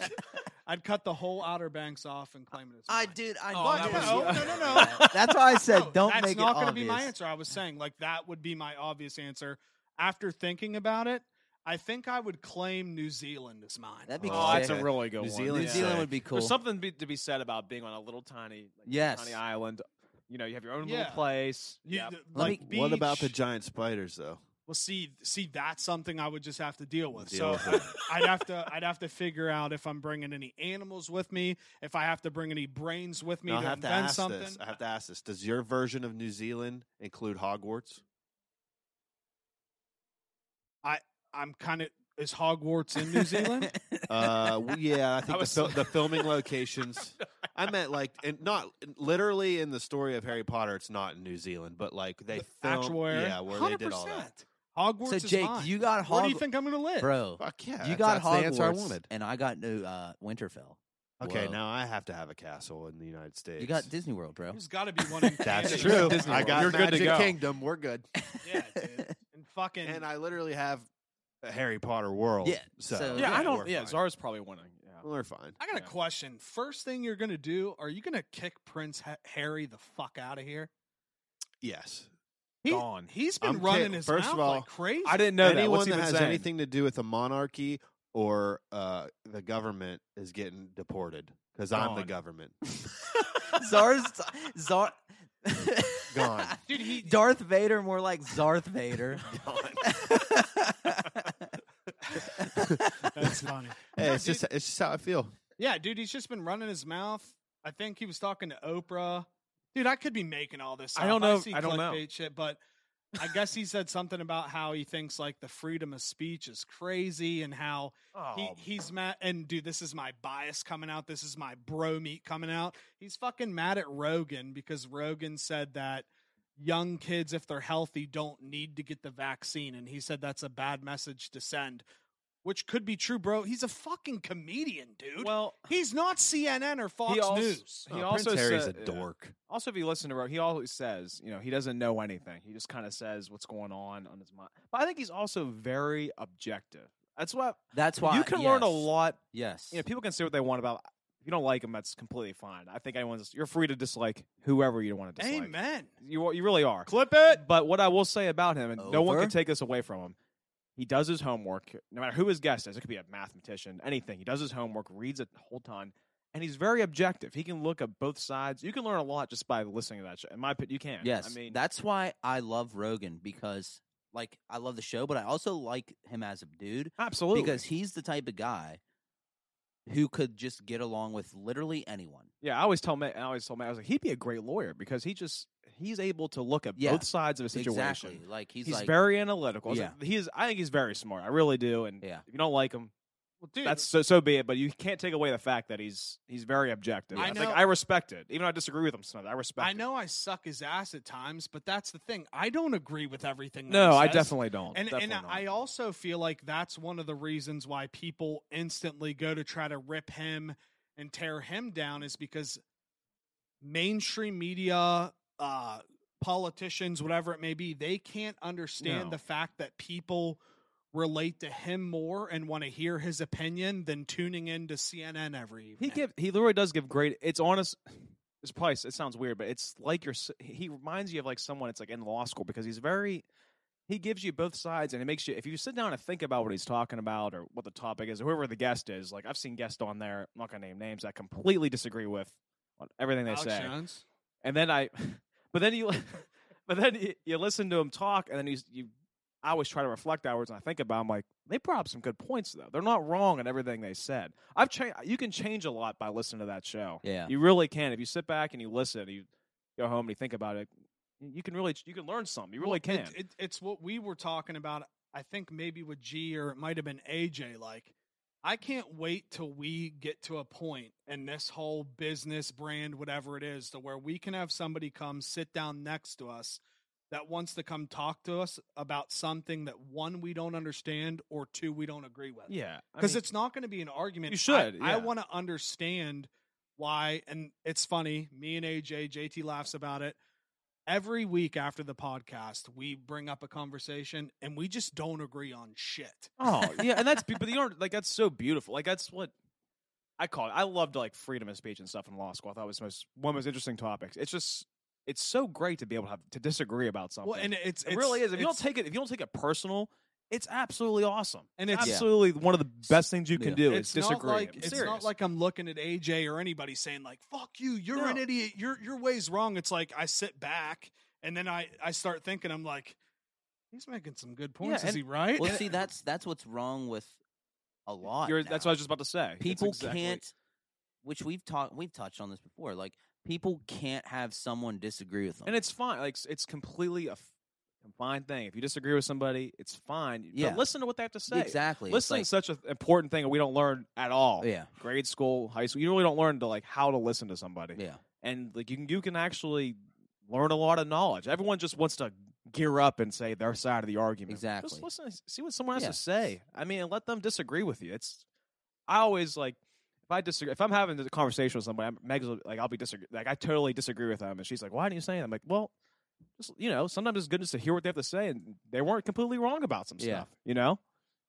Speaker 4: I'd cut the whole Outer Banks off and claim it as.
Speaker 1: I
Speaker 4: mine.
Speaker 1: did. I
Speaker 5: Oh,
Speaker 1: knew
Speaker 5: that
Speaker 1: you
Speaker 5: was-
Speaker 1: were
Speaker 5: no, no,
Speaker 1: gonna
Speaker 4: no.
Speaker 1: do that. That's why I said
Speaker 4: No,
Speaker 1: don't
Speaker 4: that's
Speaker 1: make
Speaker 4: not
Speaker 1: it
Speaker 4: gonna
Speaker 1: obvious.
Speaker 4: be my answer. I was saying like that would be my obvious answer. After thinking about it, I think I would claim New Zealand as mine.
Speaker 1: That'd be
Speaker 5: oh, that's a
Speaker 1: sick.
Speaker 5: really good
Speaker 3: New
Speaker 5: one.
Speaker 1: New
Speaker 3: Zealand's
Speaker 5: Yeah.
Speaker 1: Zealand
Speaker 3: sick.
Speaker 1: would be cool.
Speaker 5: There's something be, to be said about being on a little tiny, like,
Speaker 1: Yes.
Speaker 5: tiny island. You know, you have your own
Speaker 4: Yeah.
Speaker 5: little place.
Speaker 4: You-
Speaker 5: Yeah,
Speaker 4: th-
Speaker 1: Let
Speaker 4: like
Speaker 3: what about the
Speaker 4: beach-
Speaker 3: giant spiders though?
Speaker 4: Well, see, see, that's something I would just have to deal with.
Speaker 3: Deal
Speaker 4: so
Speaker 3: with
Speaker 4: I, would have to, I'd have to figure out if I'm bringing any animals with me, if I have to bring any brains with me
Speaker 3: Now, I
Speaker 4: to
Speaker 3: have to
Speaker 4: invent
Speaker 3: ask
Speaker 4: something.
Speaker 3: this. I have to ask this. Does your version of New Zealand include Hogwarts?
Speaker 4: I'm kind of is Hogwarts in New Zealand?
Speaker 3: Uh, w- yeah, I
Speaker 5: I
Speaker 3: think the,
Speaker 5: was
Speaker 3: fil-
Speaker 5: so-
Speaker 3: the filming locations. I meant like, and not literally in the story of Harry Potter. It's not in New Zealand, but like they filmed.
Speaker 4: Actual area?
Speaker 3: Yeah, where they did all that.
Speaker 4: 100%. Hogwarts.
Speaker 1: so
Speaker 4: is
Speaker 1: Jake,
Speaker 4: mine.
Speaker 1: you got
Speaker 4: Where do you
Speaker 1: Hog-
Speaker 4: think I'm going to live,
Speaker 1: bro.
Speaker 3: Fuck Oh, yeah,
Speaker 1: You
Speaker 3: that's-
Speaker 1: got
Speaker 3: that's
Speaker 1: Hogwarts,
Speaker 3: the answer I wanted.
Speaker 1: and I got no uh, Winterfell.
Speaker 3: Okay,
Speaker 1: Whoa.
Speaker 3: now I have to have a castle in the United States.
Speaker 1: You got Disney World, bro.
Speaker 4: There's got to be one in
Speaker 3: That's
Speaker 4: Canada.
Speaker 3: true.
Speaker 5: Disney
Speaker 3: I
Speaker 5: World.
Speaker 3: got
Speaker 5: You're good to
Speaker 3: Magic
Speaker 5: go.
Speaker 3: Kingdom. We're good,
Speaker 4: Yeah, dude. And fucking.
Speaker 3: and I literally have a Harry Potter world.
Speaker 1: Yeah,
Speaker 3: so,
Speaker 1: so-
Speaker 5: yeah.
Speaker 1: Yeah,
Speaker 5: I don't.
Speaker 3: we're
Speaker 5: Yeah,
Speaker 3: fine.
Speaker 5: Czar's probably winning. Yeah.
Speaker 3: we're fine.
Speaker 4: I got a
Speaker 5: Yeah.
Speaker 4: question. First thing you're going to do, are you going to kick Prince ha- Harry the fuck out of here?
Speaker 3: Yes,
Speaker 4: He,
Speaker 5: Gone.
Speaker 4: He's been
Speaker 3: I'm
Speaker 4: running
Speaker 3: kidding.
Speaker 4: his
Speaker 3: First
Speaker 4: mouth
Speaker 3: of all,
Speaker 4: like crazy.
Speaker 5: I didn't know that.
Speaker 3: anyone
Speaker 5: What's
Speaker 3: that
Speaker 5: he been
Speaker 3: has
Speaker 5: saying?
Speaker 3: anything to do with the monarchy or uh, the government is getting deported because I'm the
Speaker 5: Gone.
Speaker 3: government.
Speaker 1: Czar's Czar.
Speaker 3: Gone.
Speaker 4: Dude, he
Speaker 1: Darth Vader, more like Zarth Vader.
Speaker 4: That's funny.
Speaker 3: Hey,
Speaker 4: No,
Speaker 3: it's just it's just how I feel.
Speaker 4: Yeah, dude, he's just been running his mouth. I think he was talking to Oprah. Dude, I could be making all this. Up.
Speaker 5: I don't know-
Speaker 4: see
Speaker 5: I don't know.
Speaker 4: clickbait shit, but I guess he said something about how he thinks like the freedom of speech is crazy and how
Speaker 5: Oh.
Speaker 4: he, he's mad. And dude, this is my bias coming out. This is my bro meat coming out. He's fucking mad at Rogan because Rogan said that young kids, if they're healthy, don't need to get the vaccine. And he said that's a bad message to send, which could be true, bro. He's a fucking comedian, dude.
Speaker 5: well,
Speaker 4: He's not CNN or Fox
Speaker 5: also-
Speaker 4: News.
Speaker 5: He
Speaker 3: Oh,
Speaker 5: also
Speaker 3: Prince Harry's
Speaker 5: said- uh,
Speaker 3: a dork.
Speaker 5: Also, if you listen to Rogan, he always says, you know, he doesn't know anything. He just kind of says what's going on on his mind. But I think he's also very objective. That's why
Speaker 1: That's why
Speaker 5: you can learn a
Speaker 1: yes,
Speaker 5: lot.
Speaker 1: Yes.
Speaker 5: You know, people can say what they want about. If you don't like him, that's completely fine. I think anyone's you're free to dislike whoever you want to dislike.
Speaker 4: Amen.
Speaker 5: You are- you really are.
Speaker 4: Clip it.
Speaker 5: But what I will say about him, and no one
Speaker 1: Over.
Speaker 5: can take this away from him, he does his homework. No matter who his guest is, it could be a mathematician, anything. He does his homework, reads it the whole time, and he's very objective. He can look at both sides. You can learn a lot just by listening to that show. In my opinion, you can.
Speaker 1: Yes.
Speaker 5: I mean,
Speaker 1: that's why I love Rogan because, like, I love the show, but I also like him as a dude
Speaker 5: absolutely.
Speaker 1: because he's the type of guy who could just get along with literally anyone.
Speaker 5: yeah, I always tell Matt. I always told Matt. I was like, he'd be a great lawyer because he just he's able to look at
Speaker 1: Yeah,
Speaker 5: both sides of a situation.
Speaker 1: Exactly. Like he's,
Speaker 5: He's,
Speaker 1: like
Speaker 5: very analytical.
Speaker 1: Yeah.
Speaker 5: He is. I think he's very smart. I really do. And
Speaker 1: Yeah.
Speaker 5: if you don't like him,
Speaker 4: Well, dude,
Speaker 5: That's so so be it. But you can't take away the fact that he's he's very objective.
Speaker 4: I
Speaker 5: I,
Speaker 4: know-
Speaker 5: think I respect it, even though I disagree with him. Sometimes I respect.
Speaker 4: I
Speaker 5: it.
Speaker 4: know I suck his ass at times, but that's the thing. I don't agree with everything. that
Speaker 5: No,
Speaker 4: he
Speaker 5: I
Speaker 4: says.
Speaker 5: definitely don't.
Speaker 4: And,
Speaker 5: definitely
Speaker 4: and
Speaker 5: not.
Speaker 4: I also feel like that's one of the reasons why people instantly go to try to rip him and tear him down is because mainstream media, uh, politicians, whatever it may be, they can't understand
Speaker 5: No.
Speaker 4: the fact that people relate to him more and want to hear his opinion than tuning into CNN every evening.
Speaker 5: he give he literally does give great. It's honest. It's probably it sounds weird, but it's like you're. s- He reminds you of like someone. It's like in law school because he's very. He gives you both sides, and it makes you. If you sit down and think about what he's talking about or what the topic is, or whoever the guest is, like I've seen guests on there. I'm not gonna name names. I completely disagree with on everything they
Speaker 4: Alex
Speaker 5: say.
Speaker 4: Jones?
Speaker 5: and then I, but then you, but then you, you listen to him talk, and then you, you, I always try to reflect hours, and I think about, I'm like, they brought up some good points though. They're not wrong in everything they said. I've changed. You can change a lot by listening to that show.
Speaker 1: yeah.
Speaker 5: You really can if you sit back and you listen, and you go home and you think about it. You can really, you can learn something. You really
Speaker 4: Well,
Speaker 5: can.
Speaker 4: It, it, it's what we were talking about. I think maybe with G or it might have been AJ. Like, I can't wait till we get to a point in this whole business brand, whatever it is, to where we can have somebody come sit down next to us that wants to come talk to us about something that one we don't understand or two we don't agree with
Speaker 5: yeah, I
Speaker 4: because
Speaker 5: mean,
Speaker 4: it's not going to be an argument.
Speaker 5: You
Speaker 4: I-
Speaker 5: should,
Speaker 4: I,
Speaker 5: yeah.
Speaker 4: want to understand why, and it's funny. Me and AJ, JT laughs about it every week after the podcast. We bring up a conversation, and we just don't agree on shit.
Speaker 5: Oh yeah, and that's be- but you don't like that's so beautiful. Like that's what I call it. I loved like freedom of speech and stuff in law school. I thought it was most one of the most interesting topics. It's just it's so great to be able to have to disagree about something.
Speaker 4: Well, and it's,
Speaker 5: it
Speaker 4: it's-
Speaker 5: really is. If you don't
Speaker 4: it's-
Speaker 5: take it, if you don't take it personal, it's absolutely awesome.
Speaker 4: And
Speaker 5: And
Speaker 4: it's-
Speaker 5: it's
Speaker 4: Yeah.
Speaker 5: absolutely one of the best things you can
Speaker 1: Yeah.
Speaker 5: do
Speaker 4: it's
Speaker 5: is disagree.
Speaker 4: Not like,
Speaker 5: I'm
Speaker 4: it's not
Speaker 5: serious.
Speaker 4: like I'm looking at AJ or anybody saying like "fuck you," you're an
Speaker 5: No.
Speaker 4: idiot, your your way's wrong. It's like I sit back and then I I start thinking I'm like. He's making some good points. Is
Speaker 5: and-
Speaker 4: he right?
Speaker 1: Well,
Speaker 4: And-
Speaker 1: see, that's that's what's wrong with a lot.
Speaker 5: You're- that's what I
Speaker 1: now.
Speaker 5: was just about to say. It's
Speaker 1: people
Speaker 5: exactly-
Speaker 1: can't which we've talked we've touched on this before like people can't have someone disagree with them
Speaker 5: and it's fine. Like it's- it's completely a f- fine thing. If you disagree with somebody, it's fine.
Speaker 1: Yeah.
Speaker 5: But listen to what they have to say.
Speaker 1: exactly it's
Speaker 5: Listening
Speaker 1: like,
Speaker 5: is such an important thing that we don't learn at all.
Speaker 1: yeah
Speaker 5: Grade school, high school, you really don't learn to like how to listen to somebody,
Speaker 1: yeah
Speaker 5: and like you can you can actually learn a lot of knowledge. Everyone just wants to gear up and say their side of the argument.
Speaker 1: Exactly.
Speaker 5: Just listen, see what someone has
Speaker 1: Yeah.
Speaker 5: to say. I mean, and let them disagree with you. It's I always like if I disagree if I'm having a conversation with somebody, I'm, Meg's like I'll be disagree like I totally disagree with them, and she's like, "Why do you say that?" I'm like, "Well." Just, you know, sometimes it's good just to hear what they have to say, and they weren't completely wrong about some
Speaker 1: Yeah.
Speaker 5: stuff. You know,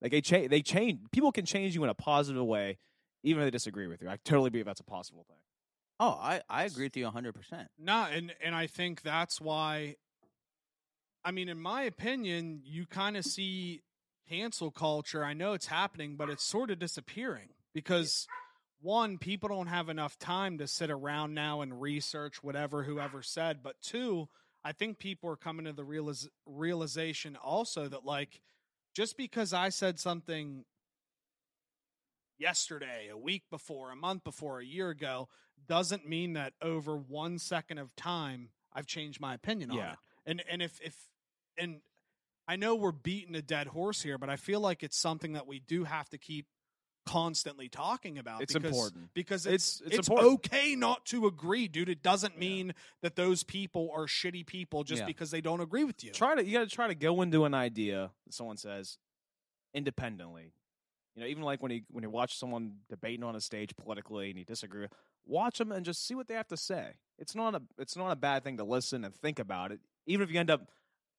Speaker 5: like they change, they change. People can change you in a positive way, even if they disagree with you. I totally believe that's a possible thing.
Speaker 1: oh i i agree with you 100%
Speaker 4: No, and and I think that's why. I mean, in my opinion, you kind of see cancel culture. I know it's happening, but it's sort of disappearing because one, people don't have enough time to sit around now and research whatever whoever said. But two, I think people are coming to the realiz- realization also that like just because I said something yesterday, a week before, a month before, a year ago, doesn't mean that over one second of time I've changed my opinion on
Speaker 5: Yeah.
Speaker 4: it. And and if if and I know we're beating a dead horse here, but I feel like it's something that we do have to keep constantly talking about.
Speaker 5: It's
Speaker 4: because,
Speaker 5: important.
Speaker 4: because it's
Speaker 5: It's-
Speaker 4: it's,
Speaker 5: it's important.
Speaker 4: okay not to agree, dude. It doesn't
Speaker 5: Yeah.
Speaker 4: mean that those people are shitty people just
Speaker 1: Yeah.
Speaker 4: because they don't agree with you.
Speaker 5: Try to you got to try to go into an idea that someone says independently. You know, even like when you when you watch someone debating on a stage politically and you disagree, with- watch them and just see what they have to say. It's not a it's not a bad thing to listen and think about it, even if you end up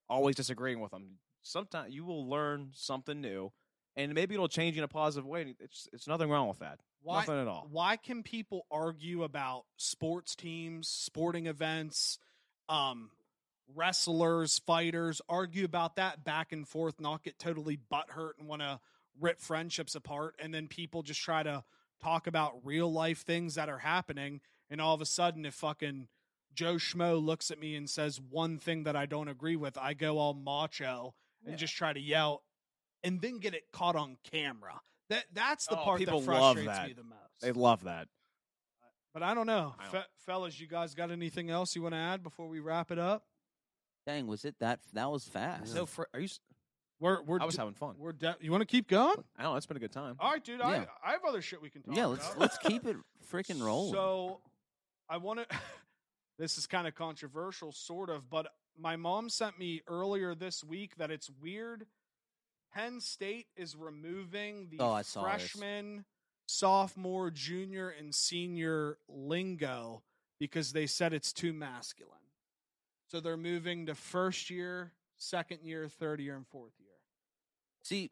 Speaker 5: always disagreeing with them. Sometimes you will learn something new, and maybe it'll change you in a positive way. and It's it's nothing wrong with that.
Speaker 4: Why
Speaker 5: Nothing at all.
Speaker 4: why can people argue about sports teams, sporting events, um, wrestlers, fighters, argue about that back and forth, not get totally butthurt and want to rip friendships apart, and then people just try to talk about real life things that are happening, and all of a sudden, if fucking Joe Schmo looks at me and says one thing that I don't agree with, I go all macho and
Speaker 5: Yeah.
Speaker 4: just try to yell, and then get it caught on camera. That that's the
Speaker 5: Oh,
Speaker 4: part
Speaker 5: people
Speaker 4: that
Speaker 5: love
Speaker 4: frustrates
Speaker 5: that.
Speaker 4: me the most.
Speaker 5: They love that.
Speaker 4: But I don't know,
Speaker 5: I don't-
Speaker 4: Fe- fellas. You guys got anything else you want to add before we wrap it up?
Speaker 1: Dang, was it that? That was fast.
Speaker 5: So, fr- are you? s-
Speaker 4: We're we're
Speaker 5: I was
Speaker 4: d-
Speaker 5: having fun.
Speaker 4: we're de- you want to keep going?
Speaker 5: I don't. know. It's been a good time.
Speaker 4: All right, dude.
Speaker 1: Yeah.
Speaker 4: I I have other shit we can talk.
Speaker 1: yeah, let's
Speaker 4: about.
Speaker 1: let's keep it freaking rolling.
Speaker 4: So I want to. this is kind of controversial, sort of, but my mom sent me earlier this week that it's weird. Penn State is removing the
Speaker 1: Oh, I saw this.
Speaker 4: freshman, sophomore, junior, and senior lingo because they said it's too masculine. So they're moving to first year, second year, third year, and fourth year.
Speaker 1: See,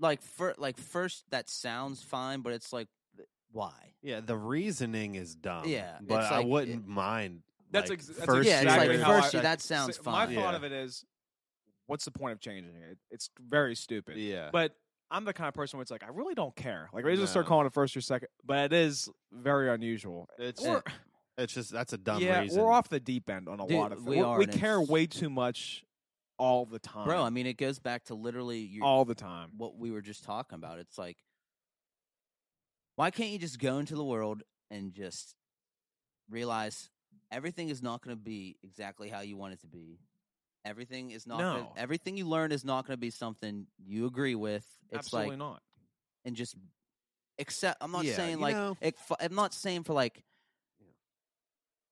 Speaker 1: like fir- like first that sounds fine, but it's like th- why?
Speaker 3: Yeah, the reasoning is dumb.
Speaker 1: Yeah,
Speaker 3: but
Speaker 1: it's
Speaker 3: I
Speaker 1: like-
Speaker 3: wouldn't mind.
Speaker 5: That's
Speaker 3: like,
Speaker 5: ex- that's
Speaker 3: first
Speaker 1: yeah, it's
Speaker 5: exactly
Speaker 1: like
Speaker 3: year,
Speaker 5: how I-
Speaker 1: first year,
Speaker 3: second-
Speaker 1: that sounds
Speaker 5: See,
Speaker 1: fine.
Speaker 5: My thought
Speaker 3: Yeah.
Speaker 5: of it is, what's the point of changing it? It's very stupid.
Speaker 3: Yeah,
Speaker 5: But I'm the kind of person where it's like, I really don't care. Like, I just start
Speaker 3: No.
Speaker 5: calling it first or second, but it is very unusual.
Speaker 3: it's
Speaker 1: Or-
Speaker 3: it's just that's a dumb
Speaker 5: yeah,
Speaker 3: reason.
Speaker 5: we're off the deep end on a
Speaker 1: Dude,
Speaker 5: lot of things.
Speaker 1: we
Speaker 5: We're-
Speaker 1: are,
Speaker 5: we
Speaker 1: and
Speaker 5: care
Speaker 1: it's-
Speaker 5: way too much all the time,
Speaker 1: Bro, I mean, it goes back to literally your,
Speaker 5: all the time.
Speaker 1: what we were just talking about. It's like, why can't you just go into the world and just realize everything is not going to be exactly how you want it to be? Everything is not. Gonna,
Speaker 5: No.
Speaker 1: everything you learn is not going to be something you agree with. It's
Speaker 5: Absolutely
Speaker 1: like
Speaker 5: not.
Speaker 1: and just accept. I'm not
Speaker 3: Yeah,
Speaker 1: saying
Speaker 3: you
Speaker 1: like
Speaker 3: know.
Speaker 1: it, fi- I'm not saying for like.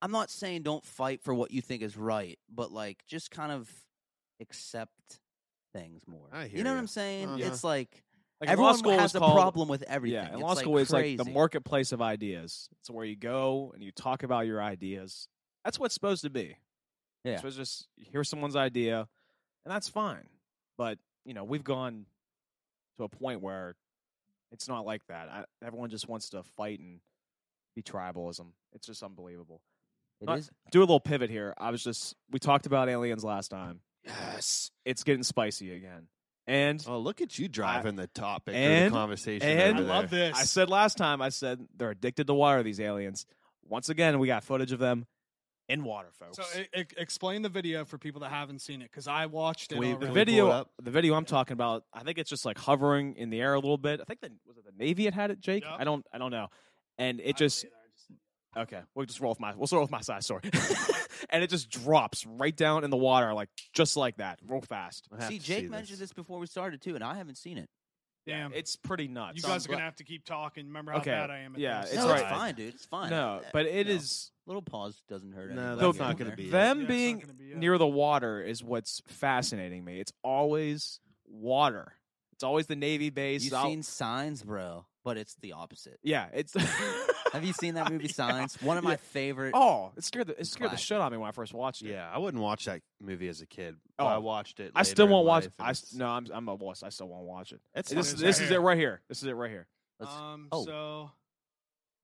Speaker 1: I'm not saying don't fight for what you think is right, but like just kind of accept things more.
Speaker 3: I
Speaker 1: you
Speaker 3: hear
Speaker 1: know what
Speaker 3: ya.
Speaker 1: I'm saying?
Speaker 3: Uh-huh.
Speaker 1: It's like
Speaker 5: Like in
Speaker 1: everyone
Speaker 5: law school
Speaker 1: has
Speaker 5: is
Speaker 1: a
Speaker 5: called-
Speaker 1: problem with everything.
Speaker 5: Yeah, in
Speaker 1: it's
Speaker 5: law school
Speaker 1: like
Speaker 5: is like the
Speaker 1: crazy.
Speaker 5: marketplace of ideas. It's where you go and you talk about your ideas. That's what it's supposed to be.
Speaker 1: Yeah.
Speaker 5: It's supposed to just hear someone's idea, and that's fine. But you know, we've gone to a point where it's not like that. I, everyone just wants to fight and be tribalism. It's just unbelievable.
Speaker 1: It
Speaker 5: not-
Speaker 1: is-
Speaker 5: Do a little pivot here. I was just we talked about aliens last time.
Speaker 4: Yes.
Speaker 5: It's getting spicy again, and
Speaker 3: Oh, look at you driving the topic of
Speaker 5: and-
Speaker 3: the conversation.
Speaker 5: and-
Speaker 4: I
Speaker 3: over
Speaker 4: love
Speaker 3: there.
Speaker 4: this.
Speaker 5: I said last time, I said they're addicted to water, these aliens. Once again, we got footage of them in water, folks.
Speaker 4: So e- e- explain the video for people that haven't seen it because I watched it.
Speaker 3: We-
Speaker 5: the
Speaker 3: Can we
Speaker 4: already.
Speaker 3: pull it
Speaker 5: video,
Speaker 3: up?
Speaker 5: the video I'm talking about, I think it's just like hovering in the air a little bit. I think the was it the Navy it had it, Jake?
Speaker 4: Yep.
Speaker 5: I don't, I don't know. And
Speaker 4: I
Speaker 5: it
Speaker 4: don't
Speaker 5: just
Speaker 4: either, I just-
Speaker 5: okay. We'll just roll with my, we'll start with my side story, and it just drops right down in the water, like just like that, real fast.
Speaker 3: I have
Speaker 1: see,
Speaker 3: to
Speaker 1: Jake
Speaker 3: this.
Speaker 1: mentioned this. before we started too, and I haven't seen it.
Speaker 5: Yeah,
Speaker 4: Damn.
Speaker 5: it's pretty nuts. Um,
Speaker 4: You
Speaker 5: I'm
Speaker 4: guys are
Speaker 5: gl-
Speaker 4: gonna have to keep talking. Remember how
Speaker 5: Okay,
Speaker 4: bad I am at
Speaker 5: yeah,
Speaker 4: this.
Speaker 5: It's
Speaker 1: no,
Speaker 5: all
Speaker 1: Uh, it's
Speaker 5: right.
Speaker 1: fine, dude. It's fine. Uh,
Speaker 5: no, but it is.
Speaker 1: no. little pause doesn't hurt.
Speaker 3: No,
Speaker 1: anybody.
Speaker 3: that's
Speaker 1: Go
Speaker 3: not
Speaker 1: in
Speaker 3: gonna
Speaker 1: there.
Speaker 3: be it.
Speaker 5: them
Speaker 4: Yeah, it's not
Speaker 5: being
Speaker 4: gonna be it.
Speaker 5: near the water is what's fascinating me. It's always water. It's always the Navy base.
Speaker 1: You've
Speaker 5: I'll-
Speaker 1: seen Signs, bro, but it's the opposite.
Speaker 5: yeah, it's.
Speaker 1: Have you seen that movie
Speaker 5: Yeah.
Speaker 1: Signs? One of my
Speaker 5: Yeah.
Speaker 1: favorite.
Speaker 5: Oh, it scared the it scared the
Speaker 1: Classic.
Speaker 5: shit out of me when I first watched it.
Speaker 3: Yeah, I wouldn't watch that movie as a kid.
Speaker 5: Oh.
Speaker 3: but I watched it.
Speaker 5: I still
Speaker 3: later in
Speaker 5: won't watch.
Speaker 3: life, and
Speaker 5: I
Speaker 3: it's-
Speaker 5: s- no, I'm I'm a wuss. I still won't watch it.
Speaker 3: It's
Speaker 5: This
Speaker 3: fine.
Speaker 5: is this is it right here. This is it right here.
Speaker 1: Let's-
Speaker 4: Um,
Speaker 1: oh.
Speaker 4: so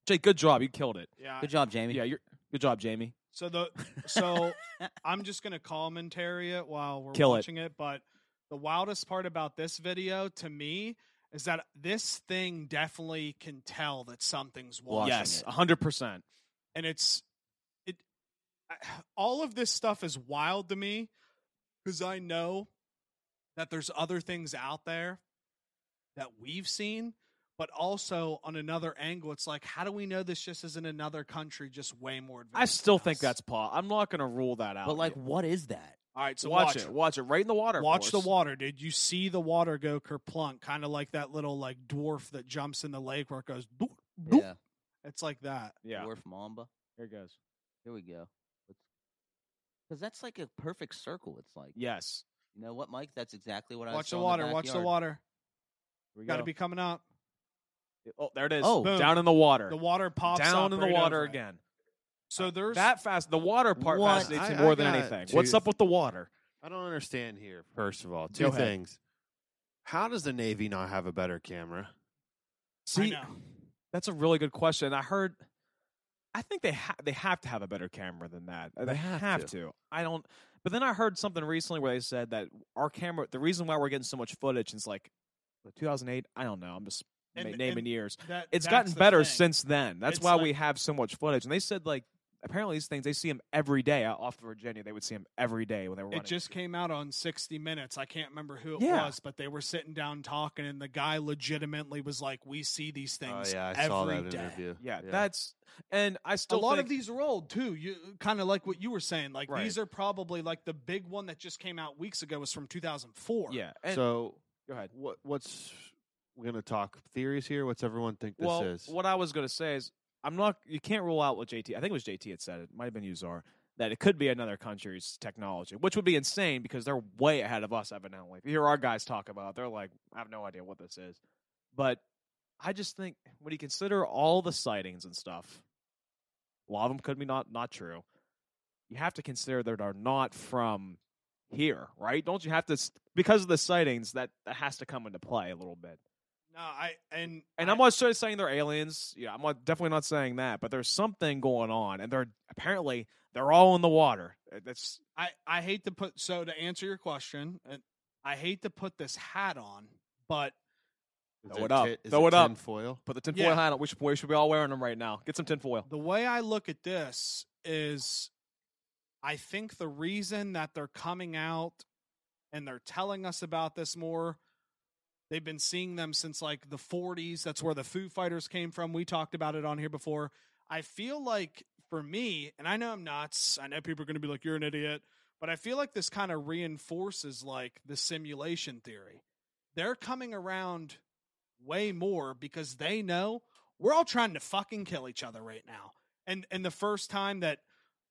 Speaker 5: Jake, good job. You killed it.
Speaker 4: yeah,
Speaker 1: good job, Jamie.
Speaker 5: Yeah, you're good job, Jamie.
Speaker 4: so the so I'm just gonna commentary it while we're
Speaker 5: Kill it.
Speaker 4: watching it. But the wildest part about this video to me is that this thing definitely can tell that something's watching.
Speaker 5: Yes,
Speaker 1: it.
Speaker 5: hundred percent.
Speaker 4: and it's it I- all of this stuff is wild to me because i know that there's other things out there that we've seen But also on another angle, it's like, how do we know this just isn't another country just way more advanced?
Speaker 5: I still
Speaker 4: than
Speaker 5: think
Speaker 4: us?
Speaker 5: that's paw. I'm not going to rule that out.
Speaker 1: But like,
Speaker 5: yet.
Speaker 1: what is that?
Speaker 4: all right. So
Speaker 5: watch,
Speaker 4: watch,
Speaker 5: it, watch it, right in the water.
Speaker 4: Watch the
Speaker 5: force.
Speaker 4: water, dude. You see the water go kerplunk, kind of like that little like dwarf that jumps in the lake where it goes. Boop, boop.
Speaker 1: Yeah,
Speaker 4: It's like that.
Speaker 5: Yeah,
Speaker 1: dwarf mamba.
Speaker 5: here it goes.
Speaker 1: Here we go. Because that's like a perfect circle. It's like,
Speaker 5: Yes,
Speaker 1: you know what, Mike? That's exactly what I
Speaker 4: watch
Speaker 1: saw
Speaker 4: the
Speaker 1: in
Speaker 4: water. watch the
Speaker 1: backyard.
Speaker 4: water.
Speaker 5: here we
Speaker 4: Got to
Speaker 5: go.
Speaker 4: be coming out.
Speaker 5: oh, there it is.
Speaker 1: Oh.
Speaker 5: down in the water.
Speaker 4: The water pops
Speaker 5: down
Speaker 4: up
Speaker 5: in the
Speaker 4: right
Speaker 5: water
Speaker 4: over it.
Speaker 5: again.
Speaker 4: So there's
Speaker 5: That fast, the water part
Speaker 1: What?
Speaker 5: fascinates me
Speaker 3: I- I
Speaker 5: more than
Speaker 3: got
Speaker 5: anything.
Speaker 3: two
Speaker 5: What's up with the water?
Speaker 3: I don't understand here. First of all,
Speaker 5: Go
Speaker 3: two
Speaker 5: ahead.
Speaker 3: things. How does the Navy not have a better camera?
Speaker 5: See,
Speaker 4: know.
Speaker 5: that's a really good question. I heard. I think they ha- they have to have a better camera than that. Uh, They, have,
Speaker 3: have
Speaker 5: to. I don't. But then I heard something recently where they said that our camera, the reason why we're getting so much footage, is like the 2008. I don't know. I'm just ma-
Speaker 4: And-
Speaker 5: naming
Speaker 4: and
Speaker 5: years.
Speaker 4: that,
Speaker 5: It's
Speaker 4: that's
Speaker 5: gotten
Speaker 4: the
Speaker 5: better
Speaker 4: thing.
Speaker 5: since then. That's
Speaker 4: It's
Speaker 5: why
Speaker 4: like-
Speaker 5: we have so much footage. And they said like apparently these things they see them every day out off Virginia. They would see them every day when they were.
Speaker 4: It
Speaker 5: running.
Speaker 4: just came out on 60 Minutes. I can't remember who it
Speaker 5: Yeah.
Speaker 4: was, but they were sitting down talking, and the guy legitimately was like, "We see these things
Speaker 3: oh yeah, I
Speaker 4: every
Speaker 3: saw that
Speaker 4: day."
Speaker 3: interview.
Speaker 5: Yeah, that's and I
Speaker 4: A
Speaker 5: still
Speaker 4: lot
Speaker 5: think,
Speaker 4: of these are old too. You kind of like what you were saying. Like
Speaker 5: Right.
Speaker 4: these are probably like the big one that just came out weeks ago was from 2004.
Speaker 5: Yeah, and
Speaker 3: so
Speaker 5: go ahead.
Speaker 3: what what's we're gonna talk theories here? What's everyone think this
Speaker 5: well,
Speaker 3: is?
Speaker 5: what I was going to say is, I'm not. You can't rule out what JT. I think it was JT had said. It might have been Uzar that it could be another country's technology, which would be insane because they're way ahead of us evidently. If you hear our guys talk about, it, they're like, I have no idea what this is. But I just think when you consider all the sightings and stuff, a lot of them could be not not true. You have to consider that are not from here, right? Don't you have to s- because of the sightings that that has to come into play a little bit.
Speaker 4: No, I and
Speaker 5: And
Speaker 4: I,
Speaker 5: I'm not sure saying they're aliens. Yeah, I'm not, definitely not saying that. But there's something going on, and they're apparently they're all in the water. Uh, That's
Speaker 4: I I hate to put so to answer your question, and I hate to put this hat on, but
Speaker 3: Is
Speaker 5: Throw it up.
Speaker 3: ti- is
Speaker 5: Throw it up.
Speaker 3: tinfoil?
Speaker 5: put the tinfoil
Speaker 4: Yeah.
Speaker 5: hat on. We should, we should be all wearing them right now. Get some tinfoil.
Speaker 4: the way I look at this is I think the reason that they're coming out and they're telling us about this more, they've been seeing them since like the 40s. That's where the Foo Fighters came from. We talked about it on here before. I feel like for me, and I know I'm nuts, I know people are going to be like, you're an idiot, but I feel like this kind of reinforces like the simulation theory. They're coming around way more because they know we're all trying to fucking kill each other right now. And and the first time that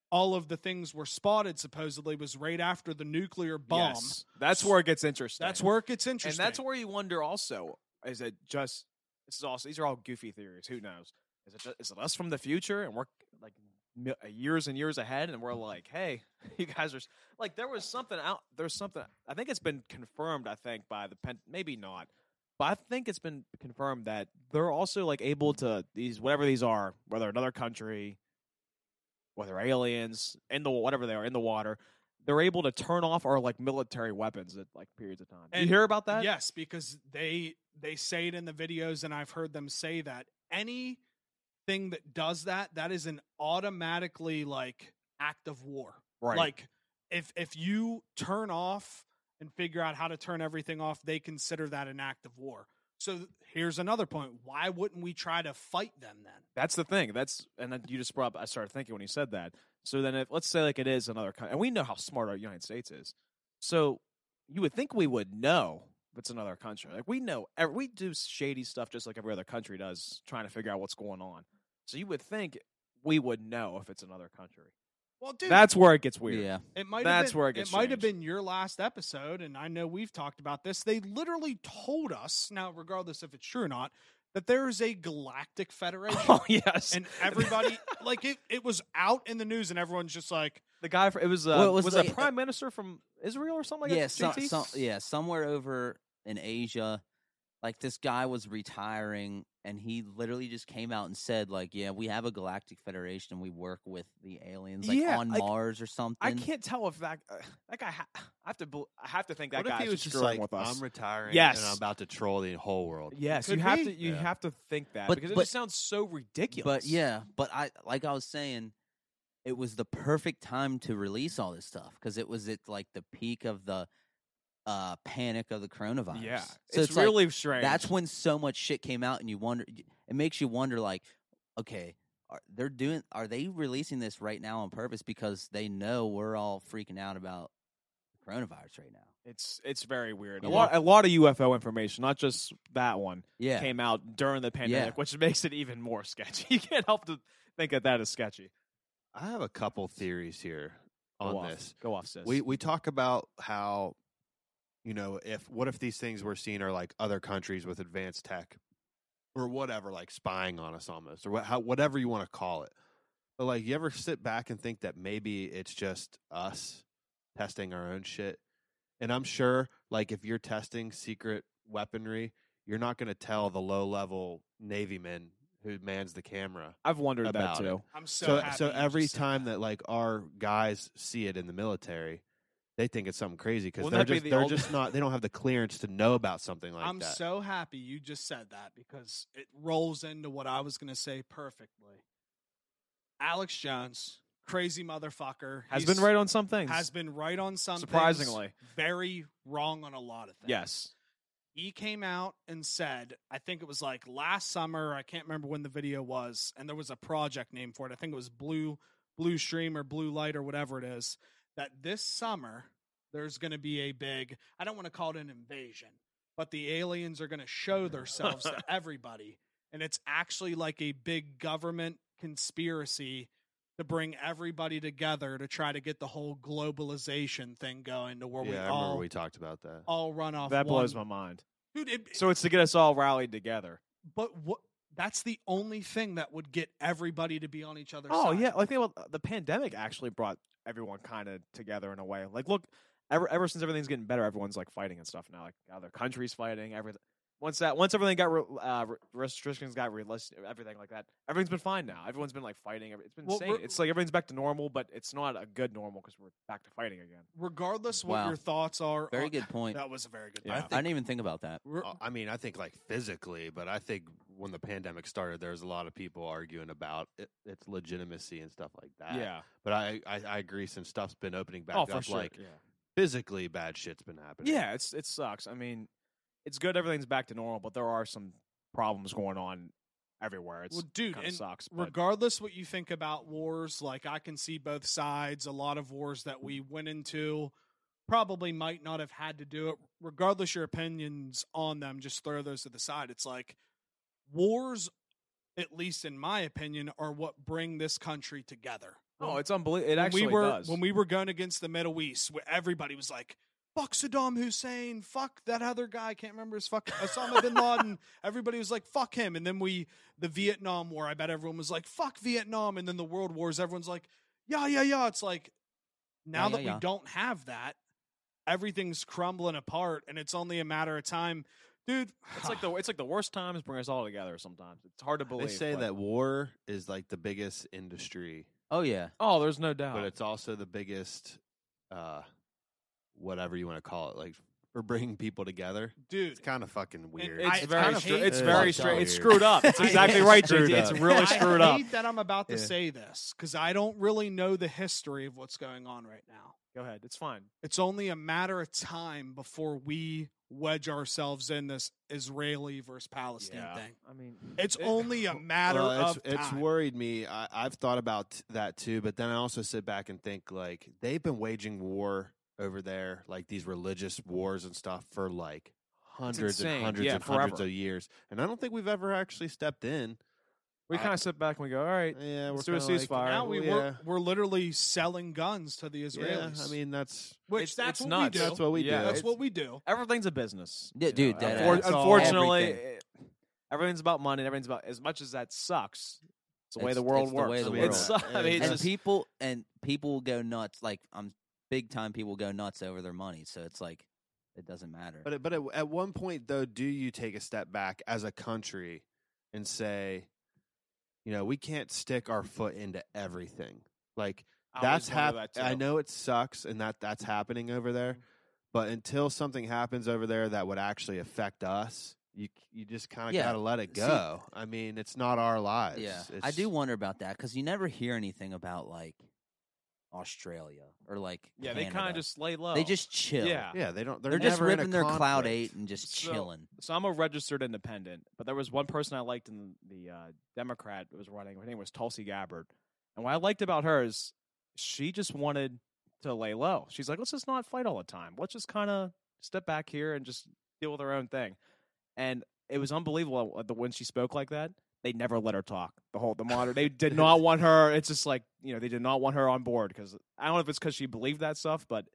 Speaker 4: all of the things were spotted supposedly was right after the nuclear bomb.
Speaker 5: Yes. That's where it gets interesting.
Speaker 4: That's where it gets
Speaker 5: and
Speaker 4: interesting.
Speaker 5: that's where you wonder also is it just this is also these are all goofy theories. Who knows? Is it ju- is it us from the future and we're like mi- years and years ahead and we're like, hey, you guys are s- like there was something out. There's something. I think it's been confirmed. I think by the pen, maybe not, but I think it's been confirmed that they're also like able to these whatever these are, whether another country, whether aliens in the whatever they are in the water. They're able to turn off our like military weapons at like periods of time. Do you
Speaker 4: And-
Speaker 5: hear about that?
Speaker 4: Yes, because they they say it in the videos and I've heard them say that anything that does that that is an automatically like act of war.
Speaker 5: Right.
Speaker 4: Like if if you turn off and figure out how to turn everything off, they consider that an act of war. So th- here's another point. Why wouldn't we try to fight them then?
Speaker 5: That's the thing. That's and then you just brought. Up, I started thinking when you said that. So then, if let's say like it is another country, and we know how smart our United States is, so you would think we would know if it's another country. Like we know, ev- we do shady stuff just like every other country does, trying to figure out what's going on. So you would think we would know if it's another country.
Speaker 4: Well, dude,
Speaker 5: That's where it gets weird.
Speaker 1: Yeah,
Speaker 4: it might
Speaker 5: that's
Speaker 4: have been,
Speaker 5: where it gets
Speaker 4: might have
Speaker 5: strange.
Speaker 4: been your last episode, and I know we've talked about this. They literally told us now, regardless if it's true or not, that there is a galactic federation,
Speaker 5: Oh yes,
Speaker 4: and everybody like it. It was out in the news, and everyone's just like,
Speaker 5: the guy fr- it was uh,
Speaker 1: Well, it
Speaker 5: was,
Speaker 1: was
Speaker 5: it a
Speaker 1: like-
Speaker 5: prime minister from Israel or something like
Speaker 1: yeah,
Speaker 5: that.
Speaker 1: so,
Speaker 5: JT?
Speaker 1: so, yeah, somewhere over in Asia, like this guy was retiring, and he literally just came out and said, like, yeah, we have a galactic federation. We work with the aliens, like
Speaker 5: Yeah,
Speaker 1: on
Speaker 5: like,
Speaker 1: Mars or something.
Speaker 5: I can't tell if that uh, that guy. Ha- I have to. bel I have to think that
Speaker 3: what if
Speaker 5: guy
Speaker 3: he
Speaker 5: is
Speaker 3: was
Speaker 5: just
Speaker 3: just
Speaker 5: screwing
Speaker 3: like,
Speaker 5: with us.
Speaker 3: I'm retiring
Speaker 5: Yes.
Speaker 3: and I'm about to troll the whole world?
Speaker 5: Yes, you
Speaker 4: Could
Speaker 5: have
Speaker 4: be.
Speaker 5: to. You
Speaker 3: Yeah.
Speaker 5: have to think that
Speaker 1: But-
Speaker 5: because it
Speaker 1: but-
Speaker 5: just sounds so ridiculous.
Speaker 1: But yeah, but I like I was saying, it was the perfect time to release all this stuff because it was at like the peak of the uh, panic of the coronavirus.
Speaker 5: Yeah,
Speaker 1: so
Speaker 5: it's,
Speaker 1: it's, like,
Speaker 5: really strange.
Speaker 1: that's when so much shit came out, and you wonder. y- It makes you wonder, like, okay, are, they're doing, are they releasing this right now on purpose because they know we're all freaking out about the coronavirus right now?
Speaker 5: it's it's very weird. A
Speaker 1: Yeah.
Speaker 5: lot a lot of UFO information, not just that one,
Speaker 1: Yeah,
Speaker 5: came out during the pandemic,
Speaker 1: Yeah.
Speaker 5: which makes it even more sketchy. You can't help to think that that is sketchy.
Speaker 3: I have a couple theories here
Speaker 5: Go
Speaker 3: on
Speaker 5: off.
Speaker 3: this.
Speaker 5: go off, sis.
Speaker 3: We we talk about how you know if what if these things we're seeing are like other countries with advanced tech or whatever, like spying on us almost or what, how, whatever you want to call it. But like, you ever sit back and think that maybe it's just us testing our own shit? And I'm sure, like, if you're testing secret weaponry, you're not going to tell the low level Navy man who mans the camera
Speaker 5: I've wondered that
Speaker 3: about it.
Speaker 5: too.
Speaker 4: I'm
Speaker 3: so
Speaker 4: so
Speaker 3: so,
Speaker 4: happy you just
Speaker 3: every
Speaker 4: said
Speaker 3: time that. like our guys see it in the military they think it's something crazy because
Speaker 5: Wouldn't
Speaker 3: they're
Speaker 5: that be
Speaker 3: just
Speaker 5: the
Speaker 3: they're
Speaker 5: old-
Speaker 3: just not they don't have the clearance to know about something like
Speaker 4: I'm
Speaker 3: that
Speaker 4: so happy you just said that because it rolls into what I was going to say perfectly. Alex Jones, crazy motherfucker,
Speaker 5: Has
Speaker 4: He's-
Speaker 5: been right on some things.
Speaker 4: Has been right on some. things,
Speaker 5: surprisingly.
Speaker 4: very wrong on a lot of things.
Speaker 5: Yes.
Speaker 4: he came out and said, I think it was like last summer, I can't remember when the video was, and there was a project name for it. I think it was Blue Blue Stream or Blue Light or whatever it is, that this summer there's going to be a big, I don't want to call it an invasion, but the aliens are going to show themselves to everybody. And it's actually like a big government conspiracy to bring everybody together to try to get the whole globalization thing going to where
Speaker 3: yeah i
Speaker 4: we
Speaker 3: remember
Speaker 4: all
Speaker 3: we talked about that
Speaker 4: all run off
Speaker 5: That blows
Speaker 4: one-
Speaker 5: my mind.
Speaker 4: Dude, it,
Speaker 5: So it's to get us all rallied together.
Speaker 4: but what? That's the only thing that would get everybody to be on each other's
Speaker 5: Oh
Speaker 4: side.
Speaker 5: yeah, like think about the pandemic actually brought everyone kind of together in a way. Like look, ever ever since everything's getting better, everyone's like fighting and stuff now. Like other countries fighting, everything. Once that once everything got re, uh, re- restrictions got released, everything like that. Everything's been fine now. Everyone's been like fighting. every- It's been
Speaker 4: Well,
Speaker 5: insane.
Speaker 4: we're-
Speaker 5: It's like everything's back to normal, but it's not a good normal because we're back to fighting again.
Speaker 4: Regardless what
Speaker 1: Wow.
Speaker 4: your thoughts are.
Speaker 1: very
Speaker 4: on-
Speaker 1: good point.
Speaker 4: That was a very good.
Speaker 5: Yeah. I
Speaker 1: I didn't even think about that.
Speaker 4: Re-
Speaker 3: Uh, i mean i think like physically but i think when the pandemic started there's a lot of people arguing about it, its legitimacy and stuff like that
Speaker 5: yeah.
Speaker 3: but i i, I agree since stuff's been opening back
Speaker 5: Uh, Oh,
Speaker 3: up
Speaker 5: for sure.
Speaker 3: like
Speaker 5: yeah.
Speaker 3: physically bad shit's been happening
Speaker 5: Yeah, it's it sucks. I mean, it's good everything's back to normal, but there are some problems going on everywhere. It's
Speaker 4: well, dude,
Speaker 5: kind of
Speaker 4: and
Speaker 5: sucks. But
Speaker 4: regardless what you think about wars, like I can see both sides. A lot of wars that we went into probably might not have had to do it. Regardless your opinions on them, just throw those to the side. It's like wars, at least in my opinion, are what bring this country together.
Speaker 5: no, it's unbelievable. It actually
Speaker 4: we were
Speaker 5: does.
Speaker 4: when we were going against the Middle East, where everybody was like, "Fuck Saddam Hussein, fuck that other guy, I can't remember his fuck Osama bin Laden." Everybody was like, "Fuck him," and then we the Vietnam War. I bet everyone was like, "Fuck Vietnam," and then the World Wars. Everyone's like, "Yeah, yeah, yeah." It's like now
Speaker 1: Yeah,
Speaker 4: that
Speaker 1: yeah, yeah.
Speaker 4: we don't have that, everything's crumbling apart, and it's only a matter of time, dude.
Speaker 5: It's like the it's like the worst times bring us all together. Sometimes it's hard to believe.
Speaker 3: they say
Speaker 5: but-
Speaker 3: that war is like the biggest industry
Speaker 1: Oh yeah,
Speaker 5: Oh, there's no doubt.
Speaker 3: but it's also the biggest uh whatever you want to call it like for bringing people together
Speaker 4: dude.
Speaker 3: it's kind of fucking weird
Speaker 5: it's
Speaker 4: I-
Speaker 5: very
Speaker 4: kinda
Speaker 5: str-
Speaker 4: hate
Speaker 5: it's
Speaker 4: that.
Speaker 5: very
Speaker 3: It's
Speaker 5: straight.
Speaker 3: all
Speaker 5: It's
Speaker 3: weird.
Speaker 5: screwed up. It's
Speaker 4: I
Speaker 5: exactly
Speaker 4: hate
Speaker 5: right,
Speaker 4: that.
Speaker 5: JT. It's
Speaker 3: Screwed up.
Speaker 5: really screwed
Speaker 4: I
Speaker 5: up.
Speaker 4: hate that I'm about to
Speaker 3: Yeah.
Speaker 4: say this because I don't really know the history of what's going on right now.
Speaker 5: Go ahead. It's fine.
Speaker 4: it's only a matter of time before we wedge ourselves in this Israeli versus Palestine thing.
Speaker 5: I mean,
Speaker 4: It's
Speaker 5: it-
Speaker 4: only a matter
Speaker 3: Well, it's,
Speaker 4: of
Speaker 3: it's
Speaker 4: time.
Speaker 3: worried me I, i've thought about t- that too but then i also sit back and think like they've been waging war over there like these religious wars and stuff for like hundreds
Speaker 5: insane.
Speaker 3: and hundreds
Speaker 5: Yeah,
Speaker 3: and hundreds
Speaker 5: forever.
Speaker 3: of years and i don't think we've ever actually stepped in
Speaker 5: we
Speaker 3: I-
Speaker 5: kind of sit back and we go, all right.
Speaker 3: yeah
Speaker 5: Let's
Speaker 3: we're
Speaker 5: do a
Speaker 3: kinda like,
Speaker 5: ceasefire.
Speaker 4: now
Speaker 3: "Oh,
Speaker 4: we
Speaker 3: yeah,
Speaker 4: we're, we're literally selling guns to the Israelis.
Speaker 3: yeah i mean that's
Speaker 4: which
Speaker 5: it's-
Speaker 4: that's
Speaker 5: it's
Speaker 4: what
Speaker 5: nuts.
Speaker 4: we do.
Speaker 3: that's what we
Speaker 5: Yeah,
Speaker 3: do
Speaker 4: That's
Speaker 5: it's-
Speaker 4: what we do.
Speaker 5: Everything's a business.
Speaker 1: Yeah,
Speaker 5: you
Speaker 1: dude,
Speaker 5: know?
Speaker 1: dead
Speaker 5: Unfor-
Speaker 1: ass. It's all
Speaker 5: unfortunately,
Speaker 1: everything.
Speaker 5: eh, everything's about money. and Everything's about as much as that sucks. It's the way
Speaker 1: It's-
Speaker 5: the world
Speaker 1: it's the
Speaker 5: works.
Speaker 1: way
Speaker 3: the
Speaker 5: I mean,
Speaker 3: world
Speaker 5: it's-
Speaker 3: works.
Speaker 5: I mean, it's
Speaker 3: It's
Speaker 1: and
Speaker 5: just-
Speaker 1: people and people will go nuts. Like I'm big time. People go nuts over their money, so it's like it doesn't matter.
Speaker 3: But at- but at, at one point though, do you take a step back as a country and say, you know, we can't stick our foot into everything. Like
Speaker 5: I always
Speaker 3: that's
Speaker 5: wonder
Speaker 3: hap-
Speaker 5: that
Speaker 3: I
Speaker 5: too. Mm-hmm.
Speaker 3: know it sucks and that that's happening over there, but until something happens over there that would actually affect us, you you just kind of
Speaker 1: Yeah,
Speaker 3: got to let it
Speaker 1: see-
Speaker 3: go. I
Speaker 5: uh,
Speaker 3: mean, it's not our lives.
Speaker 1: yeah, I
Speaker 3: It's-
Speaker 1: do wonder about that because you never hear anything about like Australia or like
Speaker 5: Yeah, they kind of
Speaker 1: Canada.
Speaker 5: just lay low.
Speaker 1: they just chill.
Speaker 5: Yeah.
Speaker 3: Yeah, they don't. They're,
Speaker 1: they're, just
Speaker 3: never in a
Speaker 1: ripping their cloud
Speaker 3: conflict.
Speaker 1: eight and just
Speaker 5: So-
Speaker 1: chilling.
Speaker 5: So I'm a registered independent, but there was one person I liked in the uh, Democrat that was running. Her name was Tulsi Gabbard, and what I liked about her is she just wanted to lay low. She's like, let's just not fight all the time. Let's just kind of step back here and just deal with our own thing. And it was unbelievable uh, the when she spoke like that. They never let her talk. The whole the monitor they did not want her. It's just like you know they did not want her on board because I don't know if it's because she believed that stuff, but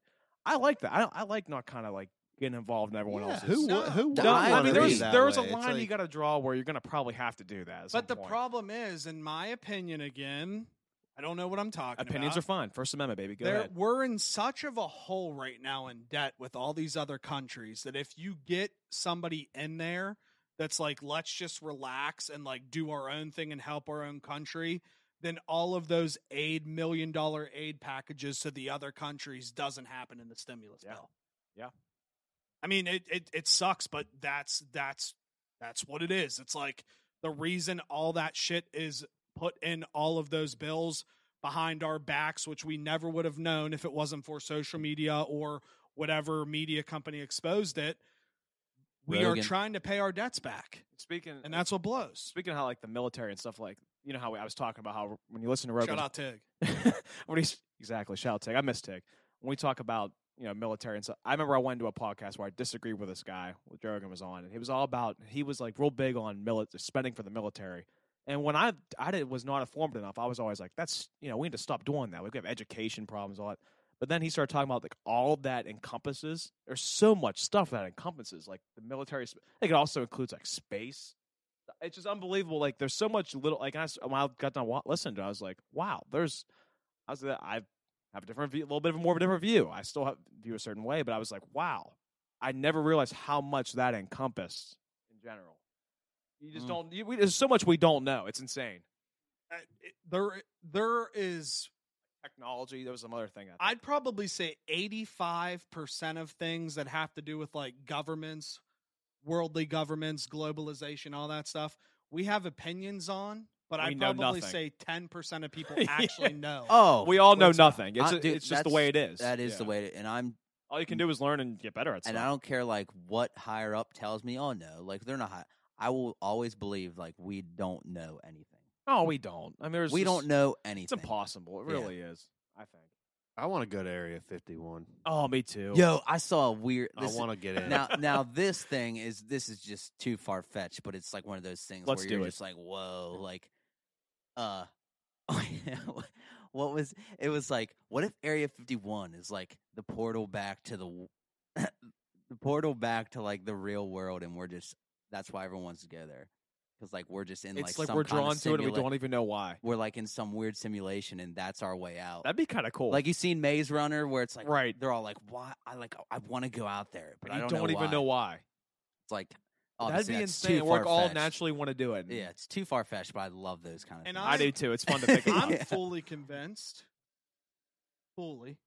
Speaker 5: I like that. I, I like not kind of like getting involved in everyone
Speaker 3: Yeah,
Speaker 5: else's.
Speaker 3: who wo- who
Speaker 1: No,
Speaker 3: wouldn't
Speaker 5: No,
Speaker 1: I
Speaker 5: I
Speaker 3: wanna
Speaker 5: mean
Speaker 1: agree.
Speaker 3: be
Speaker 5: there's
Speaker 3: that
Speaker 5: there's a
Speaker 3: way? It's
Speaker 5: line you
Speaker 3: like-
Speaker 5: got to draw where you're gonna probably have to do that. at some
Speaker 4: But the
Speaker 5: point.
Speaker 4: problem is, in my opinion, again, I don't know what I'm talking
Speaker 5: opinions
Speaker 4: about.
Speaker 5: are fine. First Amendment, baby. Go
Speaker 4: There-
Speaker 5: ahead.
Speaker 4: We're in such of a hole right now in debt with all these other countries that if you get somebody in there that's like, let's just relax and like do our own thing and help our own country, then all of those aid million dollar aid packages to the other countries doesn't happen in the stimulus
Speaker 5: Yeah.
Speaker 4: bill.
Speaker 5: Yeah.
Speaker 4: I mean, it, it it sucks, but that's that's that's what it is. It's like the reason all that shit is put in all of those bills behind our backs, which we never would have known if it wasn't for social media or whatever media company exposed it. We
Speaker 1: Rogan.
Speaker 4: are trying to pay our debts back,
Speaker 5: Speaking uh,
Speaker 4: and that's what blows.
Speaker 5: speaking of how like the military and stuff like you know how I was talking about how when you listen to Rogan
Speaker 4: Shout out Tig.
Speaker 5: when he's exactly shout out Tig. I miss Tig. When we talk about you know military and stuff, I remember I went into a podcast where I disagreed with this guy. What Joe Rogan was on, and he was all about he was like real big on military spending for the military. And when I I did, was not informed enough, I was always like, that's you know we need to stop doing that. We have education problems, all that. But then he started talking about like all that encompasses. There's so much stuff that encompasses like the military. sp- I think it also includes like space. It's just unbelievable. Like there's so much little. Like I s- when I got done wa- listening to, it, I was like, wow. There's I was like, I have a different view, a little bit of a more of a different view. I still have view a certain way, but I was like, wow. I never realized how much that encompassed in general. You just
Speaker 1: Mm.
Speaker 5: don't. You, we, there's so much we don't know. It's insane.
Speaker 4: Uh, it- There, there is.
Speaker 5: Technology. There was some other thing. I, think.
Speaker 4: I'd probably say eighty-five percent of things that have to do with like governments, worldly governments, globalization, all that stuff. We have opinions on, but
Speaker 5: We
Speaker 4: I'd
Speaker 5: know
Speaker 4: probably
Speaker 5: nothing.
Speaker 4: say ten percent of people
Speaker 5: Yeah.
Speaker 4: actually know.
Speaker 1: Oh,
Speaker 5: we all know
Speaker 4: what's up?
Speaker 5: nothing. It's,
Speaker 1: I- dude,
Speaker 5: it's just the way it is.
Speaker 1: that is the
Speaker 5: Yeah.
Speaker 1: way. To, and I'm
Speaker 5: All you can do is learn and get better at stuff.
Speaker 1: Mm. and I don't care like what higher up tells me. Oh no, like they're not. High. I will always believe like we don't know anything.
Speaker 5: oh, we don't. I mean, there's
Speaker 1: we
Speaker 5: just-
Speaker 1: don't know anything.
Speaker 5: It's impossible. It
Speaker 1: Yeah.
Speaker 5: really is. I think.
Speaker 3: I want to go to Area 51.
Speaker 5: Oh, me too.
Speaker 1: Yo, I saw a weird.
Speaker 3: I
Speaker 1: This,
Speaker 3: want to get in.
Speaker 1: now, now this thing is this is just too far fetched, but it's like one of those things
Speaker 5: Let's
Speaker 1: where
Speaker 5: do
Speaker 1: you're
Speaker 5: it.
Speaker 1: just like, whoa, like, uh, what was it was like? What if Area Fifty One is like the portal back to the w- the portal back to like the real world, and we're just that's why everyone wants to go there because like we're just in
Speaker 5: it's like,
Speaker 1: some
Speaker 5: we're
Speaker 1: kinda
Speaker 5: drawn to it and we
Speaker 1: simula-
Speaker 5: don't even know why.
Speaker 1: We're like in some weird simulation, and that's our way out.
Speaker 5: That'd be kind of cool.
Speaker 1: like you seen Maze Runner, where it's like
Speaker 5: right.
Speaker 1: they're all like, "Why? I like I want to go out there, but
Speaker 5: and
Speaker 1: I
Speaker 5: you
Speaker 1: don't,
Speaker 5: don't,
Speaker 1: know
Speaker 5: even
Speaker 1: why.
Speaker 5: know why.
Speaker 1: It's like
Speaker 5: That'd
Speaker 1: obviously
Speaker 5: be
Speaker 1: that's
Speaker 5: insane.
Speaker 1: Too
Speaker 5: We're all
Speaker 1: far-fetched.
Speaker 5: naturally want to do it.
Speaker 1: Yeah, it's too far fetched, but I love those kind of.
Speaker 4: And
Speaker 1: things.
Speaker 5: I do too. It's fun to pick
Speaker 4: I'm
Speaker 5: up.
Speaker 1: Yeah.
Speaker 4: fully convinced, fully,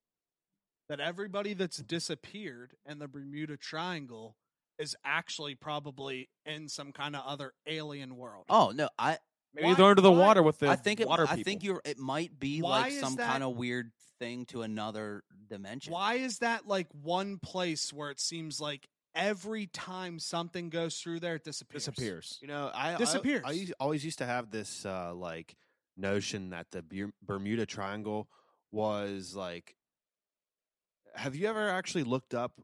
Speaker 4: that everybody that's disappeared in the Bermuda Triangle is actually probably in some kind of other alien world.
Speaker 1: Oh no, I
Speaker 5: Maybe
Speaker 4: Why-
Speaker 5: they're under the
Speaker 4: why-
Speaker 5: water with the
Speaker 1: I think it,
Speaker 5: water
Speaker 1: I
Speaker 5: people.
Speaker 1: think you're. It might be
Speaker 4: Why
Speaker 1: like
Speaker 4: is
Speaker 1: some
Speaker 4: that-
Speaker 1: kind of weird thing to another dimension.
Speaker 4: Why is that like one place where it seems like every time something goes through there, it disappears?
Speaker 5: disappears.
Speaker 3: You know, I I-
Speaker 4: Disappears.
Speaker 3: I, used- always used to have this uh, like notion that the Bu- Bermuda Triangle was like. Have you ever actually looked up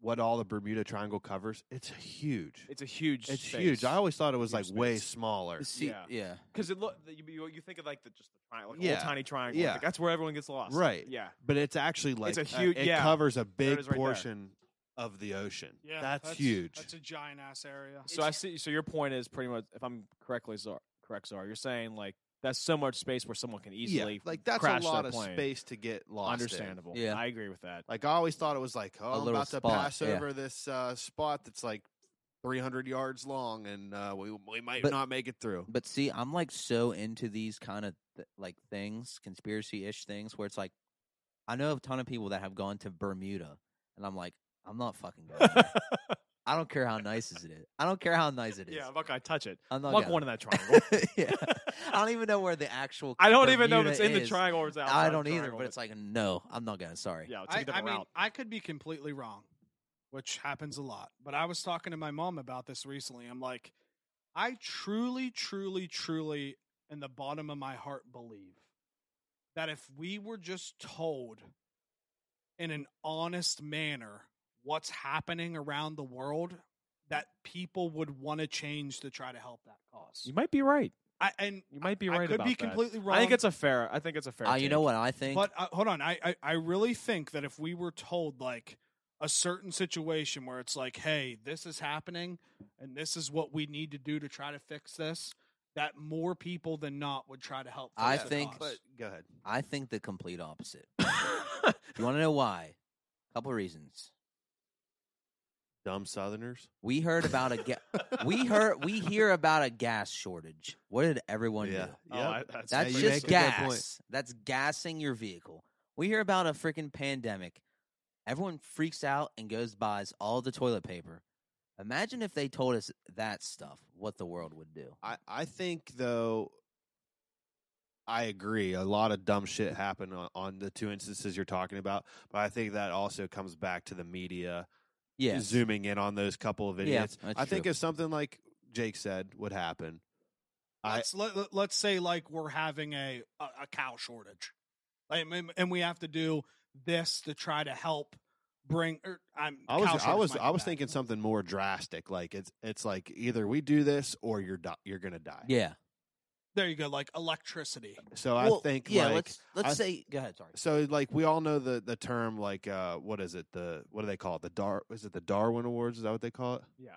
Speaker 3: what all the Bermuda Triangle covers? It's huge.
Speaker 5: It's a huge.
Speaker 3: It's huge. I always thought it was like
Speaker 5: Huge
Speaker 3: way
Speaker 5: space.
Speaker 3: smaller.
Speaker 1: See, yeah.
Speaker 5: Yeah. because it look you, you, you think of like the just the triangle, like a
Speaker 3: Yeah.
Speaker 5: little tiny triangle.
Speaker 3: Yeah.
Speaker 5: like, that's where everyone gets lost.
Speaker 3: Right.
Speaker 5: Yeah.
Speaker 3: But it's actually like
Speaker 5: a
Speaker 3: uh,
Speaker 5: huge-
Speaker 3: it
Speaker 5: yeah.
Speaker 3: covers a big
Speaker 5: is right there.
Speaker 3: portion of the ocean. that's, huge.
Speaker 4: That's a giant ass area.
Speaker 5: So I see. So your point is pretty much, if I'm correctly Czar, correct, Czar, you're saying like that's so much space where someone can easily
Speaker 3: yeah, like that's
Speaker 5: crash
Speaker 3: a lot
Speaker 5: their
Speaker 3: of
Speaker 5: plane.
Speaker 3: space to get lost. in.
Speaker 5: Understandable.
Speaker 1: Yeah.
Speaker 5: I agree with that.
Speaker 3: Like I always thought it was like, oh, I'm
Speaker 1: little
Speaker 3: about
Speaker 1: spot,
Speaker 3: to pass
Speaker 1: yeah.
Speaker 3: over this uh, spot that's like 300 yards long, and uh, we we might
Speaker 1: But-
Speaker 3: not make it through.
Speaker 1: But see, I'm like so into these kind of th- like things, conspiracy ish things, where it's like, I know a ton of people that have gone to Bermuda, and I'm like, I'm not fucking going. there.
Speaker 6: I don't care how nice is it is. I don't care how nice it is.
Speaker 5: Yeah, fuck, I touch it.
Speaker 6: I'm not
Speaker 5: Fuck
Speaker 6: gonna-
Speaker 5: one in that triangle.
Speaker 6: yeah. I don't even know where the actual.
Speaker 5: I don't even know if
Speaker 6: Bermuda
Speaker 5: it's in the
Speaker 6: is.
Speaker 5: triangle or it's outside.
Speaker 6: I
Speaker 5: the
Speaker 6: don't either,
Speaker 5: triangle,
Speaker 6: but it's like no, I'm not going. Sorry.
Speaker 5: yeah, I'll take a
Speaker 4: I, I
Speaker 5: different
Speaker 4: mean,
Speaker 5: route.
Speaker 4: I could be completely wrong, which happens a lot. But I was talking to my mom about this recently. I'm like, I truly, truly, truly, in the bottom of my heart, believe that if we were just told in an honest manner what's happening around the world, that people would want to change to try to help that cause.
Speaker 5: You might be right.
Speaker 4: I, and
Speaker 5: You might be
Speaker 4: I
Speaker 5: right.
Speaker 4: could
Speaker 5: about
Speaker 4: be
Speaker 5: that.
Speaker 4: completely
Speaker 5: I think
Speaker 4: wrong.
Speaker 5: it's a fair. I think it's a fair.
Speaker 6: Uh, you know
Speaker 5: take.
Speaker 6: what I think?
Speaker 4: But uh, hold on, I, I I really think that if we were told like a certain situation where it's like, hey, this is happening, and this is what we need to do to try to fix this, that more people than not would try to help. fix
Speaker 6: I
Speaker 4: the
Speaker 6: think-
Speaker 4: cause.
Speaker 3: But go ahead.
Speaker 6: I think the complete opposite. you want to know why? A couple reasons.
Speaker 3: Dumb Southerners.
Speaker 6: We heard about a ga- we heard we hear about a gas shortage. What did everyone do?
Speaker 5: Oh,
Speaker 3: yeah.
Speaker 5: I- that's
Speaker 6: That's
Speaker 3: you make
Speaker 6: just
Speaker 3: a good point.
Speaker 6: gas. That's gassing your vehicle. We hear about a freaking pandemic. Everyone freaks out and goes buys all the toilet paper. Imagine if they told us that stuff, what the world would do.
Speaker 3: I, I think though I agree. A lot of dumb shit happened on, on the two instances you're talking about, but I think that also comes back to the media
Speaker 6: Yeah.
Speaker 3: zooming in on those couple of idiots.
Speaker 6: that's
Speaker 3: I think
Speaker 6: true.
Speaker 3: if something like Jake said would happen, I
Speaker 4: let's let, let- let's say like we're having a a, a cow shortage, like, and- and we have to do this to try to help bring. Or, I'm
Speaker 3: I
Speaker 4: cow
Speaker 3: was I
Speaker 4: shortage
Speaker 3: was
Speaker 4: might
Speaker 3: I
Speaker 4: be
Speaker 3: was
Speaker 4: bad.
Speaker 3: thinking something more drastic. Like it's it's like either we do this or you're di- you're gonna die.
Speaker 6: Yeah.
Speaker 4: There you go, like electricity.
Speaker 3: So
Speaker 6: Well,
Speaker 3: I think
Speaker 6: yeah,
Speaker 3: like
Speaker 6: let's let's
Speaker 3: I-
Speaker 6: say go ahead, sorry.
Speaker 3: so like we all know the the term like uh what is it the what do they call it the dar is it the Darwin Awards is that what they call it
Speaker 5: Yeah.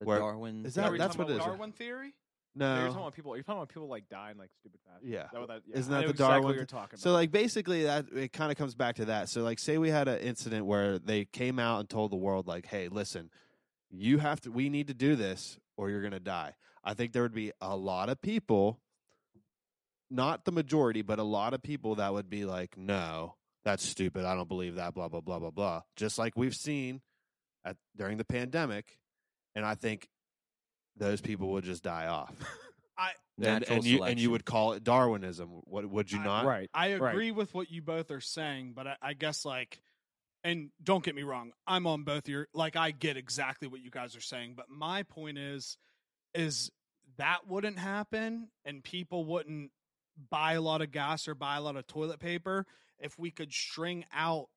Speaker 6: The
Speaker 3: where-
Speaker 6: Darwin
Speaker 3: is
Speaker 6: yeah,
Speaker 3: that-
Speaker 5: were you
Speaker 3: that's
Speaker 5: talking
Speaker 3: what it
Speaker 5: about
Speaker 3: is
Speaker 4: Darwin theory.
Speaker 5: No,
Speaker 3: no
Speaker 5: you're talking about people. You're talking about people like dying like stupid fast.
Speaker 3: Yeah.
Speaker 5: Is that what that, yeah,
Speaker 3: Isn't
Speaker 5: I
Speaker 3: that
Speaker 5: know
Speaker 3: the
Speaker 5: exactly what
Speaker 3: Darwin
Speaker 5: you're
Speaker 3: th-
Speaker 5: talking
Speaker 3: So
Speaker 5: about.
Speaker 3: like basically that it kind of comes back to that. So like say we had an incident where they came out and told the world like, "Hey, listen, you have to we need to do this or you're going to die." I think there would be a lot of people not the majority, but a lot of people that would be like, "No, that's stupid. I don't believe that blah blah blah blah blah." Just like we've seen at during the pandemic, and I think those people would just die off. And,
Speaker 6: natural
Speaker 3: and you and you
Speaker 6: selection.
Speaker 3: would call it Darwinism. What would you
Speaker 4: I-
Speaker 3: not?
Speaker 5: right.
Speaker 4: I
Speaker 5: Right.
Speaker 4: agree with what you both are saying, but I, I guess like, and don't get me wrong, I'm on both your like I get exactly what you guys are saying, but my point is, is that wouldn't happen, and people wouldn't buy a lot of gas or buy a lot of toilet paper if we could string out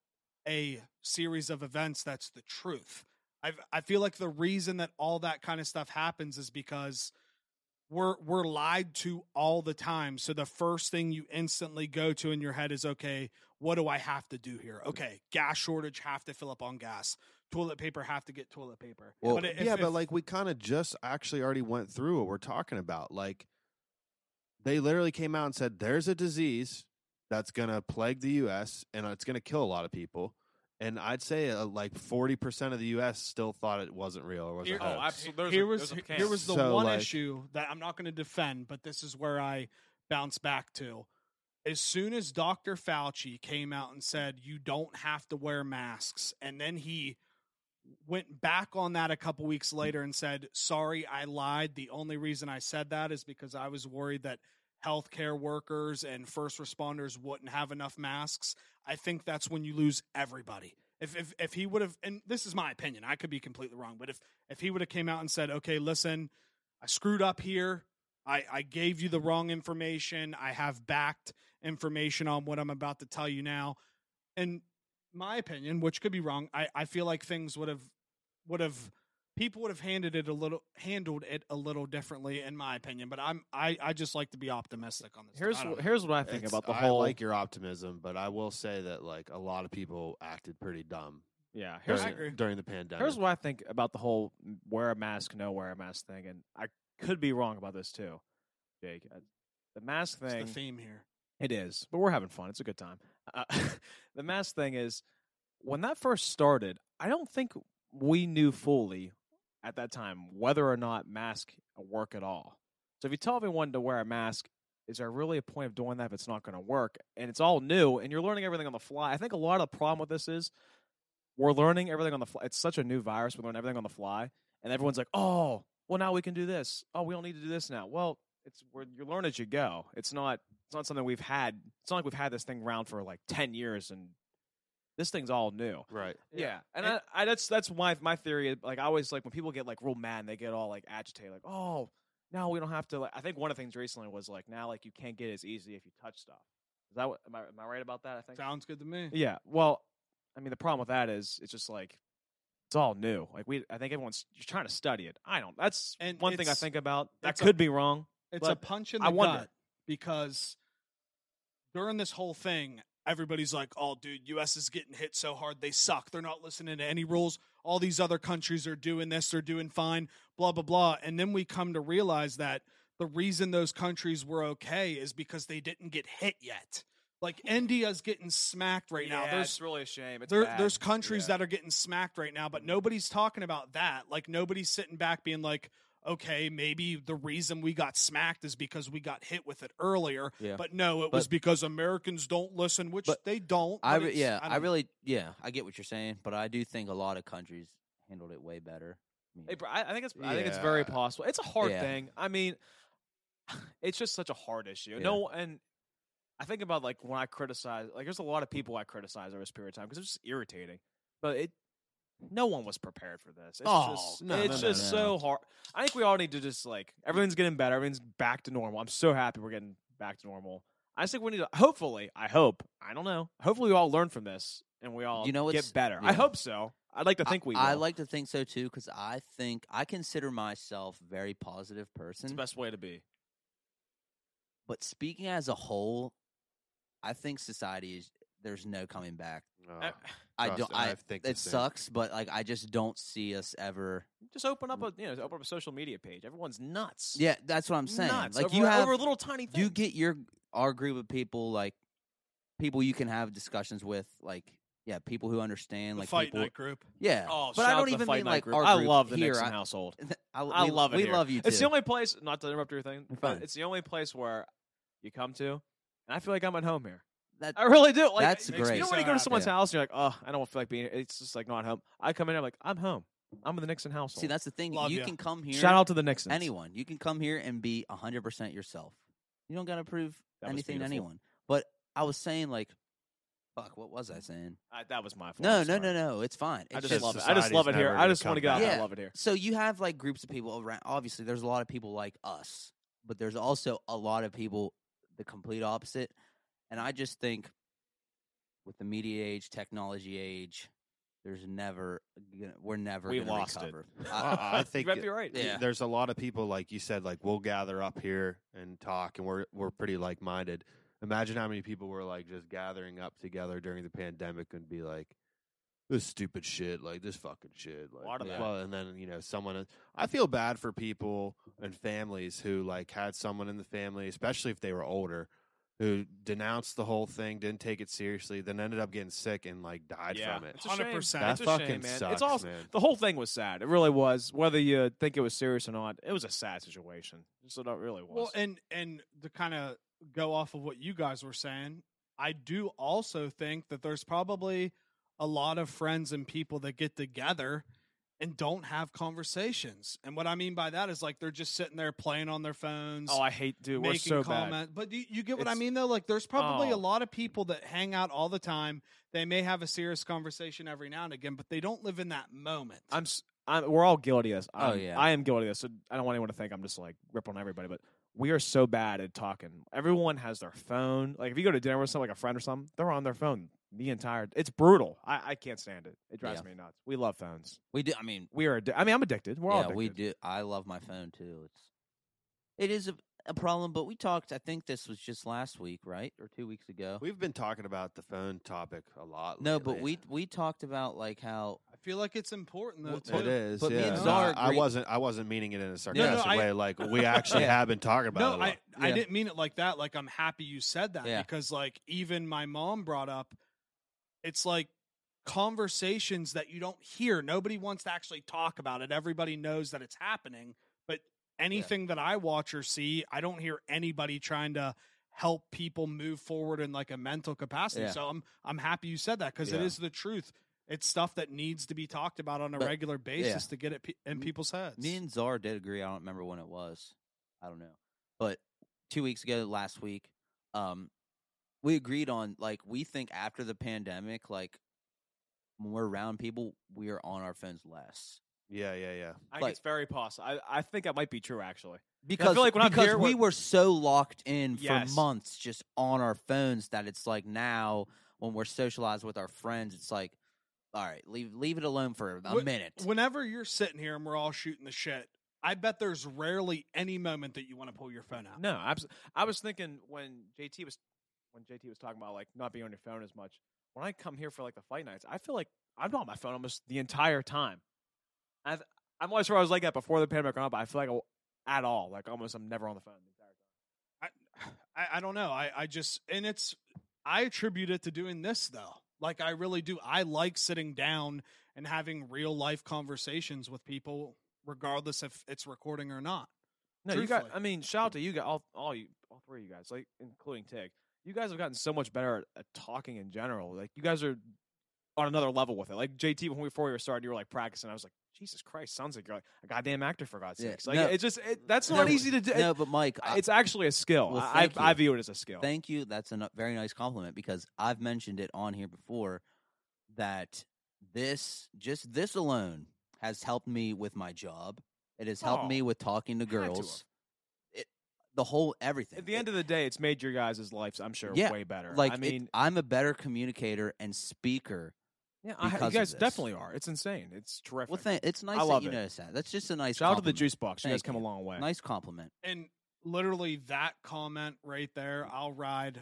Speaker 4: a series of events that's the truth. I I feel like the reason that all that kind of stuff happens is because we're we're lied to all the time. So the first thing you instantly go to in your head is okay, what do I have to do here? Okay, gas shortage, have to fill up on gas. Toilet paper, have to get toilet paper.
Speaker 6: Well,
Speaker 4: i-
Speaker 3: yeah,
Speaker 4: if-
Speaker 3: but like we kind of just actually already went through what we're talking about. Like they literally came out and said there's a disease that's going to plague the US and it's going to kill a lot of people. And I'd say uh, like 40% of the US still thought it wasn't real or was
Speaker 4: Here-
Speaker 3: a
Speaker 4: oh,
Speaker 3: hoax.
Speaker 5: absolutely. There's a-
Speaker 4: here was
Speaker 5: there's a
Speaker 4: here
Speaker 5: chance.
Speaker 4: was the
Speaker 3: So,
Speaker 4: one
Speaker 3: like-
Speaker 4: issue that I'm not going to defend, but this is where I bounce back to. As soon as Dr. Fauci came out and said you don't have to wear masks, and then he went back on that a couple weeks later and said, "Sorry, I lied. The only reason I said that is because I was worried that healthcare workers and first responders wouldn't have enough masks." I think that's when you lose everybody. If if if he would have and this is my opinion, I could be completely wrong, but if if he would have came out and said, "Okay, listen, I screwed up here. I, I gave you the wrong information. I have backed information on what I'm about to tell you now." In my opinion, which could be wrong, I, I feel like things would have would have people would have handed it a little handled it a little differently, in my opinion. But I'm I, I just like to be optimistic on this. stuff.
Speaker 5: Here's
Speaker 4: I don't
Speaker 5: wh-
Speaker 4: know.
Speaker 5: here's what I think
Speaker 3: It's-
Speaker 5: about the
Speaker 3: I
Speaker 5: whole.
Speaker 3: like your optimism, but I will say that like a lot of people acted pretty dumb
Speaker 5: yeah. Here's
Speaker 3: during, during the pandemic.
Speaker 5: Here's what I think about the whole m- wear a mask, no wear a mask thing, and I could be wrong about this too, Jake. Uh, The mask
Speaker 4: It's
Speaker 5: thing,
Speaker 4: the theme here.
Speaker 5: it is, but we're having fun. It's a good time. Uh, the mask thing is when that first started. I don't think we knew fully at that time whether or not mask work at all. So if you tell everyone to wear a mask, is there really a point of doing that if it's not going to work? And it's all new, and you're learning everything on the fly. I think a lot of the problem with this is We're learning everything on the fly. It's such a new virus. We learn everything on the fly, and everyone's like, "Oh, well, now we can do this. Oh, we don't need to do this now." Well, it's we're, you learn as you go. It's not. It's not something we've had. It's not like we've had this thing around for like ten years, and this thing's all new.
Speaker 3: Right.
Speaker 5: Yeah, and, I, I that's that's why my theory. Like I always like when people get like real mad, and they get all like agitated, like oh now we don't have to. Like, I think one of the things recently was like now like you can't get as easy if you touch stuff. Is that what, am I am I right about that? I think.
Speaker 4: Sounds good to me.
Speaker 5: Yeah. Well, I mean the problem with that is it's just like it's all new. Like we I think everyone's you're trying to study it. I don't. That's
Speaker 4: And
Speaker 5: one thing I
Speaker 4: it's-
Speaker 5: think about. That
Speaker 4: it's a-
Speaker 5: could be wrong.
Speaker 4: It's a
Speaker 5: But
Speaker 4: punch in the
Speaker 5: I wonder.
Speaker 4: gut because during this whole thing, everybody's like, "Oh, dude, U.S. is getting hit so hard. They suck. They're not listening to any rules. All these other countries are doing this. They're doing fine. Blah blah blah." And then we come to realize that the reason those countries were okay is because they didn't get hit yet. Like India's getting smacked right now. There's
Speaker 5: really a shame.
Speaker 4: there, there's countries that are getting smacked right now, but nobody's talking about that. Like nobody's sitting back being like, okay, maybe the reason we got smacked is because we got hit with it earlier.
Speaker 1: Yeah.
Speaker 4: But no, it was
Speaker 1: But-
Speaker 4: because Americans don't listen, which
Speaker 1: But
Speaker 4: they don't.
Speaker 1: I
Speaker 4: but
Speaker 1: re-
Speaker 4: it's-
Speaker 1: yeah, I,
Speaker 4: don't-
Speaker 1: really yeah, I get what you're saying, but I do think a lot of countries handled it way better. I mean,
Speaker 5: Hey, bro, I, I think it's I think it's very
Speaker 3: Yeah.
Speaker 5: possible. It's a hard
Speaker 1: Yeah.
Speaker 5: thing. I mean, it's just such a hard issue. No, and I think about like when I criticize, like there's a lot of people I criticize over this period of time because it's just irritating. But it, no one was prepared for this. It's
Speaker 4: Oh,
Speaker 5: just,
Speaker 3: no,
Speaker 5: it's
Speaker 3: no, no,
Speaker 5: just
Speaker 1: no.
Speaker 5: so hard. I think we all need to just like everything's getting better. Everything's back to normal. I'm so happy we're getting back to normal. I just think we need to. Hopefully, I hope. I don't know. Hopefully, we all learn from this and we all
Speaker 1: You know
Speaker 5: get
Speaker 1: what's-
Speaker 5: better.
Speaker 1: yeah.
Speaker 5: I hope so. I'd like to think we.
Speaker 1: I
Speaker 5: will.
Speaker 1: like to think so too because I think I consider myself very positive
Speaker 5: it's
Speaker 1: person.
Speaker 5: the best way to be.
Speaker 1: But speaking as a whole, I think society is there's no coming back.
Speaker 5: Uh,
Speaker 3: Oh,
Speaker 1: I
Speaker 3: trust
Speaker 1: don't.
Speaker 3: it,
Speaker 1: I,
Speaker 3: think the
Speaker 1: it
Speaker 3: same.
Speaker 1: sucks, but like I just don't see us ever.
Speaker 5: Just open up a you know open up a social media page. Everyone's nuts.
Speaker 1: Yeah, that's what I'm saying.
Speaker 5: nuts.
Speaker 1: Like
Speaker 5: over,
Speaker 1: you have
Speaker 5: over little tiny things.
Speaker 1: you get your our group of people like people you can have discussions with like yeah people who understand
Speaker 4: the
Speaker 1: like
Speaker 4: fight
Speaker 1: people
Speaker 4: night group.
Speaker 1: yeah
Speaker 5: Oh,
Speaker 1: but
Speaker 5: shout
Speaker 1: I
Speaker 5: out
Speaker 1: don't
Speaker 5: to the
Speaker 1: even
Speaker 5: Fight
Speaker 1: mean
Speaker 5: Night
Speaker 1: like
Speaker 5: group.
Speaker 1: our
Speaker 5: I
Speaker 1: group
Speaker 5: love the
Speaker 1: here
Speaker 5: Nixon
Speaker 1: I-
Speaker 5: household.
Speaker 1: I,
Speaker 5: I
Speaker 1: we-
Speaker 5: love it.
Speaker 1: we
Speaker 5: here.
Speaker 1: love you
Speaker 5: It's
Speaker 1: too.
Speaker 5: the only place. Not to interrupt your thing.
Speaker 1: You're
Speaker 5: but
Speaker 1: fine.
Speaker 5: It's the only place where you come to, and I feel like I'm at home here.
Speaker 1: That-
Speaker 5: I really do. Like
Speaker 1: that's
Speaker 5: you
Speaker 4: makes me
Speaker 1: great
Speaker 5: know
Speaker 4: so
Speaker 5: when you go to
Speaker 4: happy.
Speaker 5: someone's
Speaker 1: Yeah.
Speaker 5: house, and you're like, oh, I don't feel like being. here. It's just like not home. I come in, I'm like, I'm home. I'm in the Nixon household.
Speaker 1: see that's the thing
Speaker 4: Love
Speaker 1: you
Speaker 4: ya.
Speaker 1: can come here
Speaker 5: shout out to the Nixons.
Speaker 1: anyone you can come here and be hundred percent yourself you don't gotta prove
Speaker 5: That was
Speaker 1: anything to
Speaker 5: beautiful.
Speaker 1: anyone but I was saying like fuck what was I saying
Speaker 5: I, that was my fault.
Speaker 1: no
Speaker 5: I'm
Speaker 1: no
Speaker 5: sorry.
Speaker 1: no no it's fine
Speaker 5: I
Speaker 1: It's
Speaker 5: just love it. I just
Speaker 3: Society's
Speaker 5: love it here.
Speaker 3: never
Speaker 5: I
Speaker 3: gonna
Speaker 5: just want to
Speaker 3: come
Speaker 5: get out.
Speaker 1: back.
Speaker 5: I love it here.
Speaker 1: So you have like groups of people around. Obviously, there's a lot of people like us, but there's also a lot of people the complete opposite. And I just think with the media age, technology age, there's never gonna, we're never
Speaker 5: We
Speaker 1: gonna
Speaker 5: lost it.
Speaker 1: recover.
Speaker 3: Uh,
Speaker 1: I,
Speaker 3: I
Speaker 5: You
Speaker 3: think
Speaker 5: might be right.
Speaker 1: Yeah.
Speaker 3: there's a lot of people like you said like we'll gather up here and talk and we're we're pretty like-minded imagine how many people were like just gathering up together during the pandemic and be like this stupid shit like this fucking shit like
Speaker 5: Lot of
Speaker 3: blah,
Speaker 5: that.
Speaker 3: blah," and then you know someone i feel bad for people and families who like had someone in the family especially if they were older who denounced the whole thing didn't take it seriously then ended up getting sick and like died
Speaker 5: Yeah.
Speaker 3: from it
Speaker 5: It's a shame.
Speaker 4: 100%.
Speaker 3: that
Speaker 5: It's a
Speaker 3: fucking
Speaker 5: shame, man.
Speaker 3: sucks
Speaker 5: it's also
Speaker 3: man.
Speaker 5: the whole thing was sad. It really was. Whether you think it was serious or not, it was a sad situation. So it really was.
Speaker 4: Well, and and to kind of go off of what you guys were saying, I do also think that there's probably a lot of friends and people that get together and don't have conversations. And what I mean by that is like they're just sitting there playing on their phones.
Speaker 5: oh, I hate dude. We're
Speaker 4: making
Speaker 5: so bad.
Speaker 4: comment. But do you, you get what I
Speaker 5: It's-
Speaker 4: mean, though? Like, there's probably a
Speaker 5: Oh.
Speaker 4: lot of people that hang out all the time. They may have a serious conversation every now and again, but they don't live in that moment.
Speaker 5: I'm, s- I'm. We're all guilty of this.
Speaker 1: Oh,
Speaker 5: I'm-
Speaker 1: yeah.
Speaker 5: I am guilty of this. So I don't want anyone to think I'm just like rip on everybody. But we are so bad at talking. Everyone has their phone. Like if you go to dinner with someone, like a friend or something, they're on their phone the entire. It's brutal. I, I can't stand it. It drives
Speaker 1: Yeah.
Speaker 5: me nuts. We love phones.
Speaker 1: we do. I mean,
Speaker 5: We are. Addi- I mean, I'm addicted. We're all
Speaker 1: yeah,
Speaker 5: addicted.
Speaker 1: we do. I love my phone too. It's it is a, a problem, but we talked. I think this was just last week, right, or two weeks ago.
Speaker 3: We've been talking about the phone topic a lot.
Speaker 1: no, but
Speaker 3: lately.
Speaker 1: we we talked about like how
Speaker 4: I feel like it's important, though.
Speaker 1: Well,
Speaker 3: it
Speaker 4: too.
Speaker 3: is.
Speaker 1: but me
Speaker 3: yeah.
Speaker 1: and
Speaker 3: No,
Speaker 1: Czar
Speaker 3: I, I
Speaker 1: agree-
Speaker 3: wasn't. I wasn't meaning it in a
Speaker 4: no,
Speaker 3: sarcastic
Speaker 4: I-
Speaker 3: way. Like we actually
Speaker 1: Yeah.
Speaker 3: have been talking about. it a
Speaker 4: No,
Speaker 3: lot.
Speaker 4: I, I
Speaker 1: Yeah.
Speaker 4: didn't mean it like that. Like, I'm happy you said that
Speaker 1: Yeah.
Speaker 4: because, like, even my mom brought up it's like conversations that you don't hear. Nobody wants to actually talk about it. Everybody knows that it's happening. But anything that I watch or see, I don't hear anybody trying to help people move forward in like a mental capacity.
Speaker 1: Yeah.
Speaker 4: So I'm I'm happy you said that because it
Speaker 3: Yeah.
Speaker 4: is the truth. It's stuff that needs to be talked about on a
Speaker 1: But-
Speaker 4: regular basis to get it pe- in
Speaker 1: Me-
Speaker 4: people's heads.
Speaker 1: Me and Czar did agree. I don't remember when it was. I don't know. But two weeks ago, last week, um, we agreed on like we think after the pandemic, like when we're around people, we are on our phones less
Speaker 3: Yeah, yeah, yeah.
Speaker 5: I think
Speaker 1: Like-
Speaker 5: it's very possible. I, I think that might be true, actually.
Speaker 1: because
Speaker 5: like when I'm
Speaker 1: because
Speaker 5: here,
Speaker 1: we
Speaker 5: we're-
Speaker 1: were so locked in
Speaker 5: Yes.
Speaker 1: for months, just on our phones, that it's like now when we're socialized with our friends, it's like, all right, leave leave it alone for a
Speaker 4: Wh-
Speaker 1: minute.
Speaker 4: Whenever you're sitting here and we're all shooting the shit, I bet there's rarely any moment that you want to pull your phone out.
Speaker 5: No, absolutely. I was thinking when JT was when JT was talking about like not being on your phone as much. When I come here for like the fight nights, I feel like I'm on my phone almost the entire time. i th- I'm always sure I was like that before the pandemic or not, but I feel like I, at all, like almost I'm never on the phone the entire time.
Speaker 4: I, I, I don't know. I, I just and it's I attribute it to doing this though. Like I really do. I like sitting down and having real life conversations with people, regardless if it's recording or not.
Speaker 5: No, you got.
Speaker 4: Truthfully.
Speaker 5: I mean, shout out to you guys, all, all you, all three of you guys, like including Tig. You guys have gotten so much better at, at talking in general. Like you guys are on another level with it. Like JT, when we before we were starting, you were like practicing. I was like, Jesus Christ, sounds like you're like a goddamn actor for God's
Speaker 1: Yeah,
Speaker 5: sakes. Like
Speaker 1: no.
Speaker 5: it just it, that's
Speaker 1: No,
Speaker 5: not easy to do.
Speaker 1: no, but Mike,
Speaker 5: I-
Speaker 1: I-
Speaker 5: it's actually a skill.
Speaker 1: Well,
Speaker 5: I,
Speaker 1: thank
Speaker 5: I I
Speaker 1: you.
Speaker 5: view it as a skill.
Speaker 1: Thank you. That's a n- very nice compliment because I've mentioned it on here before that this, just this alone, has helped me with my job. It has helped
Speaker 5: Oh,
Speaker 1: me with talking to
Speaker 5: had to have.
Speaker 1: girls. It, the whole everything.
Speaker 5: At the end of the day, it's made your guys' lives, I'm sure,
Speaker 1: Yeah,
Speaker 5: way better.
Speaker 1: like,
Speaker 5: I
Speaker 1: it-
Speaker 5: mean,
Speaker 1: I'm a better communicator and speaker.
Speaker 5: yeah, I,
Speaker 1: because
Speaker 5: you
Speaker 1: of
Speaker 5: guys
Speaker 1: this.
Speaker 5: definitely are. It's insane. It's terrific.
Speaker 1: Well, thank, it's nice
Speaker 5: love
Speaker 1: that you
Speaker 5: it.
Speaker 1: notice that. That's just a nice
Speaker 5: shout out to the
Speaker 1: compliment.
Speaker 5: juice box. You guys
Speaker 1: Thank
Speaker 5: come a
Speaker 1: you.
Speaker 5: long way.
Speaker 1: Nice compliment.
Speaker 4: And literally that comment right there, I'll ride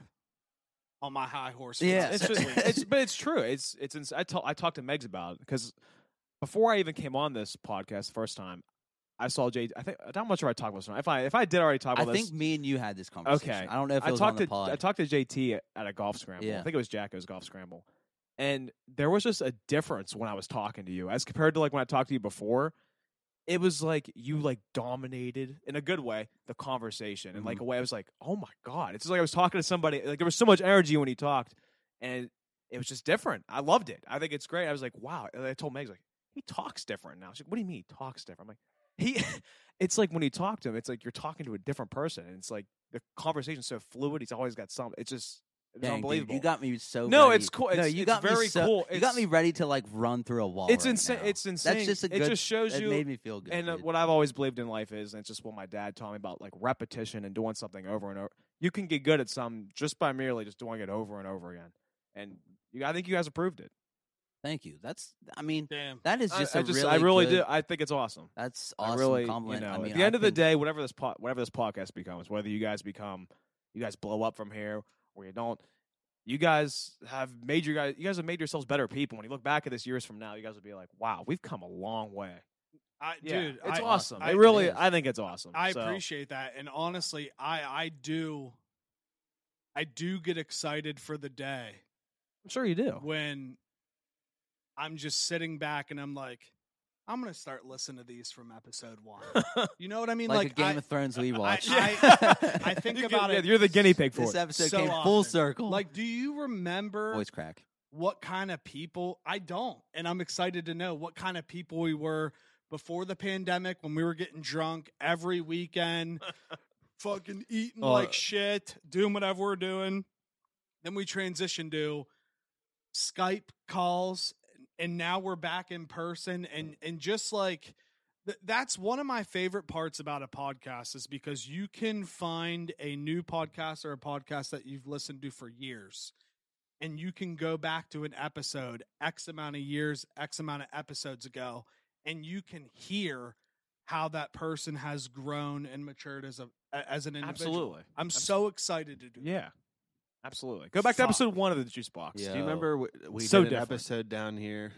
Speaker 4: on my high horse. For
Speaker 1: Yeah.
Speaker 4: that
Speaker 5: it's,
Speaker 4: six
Speaker 5: just,
Speaker 4: weeks.
Speaker 5: it's but it's true. It's it's. Ins- I talk, I talked to Megs about it because before I even came on this podcast the first time, I saw J. I think I'm not sure I talked about this. If I if I did already talk
Speaker 1: I
Speaker 5: about this,
Speaker 1: think me and you had this conversation.
Speaker 5: Okay.
Speaker 1: I don't know if it
Speaker 5: I
Speaker 1: was
Speaker 5: talked
Speaker 1: on the
Speaker 5: to
Speaker 1: pod.
Speaker 5: I talked to JT at- at a golf scramble.
Speaker 1: Yeah.
Speaker 5: I think it was Jacko's golf scramble, and there was just a difference when I was talking to you as compared to like when I talked to you before. It was like you like dominated in a good way the conversation, and
Speaker 1: Mm-hmm.
Speaker 5: like a way I was like, oh my god, it's just like I was talking to somebody. Like there was so much energy when you talked, and it was just different. I loved it. I think it's great. I was like, wow. And I told Megs like he talks different now. She's like, what do you mean he talks different? I'm like he. it's like when you talk to him, it's like you're talking to a different person, and it's like the conversation's so fluid. He's always got some. It's just it's
Speaker 1: Dang, dude,
Speaker 5: unbelievable.
Speaker 1: you got me so.
Speaker 5: no,
Speaker 1: ready.
Speaker 5: it's cool.
Speaker 1: no,
Speaker 5: It's,
Speaker 1: you
Speaker 5: it's
Speaker 1: got
Speaker 5: very
Speaker 1: me so,
Speaker 5: cool.
Speaker 1: You got me
Speaker 5: It's-
Speaker 1: ready to like run through a wall.
Speaker 5: It's
Speaker 1: right
Speaker 5: insane.
Speaker 1: now.
Speaker 5: It's insane.
Speaker 1: just a
Speaker 5: it
Speaker 1: good-
Speaker 5: just shows
Speaker 1: That
Speaker 5: you.
Speaker 1: made me feel good.
Speaker 5: and uh,
Speaker 1: dude.
Speaker 5: what I've always believed in life is, and it's just what my dad taught me about, like repetition and doing something over and over. You can get good at something just by merely just doing it over and over again. And you, I think you guys approved it.
Speaker 1: Thank you. That's. I mean,
Speaker 4: Damn.
Speaker 1: that is
Speaker 5: I-
Speaker 1: just
Speaker 5: I,
Speaker 1: a
Speaker 5: just,
Speaker 1: really.
Speaker 5: I really
Speaker 1: good-
Speaker 5: do. I think it's awesome.
Speaker 1: That's
Speaker 5: I
Speaker 1: awesome
Speaker 5: really,
Speaker 1: compliment.
Speaker 5: You know,
Speaker 1: I mean,
Speaker 5: at the
Speaker 1: I
Speaker 5: end of the
Speaker 1: think-
Speaker 5: day, whatever this po- whatever this podcast becomes, whether you guys become, you guys blow up from here or you don't, you guys have made your guys, you guys have made yourselves better people. When you look back at this years from now, you guys will be like, wow, we've come a long way.
Speaker 4: I,
Speaker 5: Yeah,
Speaker 4: dude,
Speaker 5: it's
Speaker 4: I,
Speaker 5: awesome.
Speaker 4: I-
Speaker 5: it really,
Speaker 1: it is.
Speaker 5: I think it's awesome.
Speaker 4: I
Speaker 5: So,
Speaker 4: appreciate that, and honestly, I I do, I do get excited for the day
Speaker 5: I'm sure you do.
Speaker 4: when I'm just sitting back and I'm like, I'm gonna start listening to these from episode one. You know what I mean?
Speaker 1: like, a Game
Speaker 4: I,
Speaker 1: of Thrones we
Speaker 4: I-
Speaker 1: watched.
Speaker 4: I- I think
Speaker 5: You get-
Speaker 4: about
Speaker 5: yeah,
Speaker 4: it
Speaker 5: You're the guinea pig for
Speaker 1: this
Speaker 5: it.
Speaker 1: episode
Speaker 4: so
Speaker 1: came full
Speaker 4: often.
Speaker 1: circle.
Speaker 4: like, do you remember
Speaker 1: voice crack.
Speaker 4: what kind of people I don't. And I'm excited to know what kind of people we were before the pandemic when we were getting drunk every weekend, fucking eating
Speaker 5: Well,
Speaker 4: like shit, doing whatever we're doing. Then we transitioned to Skype calls and now we're back in person and and just like th- that's one of my favorite parts about a podcast is because you can find a new podcast or a podcast that you've listened to for years and you can go back to an episode x amount of years x amount of episodes ago and you can hear how that person has grown and matured as a as an individual
Speaker 5: Absolutely.
Speaker 4: i'm
Speaker 5: Abs-
Speaker 4: so excited to do that.
Speaker 5: Yeah. Absolutely. Go back to
Speaker 4: Fuck.
Speaker 5: episode one of the juice box.
Speaker 1: Yeah.
Speaker 3: Do you remember w- we
Speaker 5: So
Speaker 3: did an
Speaker 5: different.
Speaker 3: episode down here?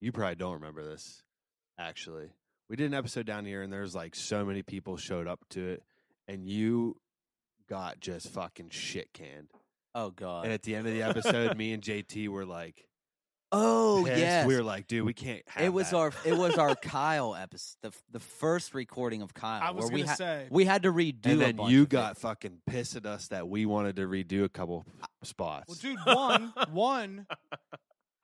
Speaker 3: You probably don't remember this, actually. We did an episode down here, and there's like so many people showed up to it, and you got just fucking shit canned.
Speaker 1: Oh god.
Speaker 3: And at the end of the episode, me and JT were like,
Speaker 1: oh
Speaker 3: pissed.
Speaker 1: yes.
Speaker 3: we were like, dude, we can't. Have
Speaker 1: it was
Speaker 3: that.
Speaker 1: our it was our Kyle episode, the, the first recording of Kyle.
Speaker 4: i was
Speaker 1: where we
Speaker 4: gonna
Speaker 1: had
Speaker 4: say
Speaker 1: we had to redo.
Speaker 3: And
Speaker 1: a
Speaker 3: then
Speaker 1: bunch
Speaker 3: you
Speaker 1: of it.
Speaker 3: got fucking pissed at us that we wanted to redo a couple p- spots.
Speaker 4: Well, dude, one, one,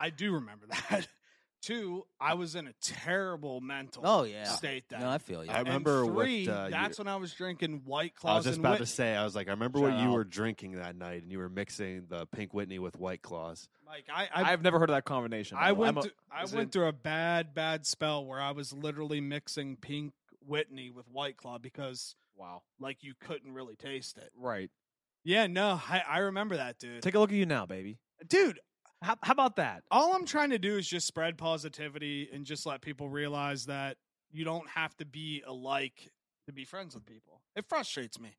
Speaker 4: I do remember that. Two, I was in a terrible mental
Speaker 1: Oh yeah.
Speaker 4: state that.
Speaker 1: No, I feel you.
Speaker 3: I remember
Speaker 4: and
Speaker 3: what,
Speaker 4: three,
Speaker 3: uh, you-
Speaker 4: that's when I was drinking White Claws.
Speaker 3: I was just
Speaker 4: and
Speaker 3: about
Speaker 4: Whitney.
Speaker 3: to say, I was like, I remember what
Speaker 5: Shout
Speaker 3: you
Speaker 5: out.
Speaker 3: were drinking that night, and you were mixing the Pink Whitney with White Claws.
Speaker 4: Mike, I, I,
Speaker 5: I've never heard of that combination.
Speaker 4: I
Speaker 5: I'm a-
Speaker 4: went, to, I
Speaker 5: is it
Speaker 4: went
Speaker 5: in-
Speaker 4: through a bad, bad spell where I was literally mixing Pink Whitney with White Claw because,
Speaker 5: wow.
Speaker 4: like, you couldn't really taste it.
Speaker 5: Right.
Speaker 4: Yeah, no, I, I remember that, dude.
Speaker 5: Take a look at you now, baby.
Speaker 4: dude,
Speaker 5: How, how about that?
Speaker 4: all I'm trying to do is just spread positivity and just let people realize that you don't have to be alike to be friends with people. It frustrates me.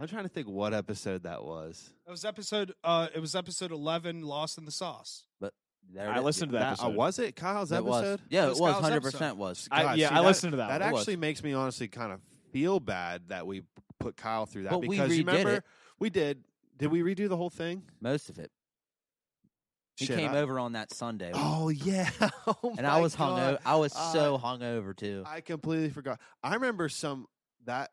Speaker 3: I'm trying to think what episode that was.
Speaker 4: It was episode uh it was episode 11 Lost in the Sauce.
Speaker 1: There it
Speaker 5: I
Speaker 1: is.
Speaker 5: listened to that.
Speaker 3: That uh,
Speaker 5: episode.
Speaker 3: was it Kyle's
Speaker 1: That was-
Speaker 3: episode.
Speaker 1: Yeah,
Speaker 4: It
Speaker 1: it
Speaker 4: was
Speaker 1: was
Speaker 4: Kyle's
Speaker 1: hundred
Speaker 4: episode.
Speaker 1: percent was.
Speaker 5: I-
Speaker 3: God,
Speaker 5: yeah,
Speaker 3: see,
Speaker 5: I listened to that
Speaker 3: That,
Speaker 5: one.
Speaker 1: It was.
Speaker 3: actually makes me honestly kind of feel bad that we put Kyle through that
Speaker 1: But we
Speaker 3: because you
Speaker 1: redid
Speaker 3: remember
Speaker 1: it.
Speaker 3: we did. Did we redo the whole thing?
Speaker 1: Most of it. He
Speaker 3: Shit,
Speaker 1: came
Speaker 3: I-
Speaker 1: over on that Sunday,
Speaker 3: Oh yeah, Oh
Speaker 1: and I
Speaker 3: my
Speaker 1: was hung.
Speaker 3: God.
Speaker 1: O- I was
Speaker 3: Uh,
Speaker 1: so hung over too.
Speaker 3: I completely forgot. I remember some that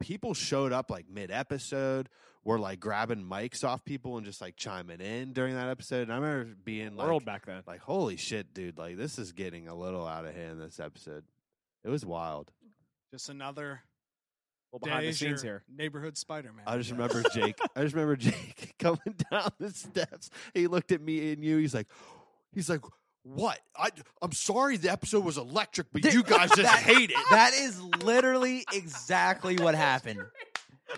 Speaker 3: people showed up like mid episode, were like grabbing mics off people and just like chiming in during that episode. And I remember being like,
Speaker 5: world back then.
Speaker 3: like, holy shit, dude, like this is getting a little out of hand this episode. It was wild.
Speaker 4: Just another
Speaker 5: Well, behind
Speaker 4: day
Speaker 5: the
Speaker 4: as your
Speaker 5: scenes here.
Speaker 4: neighborhood Spider-Man.
Speaker 3: I just
Speaker 4: guess.
Speaker 3: remember Jake. I just remember Jake coming down the steps. He looked at me and you. He's like, he's like, what? I, I'm sorry the episode was electric, but
Speaker 1: Dude,
Speaker 3: you guys just
Speaker 1: that-
Speaker 3: hate it.
Speaker 1: That is literally exactly what happened.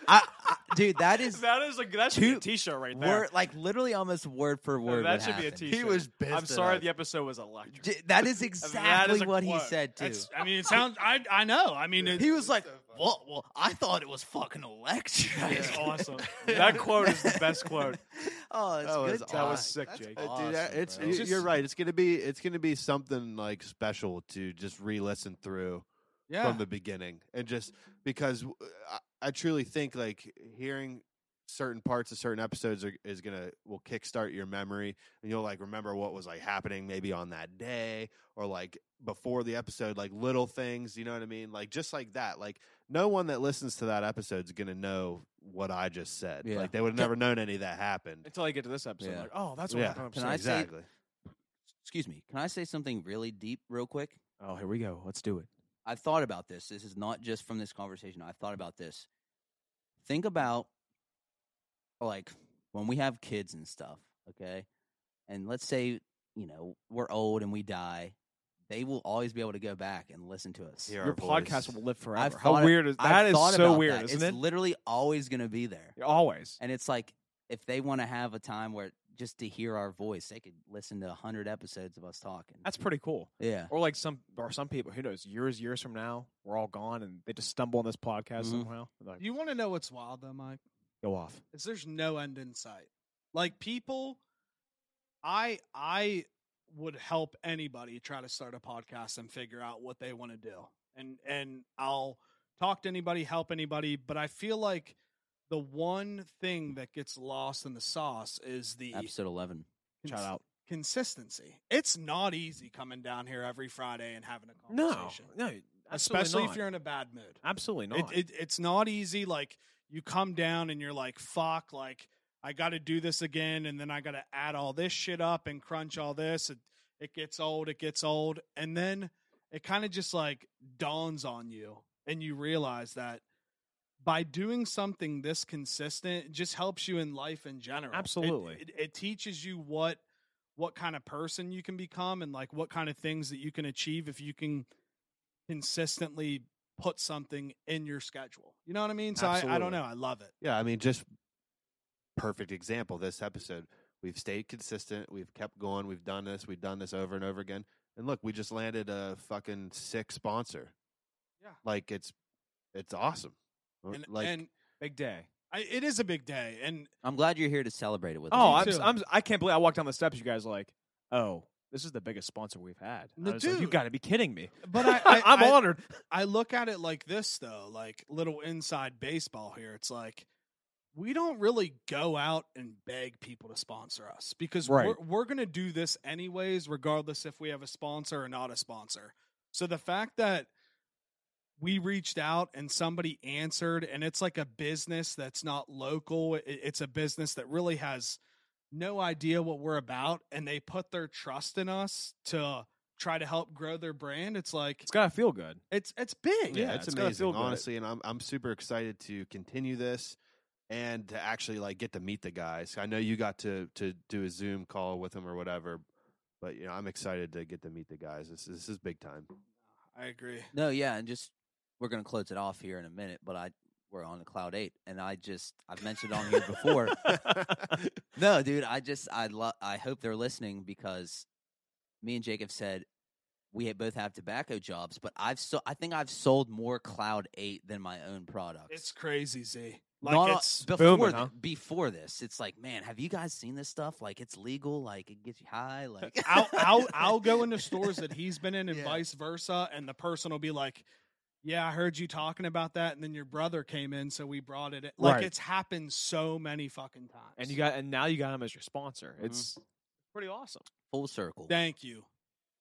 Speaker 1: I, I, dude, that is
Speaker 5: That is a that
Speaker 1: should be a Two-
Speaker 5: t-shirt right
Speaker 1: word, like literally almost word for word.
Speaker 5: that
Speaker 1: what
Speaker 5: should be a
Speaker 1: happened.
Speaker 5: t-shirt.
Speaker 3: He was pissed.
Speaker 5: I'm
Speaker 3: at
Speaker 5: sorry
Speaker 3: us.
Speaker 5: the episode was electric.
Speaker 1: D- That is exactly
Speaker 5: a
Speaker 1: what he
Speaker 5: quote.
Speaker 1: said too.
Speaker 4: That's- I mean it sounds I I know. I mean it,
Speaker 1: He was like, "Well, well, I thought it was fucking electric."
Speaker 5: It's awesome. that quote is the best quote.
Speaker 1: oh, it's
Speaker 3: That
Speaker 1: good.
Speaker 3: was
Speaker 1: times.
Speaker 5: That was
Speaker 3: Alright,
Speaker 5: sick,
Speaker 1: that's
Speaker 5: Jake.
Speaker 3: Uh, dude, that-
Speaker 1: Awesome,
Speaker 3: it's
Speaker 1: bro.
Speaker 3: you-
Speaker 4: Just-
Speaker 3: you're right. It's gonna be it's gonna be something like special to just re-listen through
Speaker 4: yeah.
Speaker 3: from the beginning, and just because w- I, I truly think like hearing certain parts of certain episodes are, is gonna will kickstart your memory, and you'll like remember what was like happening maybe on that day or like before the episode, like little things. You know what I mean? Like just like that. Like no one that listens to that episode is gonna know what I just said.
Speaker 1: Yeah.
Speaker 3: Like they would have
Speaker 1: Ca-
Speaker 3: never known any of that happened.
Speaker 5: Until I get to this episode, I'm
Speaker 1: Yeah.
Speaker 5: like, oh, that's what
Speaker 3: Yeah.
Speaker 5: happened.
Speaker 1: Can I say-
Speaker 3: exactly.
Speaker 1: Excuse me. Can I say something really deep, real quick?
Speaker 5: oh, here we go. Let's do it.
Speaker 1: I thought about this. This is not just from this conversation. I thought about this. Think about like when we have kids and stuff, okay? And let's say, you know, we're old and we die, they will always be able to go back and listen to us.
Speaker 3: Hear our
Speaker 5: Your podcast
Speaker 3: voice.
Speaker 5: will live forever.
Speaker 1: thought-
Speaker 5: How weird is
Speaker 1: I've
Speaker 5: that? Is
Speaker 1: thought
Speaker 5: so
Speaker 1: about
Speaker 5: weird,
Speaker 1: that.
Speaker 5: is
Speaker 1: It's
Speaker 5: isn't it?
Speaker 1: literally always going to be there.
Speaker 5: Always.
Speaker 1: And it's like if they want to have a time where just to hear our voice, they could listen to 100 episodes of us talking.
Speaker 5: That's pretty cool.
Speaker 1: yeah.
Speaker 5: Or like some or some people, who knows, years, years from now, we're all gone and they just stumble on this podcast
Speaker 1: Mhm.
Speaker 5: somehow. They're Like,
Speaker 4: you want to know what's wild though, Mike?
Speaker 5: go off.
Speaker 4: is there's no end in sight. Like people, I I would help anybody try to start a podcast and figure out what they want to do, and and I'll talk to anybody, help anybody. But I feel like the one thing that gets lost in the sauce is the
Speaker 1: Episode 11.
Speaker 5: Shout out.
Speaker 4: consistency. It's not easy coming down here every Friday and having a
Speaker 5: No,
Speaker 4: conversation,
Speaker 5: no,
Speaker 4: especially if
Speaker 5: not.
Speaker 4: you're in a bad mood.
Speaker 5: absolutely
Speaker 4: It,
Speaker 5: not.
Speaker 4: it, it's not easy. Like you come down and you're like, fuck, like I got to do this again. And then I got to add all this shit up and crunch all this. It, it gets old. It gets old. And then it kind of just like dawns on you and you realize that by doing something this consistent it just helps you in life in general It-
Speaker 5: Absolutely.
Speaker 4: it, it teaches you what what kind of person you can become and like what kind of things that you can achieve if you can consistently put something in your schedule you know what i mean so I, I
Speaker 5: Absolutely.
Speaker 4: don't know i love it
Speaker 3: Yeah, I mean, just perfect example. This episode, we've stayed consistent. We've kept going. We've done this. We've done this over and over again. And look, we just landed a fucking sick sponsor.
Speaker 4: Yeah.
Speaker 3: like it's it's awesome. Or,
Speaker 4: and,
Speaker 3: like
Speaker 4: and
Speaker 5: Big day.
Speaker 4: I, it is a big day and
Speaker 1: I'm glad you're here to celebrate it with
Speaker 5: Oh,
Speaker 1: us.
Speaker 5: I'm,
Speaker 4: too.
Speaker 5: s- I'm, s- I can't believe I walked down the steps. You guys like, oh, this is the biggest sponsor we've had. I
Speaker 4: No,
Speaker 5: was like, you
Speaker 4: dude.
Speaker 5: got to be kidding me.
Speaker 4: but i, I
Speaker 5: am
Speaker 4: I-
Speaker 5: honored.
Speaker 4: I look at it like this though, like little inside baseball here. It's like we don't really go out and beg people to sponsor us because
Speaker 5: Right.
Speaker 4: we're we're gonna do this anyways, regardless if we have a sponsor or not a sponsor. So the fact that we reached out and somebody answered, and it's like a business that's not local. i- It's a business that really has no idea what we're about and they put their trust in us to try to help grow their brand, it's like
Speaker 5: It's gotta feel good.
Speaker 4: it's it's big.
Speaker 3: yeah,
Speaker 5: Yeah,
Speaker 3: it's,
Speaker 5: it's gotta
Speaker 3: amazing,
Speaker 5: feel good.
Speaker 3: honestly, and I'm I'm super excited to continue this and to actually like get to meet the guys. I know you got to to do a Zoom call with them or whatever, but you know I'm excited to get to meet the guys. This is- this is big time.
Speaker 4: I agree.
Speaker 1: No, yeah, and just we're gonna close it off here in a minute, but I we're on the cloud eight, and I just I've mentioned on here before. No, dude, I just I love I hope they're listening because me and Jacob said we had- both have tobacco jobs, but I've so I think I've sold more cloud eight than my own product.
Speaker 4: It's crazy, Z. Like
Speaker 1: Not-
Speaker 4: it's
Speaker 1: before
Speaker 5: booming,
Speaker 1: th-
Speaker 5: huh?
Speaker 1: before this, it's like, man, have you guys seen this stuff? Like, it's legal. Like, it gets you high. Like,
Speaker 4: I'll, I'll I'll go into stores that he's been in and
Speaker 1: Yeah.
Speaker 4: vice versa, and the person will be like, "Yeah, I heard you talking about that," and then your brother came in, so we brought it. In. Like
Speaker 5: Right.
Speaker 4: it's happened so many fucking times.
Speaker 5: And you got and now you got him as your sponsor.
Speaker 4: Mm-hmm.
Speaker 1: Mhm.
Speaker 5: It's pretty awesome.
Speaker 1: full circle.
Speaker 4: thank you,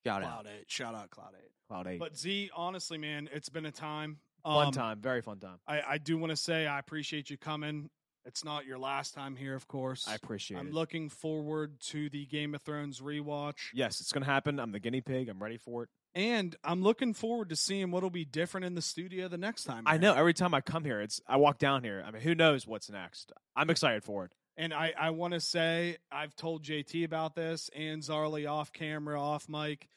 Speaker 1: Shout out.
Speaker 4: Cloud Eight. Shout out Cloud Eight.
Speaker 5: Cloud eight.
Speaker 4: But Z, honestly, man, it's been a time.
Speaker 5: fun
Speaker 4: Um,
Speaker 5: time. Very fun time.
Speaker 4: I, I do want to say I appreciate you coming. It's not your last time here, of course.
Speaker 5: I appreciate
Speaker 4: I'm
Speaker 5: it.
Speaker 4: looking forward to the Game of Thrones rewatch.
Speaker 5: yes, it's gonna happen. I'm the guinea pig. I'm ready for it.
Speaker 4: And I'm looking forward to seeing what'll be different in the studio the next time.
Speaker 5: I
Speaker 4: around.
Speaker 5: know. Every time I come here, it's I walk down here. I mean, who knows what's next? I'm excited for it.
Speaker 4: And I, I want to say I've told JT about this and Zarly off camera, off mic.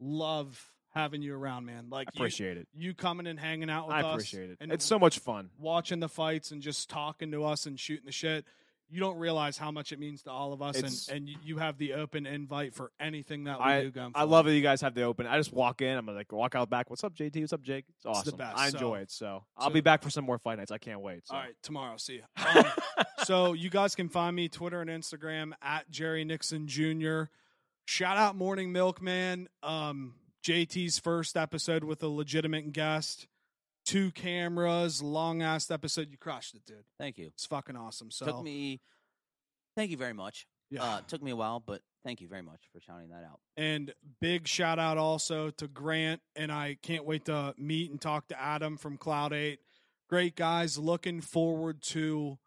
Speaker 4: Love having you around, man. Like
Speaker 5: I appreciate it.
Speaker 4: you, you coming and hanging out with
Speaker 5: I
Speaker 4: us.
Speaker 5: appreciate it.
Speaker 4: And
Speaker 5: it's so much fun.
Speaker 4: watching the fights and just talking to us and shooting the shit. You don't realize how much it means to all of us,
Speaker 5: It's-
Speaker 4: and, and you- you have the open invite for anything that we do. Going
Speaker 5: I love that you guys have the open. I just walk in. I'm like walk out back. What's up, JT? What's up, Jake? It's
Speaker 4: It's
Speaker 5: awesome.
Speaker 4: the best,
Speaker 5: I
Speaker 4: so-
Speaker 5: enjoy it. So I'll
Speaker 4: so-
Speaker 5: be back for some more fight nights. I can't wait. So.
Speaker 4: All right, tomorrow. See you. Um, so you guys can find me Twitter and Instagram at Jerry Nixon Jr. Shout out Morning Milkman. Um, JT's first episode with a legitimate guest, two cameras, long ass episode. You crushed it, dude.
Speaker 1: Thank you.
Speaker 4: It's fucking awesome. So
Speaker 1: Took me. Thank you very much.
Speaker 4: yeah.
Speaker 1: Uh, took me a while, but thank you very much for shouting that out.
Speaker 4: And big shout out also to Grant. And I can't wait to meet and talk to Adam from Cloud 8. Great guys. Looking forward to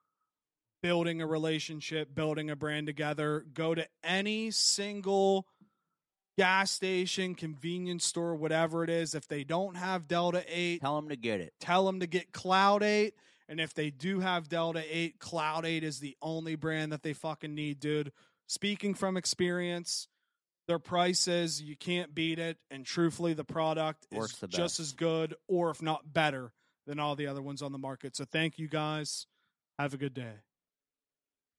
Speaker 4: building a relationship, building a brand together. Go to any single gas station, convenience store, whatever it is. If they don't have Delta 8,
Speaker 1: Tell them to get it.
Speaker 4: tell them to get Cloud 8. And if they do have Delta 8, Cloud 8 is the only brand that they fucking need, dude. Speaking from experience, their prices, you can't beat it. And truthfully, the product
Speaker 1: Works
Speaker 4: is
Speaker 1: the
Speaker 4: just
Speaker 1: best.
Speaker 4: as good, or if not better, than all the other ones on the market. So thank you guys. Have a good day.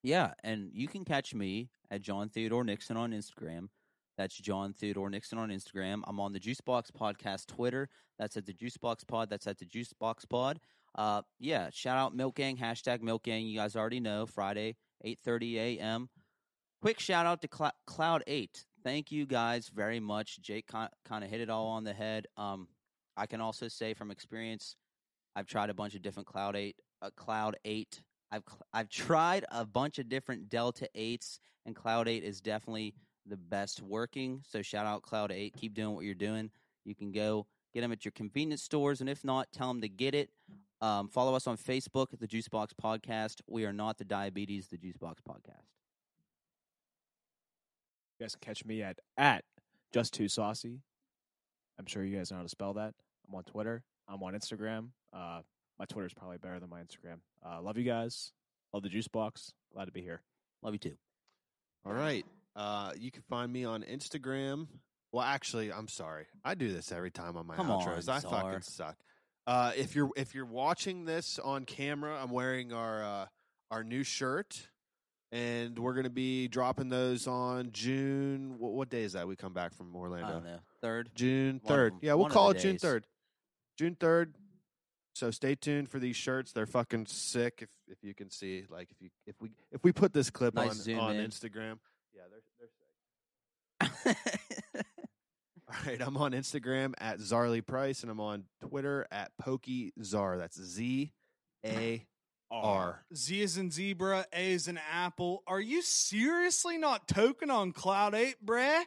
Speaker 1: Yeah, and you can catch me at John Theodore Nixon on Instagram. That's John Theodore Nixon on Instagram. I'm on the Juicebox Podcast Twitter. That's at the Juicebox Pod. That's at the Juicebox Pod. Uh, yeah, shout out Milk Gang hashtag Milk Gang. You guys already know Friday 8:30 a.m. Quick shout out to Clou- Cloud Eight. Thank you guys very much. Jake kind of hit it all on the head. Um, I can also say from experience, I've tried a bunch of different Cloud Eight, uh, Cloud Eight I've cl- I've tried a bunch of different Delta eights, and Cloud Eight is definitely the best working. So shout out Cloud Eight. Keep doing what you're doing. You can go get them at your convenience stores, and if not, tell them to get it. Um, follow us on Facebook at the Juicebox Podcast. We are not the Diabetes, the Juicebox Podcast.
Speaker 5: You guys can catch me at at just too saucy. I'm sure you guys know how to spell that. I'm on Twitter. I'm on Instagram. Uh, my Twitter is probably better than my Instagram. Uh, love you guys. Love the juice box. Glad to be here.
Speaker 1: Love you too.
Speaker 3: All right. Uh, you can find me on Instagram. Well, actually, I'm sorry. I do this every time on my
Speaker 1: Come
Speaker 3: outros.
Speaker 1: on,
Speaker 3: I
Speaker 1: Czar.
Speaker 3: fucking suck. Uh, if you're if you're watching this on camera, I'm wearing our uh, our new shirt, and we're gonna be dropping those on June. What, what day is that? We come back from
Speaker 1: I
Speaker 3: Orlando.
Speaker 1: don't know. Third.
Speaker 3: June
Speaker 1: One of
Speaker 3: third.
Speaker 1: them-
Speaker 3: Yeah, we'll
Speaker 1: one of
Speaker 3: call it
Speaker 1: the
Speaker 3: June
Speaker 1: days.
Speaker 3: third. June third. So stay tuned for these shirts. They're fucking sick. If if you can see, like if you if we if we put this clip
Speaker 1: Nice
Speaker 3: on
Speaker 1: zoom
Speaker 3: on
Speaker 1: in.
Speaker 3: Instagram. Yeah, they're they're sick. All right, I'm on Instagram at Zarly Price and I'm on Twitter at Pokey Czar. That's Z A R.
Speaker 4: Z is in zebra, A is in apple. Are you seriously not token on Cloud 8, bruh?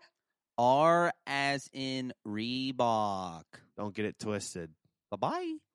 Speaker 1: R as in Reebok.
Speaker 3: Don't get it twisted.
Speaker 1: Bye bye.